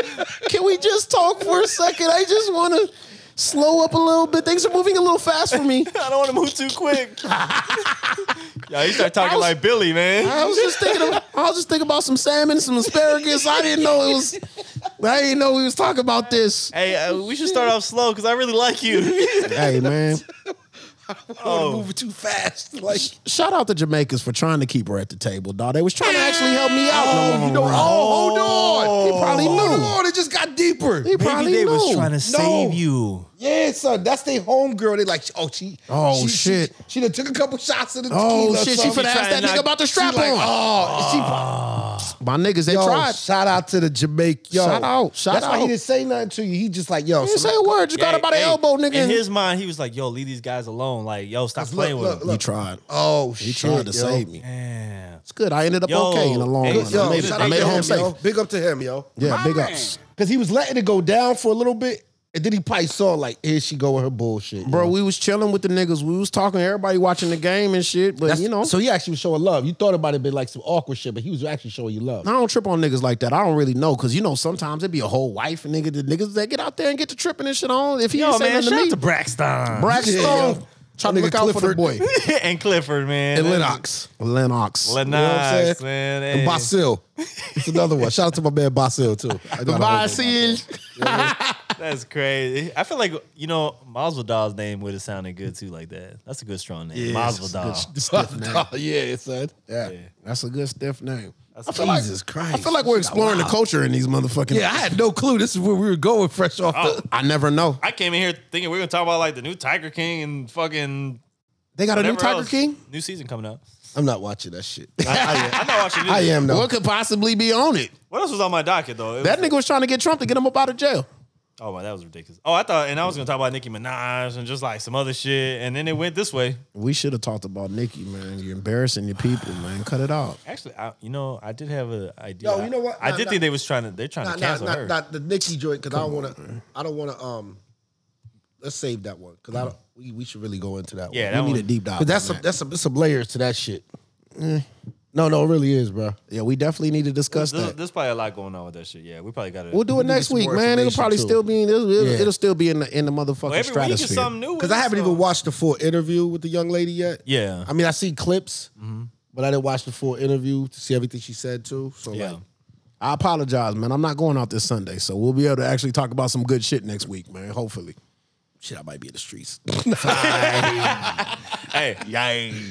C: Can we just talk for a second? I just want to slow up a little bit. Things are moving a little fast for me.
B: [laughs] I don't want to move too quick. [laughs] Yo, you start
C: I
B: talking
C: was-
B: like Billy, man.
C: I was just thinking. Of, I was just thinking about some salmon, some asparagus. I didn't know it was. I didn't know we was talking about this.
B: Hey, uh, we should start off slow because I really like [laughs] you.
C: Hey man,
A: Oh. Moving too fast. [laughs] Like,
C: shout out to Jamaicans for trying to keep her at the table, dog. They was trying to actually help me out. in the long
A: you know, oh,
C: run.
A: hold on.
C: He probably
A: Hold
C: knew.
A: on. It just got deeper.
C: He probably knew.
A: save
B: you.
A: Yeah, son. That's their homegirl. They like, oh, she.
C: Oh,
A: she,
C: shit.
A: She, she done took a couple shots of the
C: Oh
A: tequila.
C: shit, she
A: son.
C: finna ask
B: trying
C: that
B: not-
C: nigga about the strap
A: She like,
C: on.
A: oh, she
C: [sighs] My niggas, they
A: Yo,
C: tried.
A: Shout out to the Jamaican. Yo,
C: Shout out, shout
A: That's why
C: out.
A: he didn't say nothing to you. He just like, yo,
C: He didn't
A: so
C: say a word. Just got
B: Yeah,
C: up by the
B: hey,
C: elbow, nigga.
B: In his mind, he was like, "Yo, leave these guys alone. Like, yo, stop
A: look,
B: playing with
A: look,
B: them."
A: look.
C: he tried.
A: Oh,
C: He
A: shit.
C: tried
A: yo.
C: to save me.
B: Man.
C: It's good. I ended up
B: Yo,
C: okay in the long
B: hey,
C: run.
A: Yo,
C: I made, it-
A: shout
C: I
A: out
C: made it
A: to
C: home
A: him,
C: safe.
A: yo. Big up to him, yo.
C: Yeah, big ups.
A: Because he was letting it go down for a little bit, and then he probably saw, like, here she go with her bullshit.
C: Bro, we was chilling with the niggas. We was talking. Everybody watching the game and shit. But
A: That's-
C: you know,
A: So he actually was showing love. You thought it might have been like some awkward shit, but he was actually showing you love.
C: I don't trip on niggas like that. I don't really know because you know sometimes it be a whole wife nigga. The niggas that get out there and get to tripping and shit on. If he
B: Yo,
C: ain't saying
B: man,
C: nothing
B: shout out
C: to
B: to
C: me,
B: Braxton
C: Braxton,
A: Yeah, yo.
C: try to
A: Nigga
C: look out for the
A: Clifford.
C: boy.
B: [laughs] and Clifford, man.
A: And Lennox.
C: Lennox,
B: Lennox,
A: You know what I'm saying?
B: man.
A: And
B: hey.
A: Basil. It's another one. Shout out to my man Basil, too. I got a
C: Bye,
A: whole-
C: see you.
B: That's crazy. I feel like you know Masvidal's name would have sounded good too, like that. That's a good strong name, Masvidal.
A: yeah, son. Yeah.
C: That's a good stiff name. I
B: That's
C: feel like-
A: Jesus Christ.
C: I feel like we're exploring the culture in these motherfucking.
A: Yeah, I had no clue. This is where we were going fresh off the.
C: I never know.
B: I came in here thinking we were gonna talk about like the new Tiger King and fucking
C: They got a new
B: whatever
C: Tiger
B: else.
C: King.
B: new season coming out.
A: I'm not watching that
C: [laughs]
A: shit.
B: [laughs] I'm not watching. New
A: I am though.
C: What could possibly be on it?
B: What else was on my docket though? It
C: That
B: was-
C: nigga was trying to get Trump to get him up out of jail.
B: Oh my, that was ridiculous. Oh, I thought, and I was gonna talk about Nicki Minaj and just like some other shit, and then it went this way.
C: We should have talked about Nikki, man. You're embarrassing your people, man. Cut it off.
B: Actually, I, you know, I did have an idea.
A: Yo, you know what?
B: I
A: Nah,
B: did
A: nah.
B: think they was trying to. They're trying
A: Not,
B: to
A: not,
B: cancel
A: not,
B: her.
A: not the Nicki joint because I don't want to. I don't want to. Um, let's save that one because I don't. We, we should really go into that.
B: yeah,
A: one.
B: that
C: We need
B: one.
C: a deep dive.
A: Mm. but that's
C: on
A: some
C: that.
A: that's some, there's some layers to that shit. No, no, it really is, bro.
C: yeah. We definitely need to discuss
B: There's,
C: that.
B: there's probably a lot going on with that shit. Yeah, we probably got to.
C: We'll do
A: we
C: it
A: need
C: next
A: some
C: week,
A: more
C: man. It'll
A: information,
C: probably
A: too.
C: still be in. It'll, it'll,
A: Yeah.
C: it'll still be in the in the motherfucking
B: every week is
C: stratosphere.
B: something new.
A: Because I haven't
B: so-
A: even watched the full interview with the young lady yet.
B: Yeah.
A: I mean, I see clips, but I didn't watch the full interview to see everything she said too. So
B: Yeah.
A: like,
C: I apologize, man. I'm not going out this Sunday, so we'll be able to actually talk about some good shit next week, man. Hopefully.
A: shit, I might be in the streets.
B: Hey,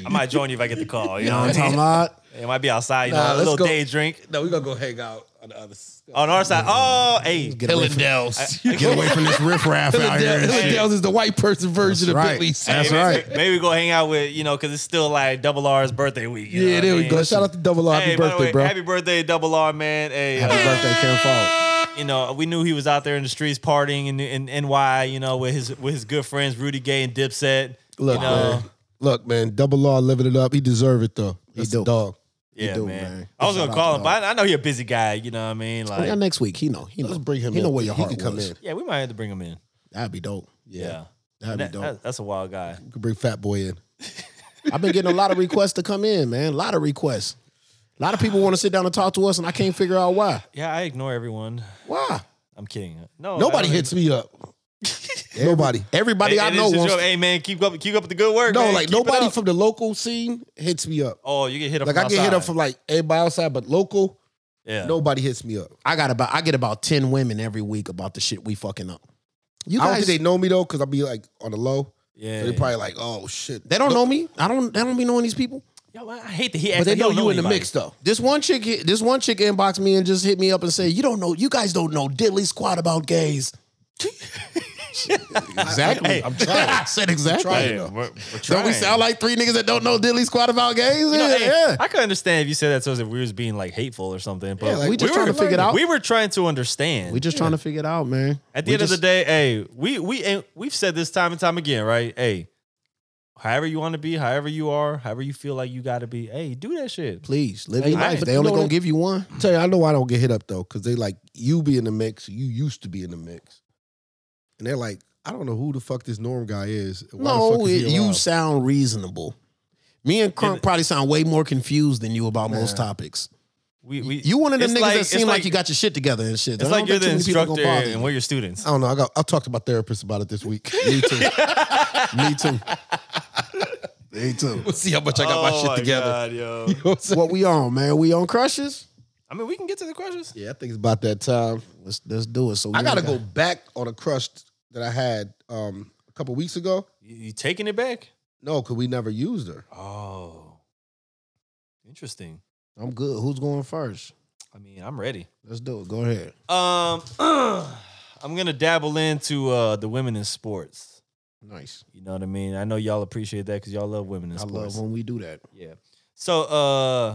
B: I might join you if I get the call. You
C: You
B: know
C: know
A: Oh, [laughs]
C: what I'm
B: what I
C: talking
B: mean?
C: about?
B: It might be outside. You
A: Nah,
B: know, a
A: let's
B: little
A: go.
B: day drink
A: no, we gonna go hang out on the other. side.
B: on our side. Oh, hey,
C: Get away from- [laughs] Get away from this riffraff
A: [laughs]
C: out here. and shit.
A: Hillendales is the white person version
C: That's
A: of
C: right.
A: Bentley's.
C: That's
B: maybe,
C: right.
B: Maybe go hang out with you know because it's still like Double R's birthday week. you know
A: Yeah,
B: what
A: there
B: I
A: we
B: mean?
A: go. Shout out to Double R.
B: Hey,
A: happy
B: by the
A: birthday,
B: way,
A: bro.
B: Happy birthday, Double R, man. Hey,
C: Happy
B: uh,
C: birthday, Ken Falk.
B: you know, we knew he was out there in the streets partying in, in, NY, you know, with his with his good friends Rudy Gay and Dipset.
A: Look,
B: you know,
A: man. Look, man. Double law living it up. He deserve it though. He's
C: do.
A: the dog.
B: yeah,
C: do,
B: man.
C: man.
B: I was
C: Shout
B: gonna
C: out
B: call
C: to
B: him, but I, I know he a busy guy. You know what I mean?
C: We got
B: Like,
C: next week. He know. He
A: Let's
C: knows.
A: bring him
C: He
A: in.
C: know where your
A: He
C: heart
A: can come
C: was.
A: in.
B: yeah, we might have to bring him in.
C: That'd be dope.
B: Yeah,
C: That'd
B: That-
C: be dope.
B: that- that's a wild guy.
A: We can bring Fat Boy in.
C: I've been getting a lot of requests to come in, man. A lot of requests. A lot of people want to sit down and talk to us, and I can't figure out why.
B: Yeah, I ignore everyone.
C: Why?
B: I'm kidding. No,
A: Nobody hits me
B: [laughs]
A: up. nobody.
C: Everybody I know wants.
B: Your, hey man, keep up, keep up the good work.
A: No,
B: man.
A: like
B: Keep it
A: nobody
B: up."
A: from the local scene hits me up.
B: Oh, you get hit up.
A: Like
B: from
A: I get hit up
B: outside.
A: from like everybody outside, but local,
B: yeah.
A: nobody hits me up.
C: I got about. I get about ten women every week about the shit we fucking up. You
A: I don't
C: guys,
A: think they know me though, because I'll be like on the low.
B: Yeah,
A: So they're probably like, oh shit.
C: they don't know me. I don't. They don't be knowing these people.
B: Yo, I I hate that he.
A: But
B: asked
A: they
B: that. He
A: know
B: don't
A: you in the
B: anybody.
A: mix though.
C: This one chick, hit- this one chick inboxed me and just hit me up and said, "You don't know, you guys don't know diddly squat about
B: [laughs]
C: gays." exactly.
B: Hey.
C: I'm
B: [laughs]
C: trying. I said exactly.
B: Hey, we're, we're
C: Don't we
B: trying.
C: sound like three niggas that don't know diddly squat about gays?
B: You know,
C: yeah,
B: hey,
C: yeah.
B: I could understand if you said that so as if we was being like hateful or something. But
C: Yeah, like, we just
B: were-
C: trying to figure it out.
B: We were trying to understand.
C: We just trying to figure it out, man.
B: At the
C: We
B: end of
C: just-
B: the day, hey, we we and we've said this time and time again, right? Hey, however you want to be, however you are, however you feel like you got to be, hey, do that shit.
C: please live
A: Hey,
C: your
A: I-
C: life.
A: but
C: They
A: you
C: only
A: know
C: gonna
A: what?
C: give you one.
A: tell you, I know I don't get hit up though, because they like you be in the mix. You used to be in the mix, and they're like, I don't know who the fuck this Norm guy is. and why the
C: No,
A: fuck is
C: it-
A: he
C: you
A: around?"
C: sound reasonable. Me and Crump
B: but-
C: probably sound way more confused than you about most
A: Nah.
C: topics.
B: We, we
C: You one of them
B: it's
C: niggas that
B: it's
C: seem like, you got your shit together and shit.
B: It's
C: I
B: like
C: don't
B: you're the
C: think too many people
B: instructor
C: gonna bother
B: and
C: you.
B: we're your students.
A: I don't know. I got. I talked to my therapist about it this week.
C: [laughs]
A: Me too. Me too.
C: Me too.
A: We'll see how much I got my shit together.
B: Oh yo.
A: You know
C: [laughs]
A: what I'm saying?
C: what we on, man? We on crushes?
B: I mean, we can get to the questions.
A: yeah, I think it's about that time.
C: Let's let's do it. So
A: I
C: we
A: gotta
C: ain't
A: go
C: got-
A: back on a crush that I had um, a couple weeks ago.
B: You, you taking it back?
A: No, because we never used her.
B: Oh, interesting.
C: I'm good. Who's going first?
B: I mean, I'm ready.
C: Let's do it. Go ahead.
B: Um, [clears throat] I'm gonna dabble into uh, the women in sports.
C: Nice.
B: You know what I mean? I know y'all appreciate that because y'all love women in
C: I
B: sports.
C: love when we do that.
B: Yeah. So uh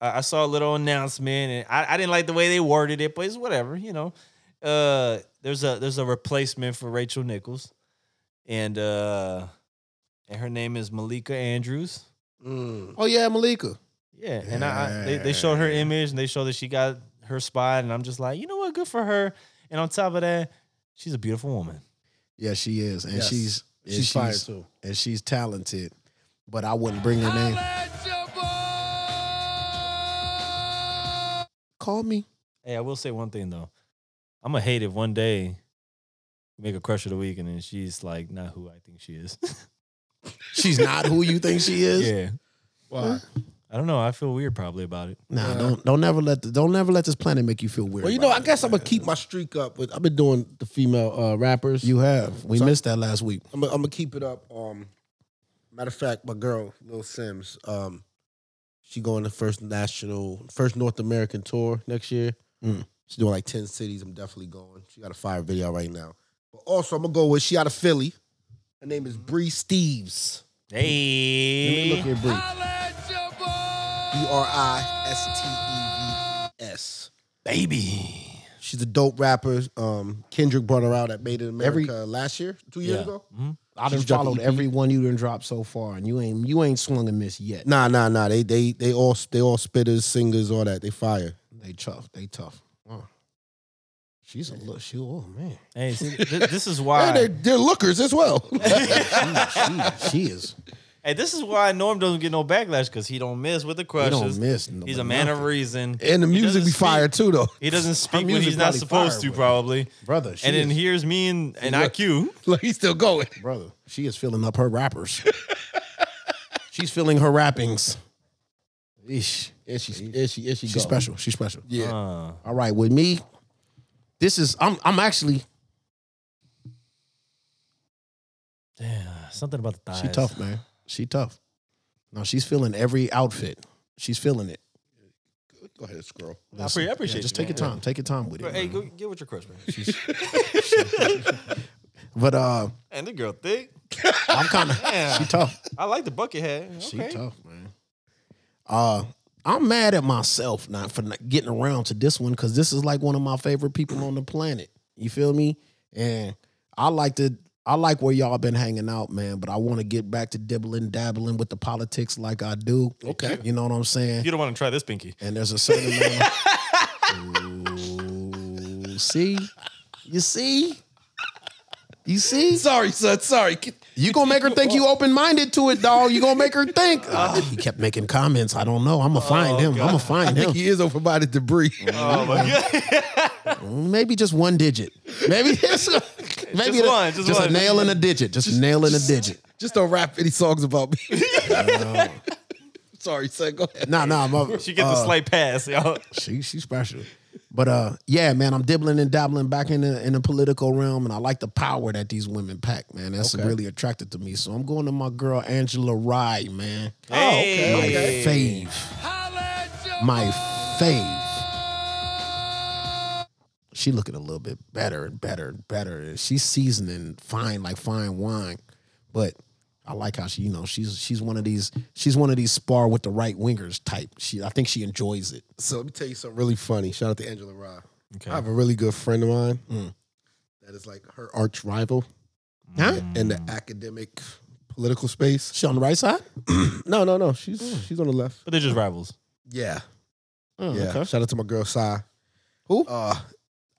B: I, I saw a little announcement and I, I didn't like the way they worded it, but it's whatever, you know. Uh there's a there's a replacement for Rachel Nichols. And uh and her name is Malika Andrews.
C: Oh yeah, Malika.
B: Yeah. And I, I they, they showed her image and they showed that she got her spot. And I'm just like, you know what? Good for her. And on top of that, she's a beautiful woman.
C: Yeah, she is, and
A: Yes.
C: she's and
A: She's fire, too.
C: and she's talented. But I wouldn't bring her name. Call me.
B: Hey, I will say one thing though. I'm gonna hate if one day we make a crush of the week and then she's like not who I think she is.
C: She's not who you think she is.
B: [laughs] yeah.
A: Why?
B: I don't know. I feel weird probably about it.
C: Nah, don't don't never let the, don't never let this planet make you feel weird.
A: Well, you know, I
C: about it.
A: guess I'm gonna keep my streak up. With I've been doing the female uh, rappers.
C: you have. We
A: So-
C: missed that last week.
A: I'm gonna keep it up. Um, matter of fact, my girl Lil Sims, um, she going the first national, first North American tour next year.
C: Mm.
A: She's doing like ten cities. I'm definitely going. She got a fire video right now. But also, I'm gonna go with she out of Philly. Her name is Bree Steves.
B: Hey.
A: Look at Bree. B R I S T E V S.
B: baby.
A: She's a dope rapper. Um, Kendrick brought her out at Made in
C: Every-
A: America last year, two years
B: Yeah.
A: ago.
B: Mhm.
C: I done
A: She's dropped
C: followed
A: an EP.
C: every one you done dropped so far, and you ain't you ain't swung and missed yet.
A: Nah, nah, nah. They they they all they all spitters, singers, all that. They fire.
C: They tough. They tough. Wow. She's a little. She oh man. [laughs]
B: Hey, see, thi- this is
A: And they're,
B: why.
A: they're lookers as [laughs] well.
C: She, she is.
B: Hey, this is why Norm doesn't get no backlash because he don't miss with the
C: We
B: crushes.
C: don't miss. no-
B: He's a man of reason.
A: and the
B: He
A: music
B: doesn't
A: be
B: speak-
A: fire too, though. [laughs]
B: He doesn't speak when
C: music
B: he's not
C: probably
B: supposed
C: fire
B: to,
C: with it.
B: probably.
C: brother. She
B: and then
C: is-
B: here's me and, and
A: Yeah.
B: IQ.
A: Like he's still going.
C: brother, she is filling up her rappers. [laughs] She's filling her wrappings. Eesh.
A: And she, and she, and she
C: She's
A: go.
C: special. She's special.
A: Yeah.
B: Uh,
C: All right, with me, this is I'm I'm actually
B: damn, Ah, something about the thighs.
C: she tough, man. She tough. No, she's feeling every outfit. She's feeling it.
A: go ahead, scroll.
B: I appre- I appreciate
C: Just
B: you,
C: take your
B: man.
C: time. Take your time with it.
B: Hey,
C: man.
B: go, get with your crush, man.
C: But uh
B: [laughs] and the girl thick.
C: I'm kind of
A: [laughs]
B: Damn.
C: she tough.
B: I like the bucket hat. Okay.
C: She tough, man. Uh I'm mad at myself not for not getting around to this one because this is like one of my favorite people on the planet. You feel me? And I like to I like where y'all been hanging out, man. But I want to get back to dibbling, dabbling with the politics like I do.
A: Okay.
C: you know what I'm saying?
B: You don't want to try this pinky.
C: And there's a certain amount. Of, Ooh, see, you see, you see.
A: Sorry, son. Sorry.
C: You gonna make her think you open minded to it, dog. You gonna make her
A: [laughs]
C: think.
A: Uh,
C: Ah, he kept making comments. I don't know. I'm
A: Oh,
C: gonna find him. I'm gonna find him.
A: He is over by the debris.
B: Oh my god.
C: Mm, Maybe just one digit.
A: [laughs]
C: Maybe just, [laughs] maybe
B: Just
C: the-
B: one, just
C: a
B: one.
C: nail and a digit. Just, a nail and a digit.
A: Just don't rap any songs about me. Sorry, son. Go ahead.
C: Nah, nah. My,
B: [laughs]
C: [laughs]
B: She gets a slight pass, y'all.
C: she she special. But uh, yeah, man, I'm dibbling and dabbling back in the in the political realm, and I like the power that these women pack, man. That's really attractive to me. So I'm going to my girl Angela Rye, man.
B: Hey.
C: My fave. My fave. She looking a little bit better and better and better. And She's seasoning fine like fine wine. But I like how she, you know, she's she's one of these, she's one of these spar with the right wingers type. She I think she enjoys it.
A: So let me tell you something really funny. Shout out to Angela Rye.
B: Okay.
A: I have a really good friend of mine
C: Mm.
A: that is like her arch rival
C: Huh?
B: Mm.
A: in the academic political space. [clears throat]
C: She on the right side?
A: No, no, no. She's
C: Mm.
A: she's on the left.
B: But they're just rivals.
A: Yeah.
C: Oh,
A: Yeah.
C: okay.
A: Shout out to my girl Si.
C: Who?
A: Uh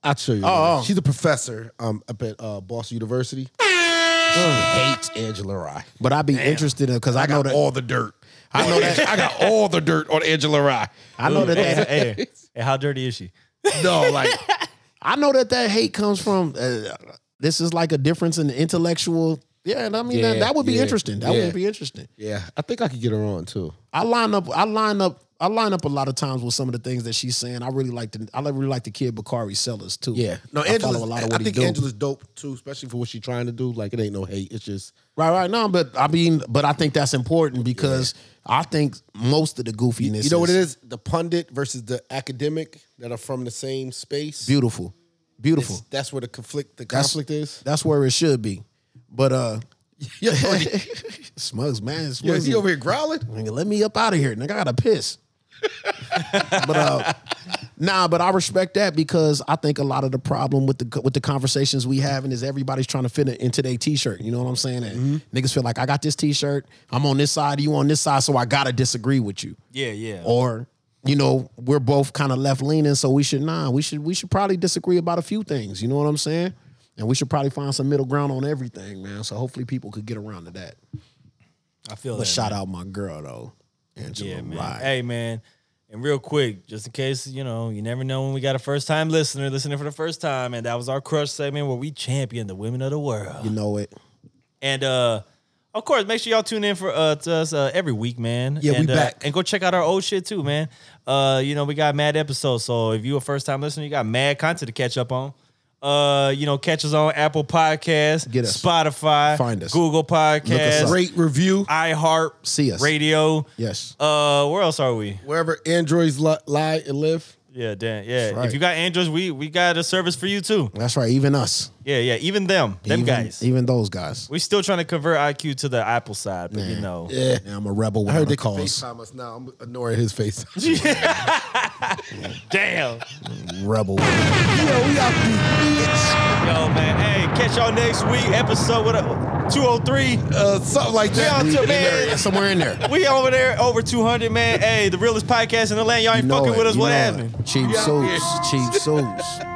A: I'll show you.
C: Oh, oh.
A: She's a professor um up at uh, Boston University. Hates Angela Rye.
C: But I'd be interested in because I,
A: I
C: know
A: got
C: that
A: all the dirt.
C: I know that Mm.
A: I [laughs] got all the dirt on Angela Rye.
C: I know that,
B: [laughs] Hey,
C: that
B: hey, hey, how dirty is she?
A: No, like
C: I know that that hate comes from. Uh, this is like a difference in intellectual. Yeah, and I mean that,
A: Yeah,
C: that would be
A: yeah,
C: interesting. That
A: yeah.
C: would be interesting.
A: Yeah, I [laughs] think I could get her on too.
C: I line up. I line up. I line up a lot of times with some of the things that she's saying. I really like the. I really like the kid Bakari Sellers too.
A: no,
C: I
A: Angela's.
C: follow a lot
A: I
C: of what he
A: think
C: do.
A: Angela's dope too, especially for what she's trying to do. Like it ain't no hate. It's just
C: Right, right. No, but I mean, but I think that's important because I think most of the goofiness.
A: you know what it is: the pundit versus the academic that are from the same space.
C: Beautiful, beautiful.
A: It's- That's where the conflict, the conflict is.
C: That's where it should be.
A: [laughs]
C: But uh,
A: Yeah,
C: [laughs] Smugs, man, Smugs.
A: is he over here growling?
C: Nigga, let me up out of here. Nigga, I gotta
A: [laughs]
C: piss. but uh, nah, but I respect that because I think a lot of the problem with the with the conversations we having is everybody's trying to fit it into their t-shirt. You know what I'm saying? And
A: Mm-hmm.
C: niggas feel like I got this t-shirt. I'm on this side. You on this side, so I gotta disagree with you.
B: Yeah, yeah.
C: Or you know, we're both kind of left leaning, so we should nah. We should we should probably disagree about a few things. You know what I'm saying? And we should probably find some middle ground on everything, man. So hopefully people could get around to that.
B: I feel
C: But
B: that.
C: shout out my girl though, Angela
B: Yeah, man.
C: Rye.
B: Hey, man. And real quick, just in case, you know, you never know when we got a first time listener listening for the first time. And that was our crush segment where we champion the women of the world.
C: You know it.
B: And uh of course, make sure y'all tune in for uh, to us uh, every week, man.
A: Yeah, we
B: and, uh,
A: back.
B: and go check out our old shit too, man. Uh, you know, we got mad episodes. So if you a first time listener, you got mad content to catch up on. Uh, you know, catch us on Apple Podcasts,
C: Get us.
B: Spotify,
C: Find us.
B: Google
C: up.
B: Podcasts,
A: Great review
B: iHeart,
C: See us.
B: Radio.
C: Yes.
B: Uh, where else are we?
A: wherever androids li- lie and live.
B: Yeah, Dan. Yeah,
C: That's right.
B: if you got Androids, we we got a service for you too.
C: That's right. Even us.
B: Yeah, yeah. Even them, them
C: even, e-
B: guys.
C: Even those guys.
B: we still trying to convert IQ to the Apple side, but you know.
C: Yeah. I'm a rebel
A: I heard
C: without
A: they
C: a
A: could
C: cause.
A: FaceTime us now. I'm ignoring his face.
B: Damn.
A: [laughs]
C: Rebel. without-
B: Yo, man. Hey, catch y'all next week. Episode with a 203.
A: uh, something like that.
B: Shout oh out to man.
C: Somewhere in
B: [laughs]
C: there.
B: We over there over 200, man. Hey, the realest podcast in the land. Y'all ain't
C: You know
B: fucking
C: it.
B: with us.
C: You
B: What
C: know it.
B: happened?
C: Cheap souls. Cheap souls.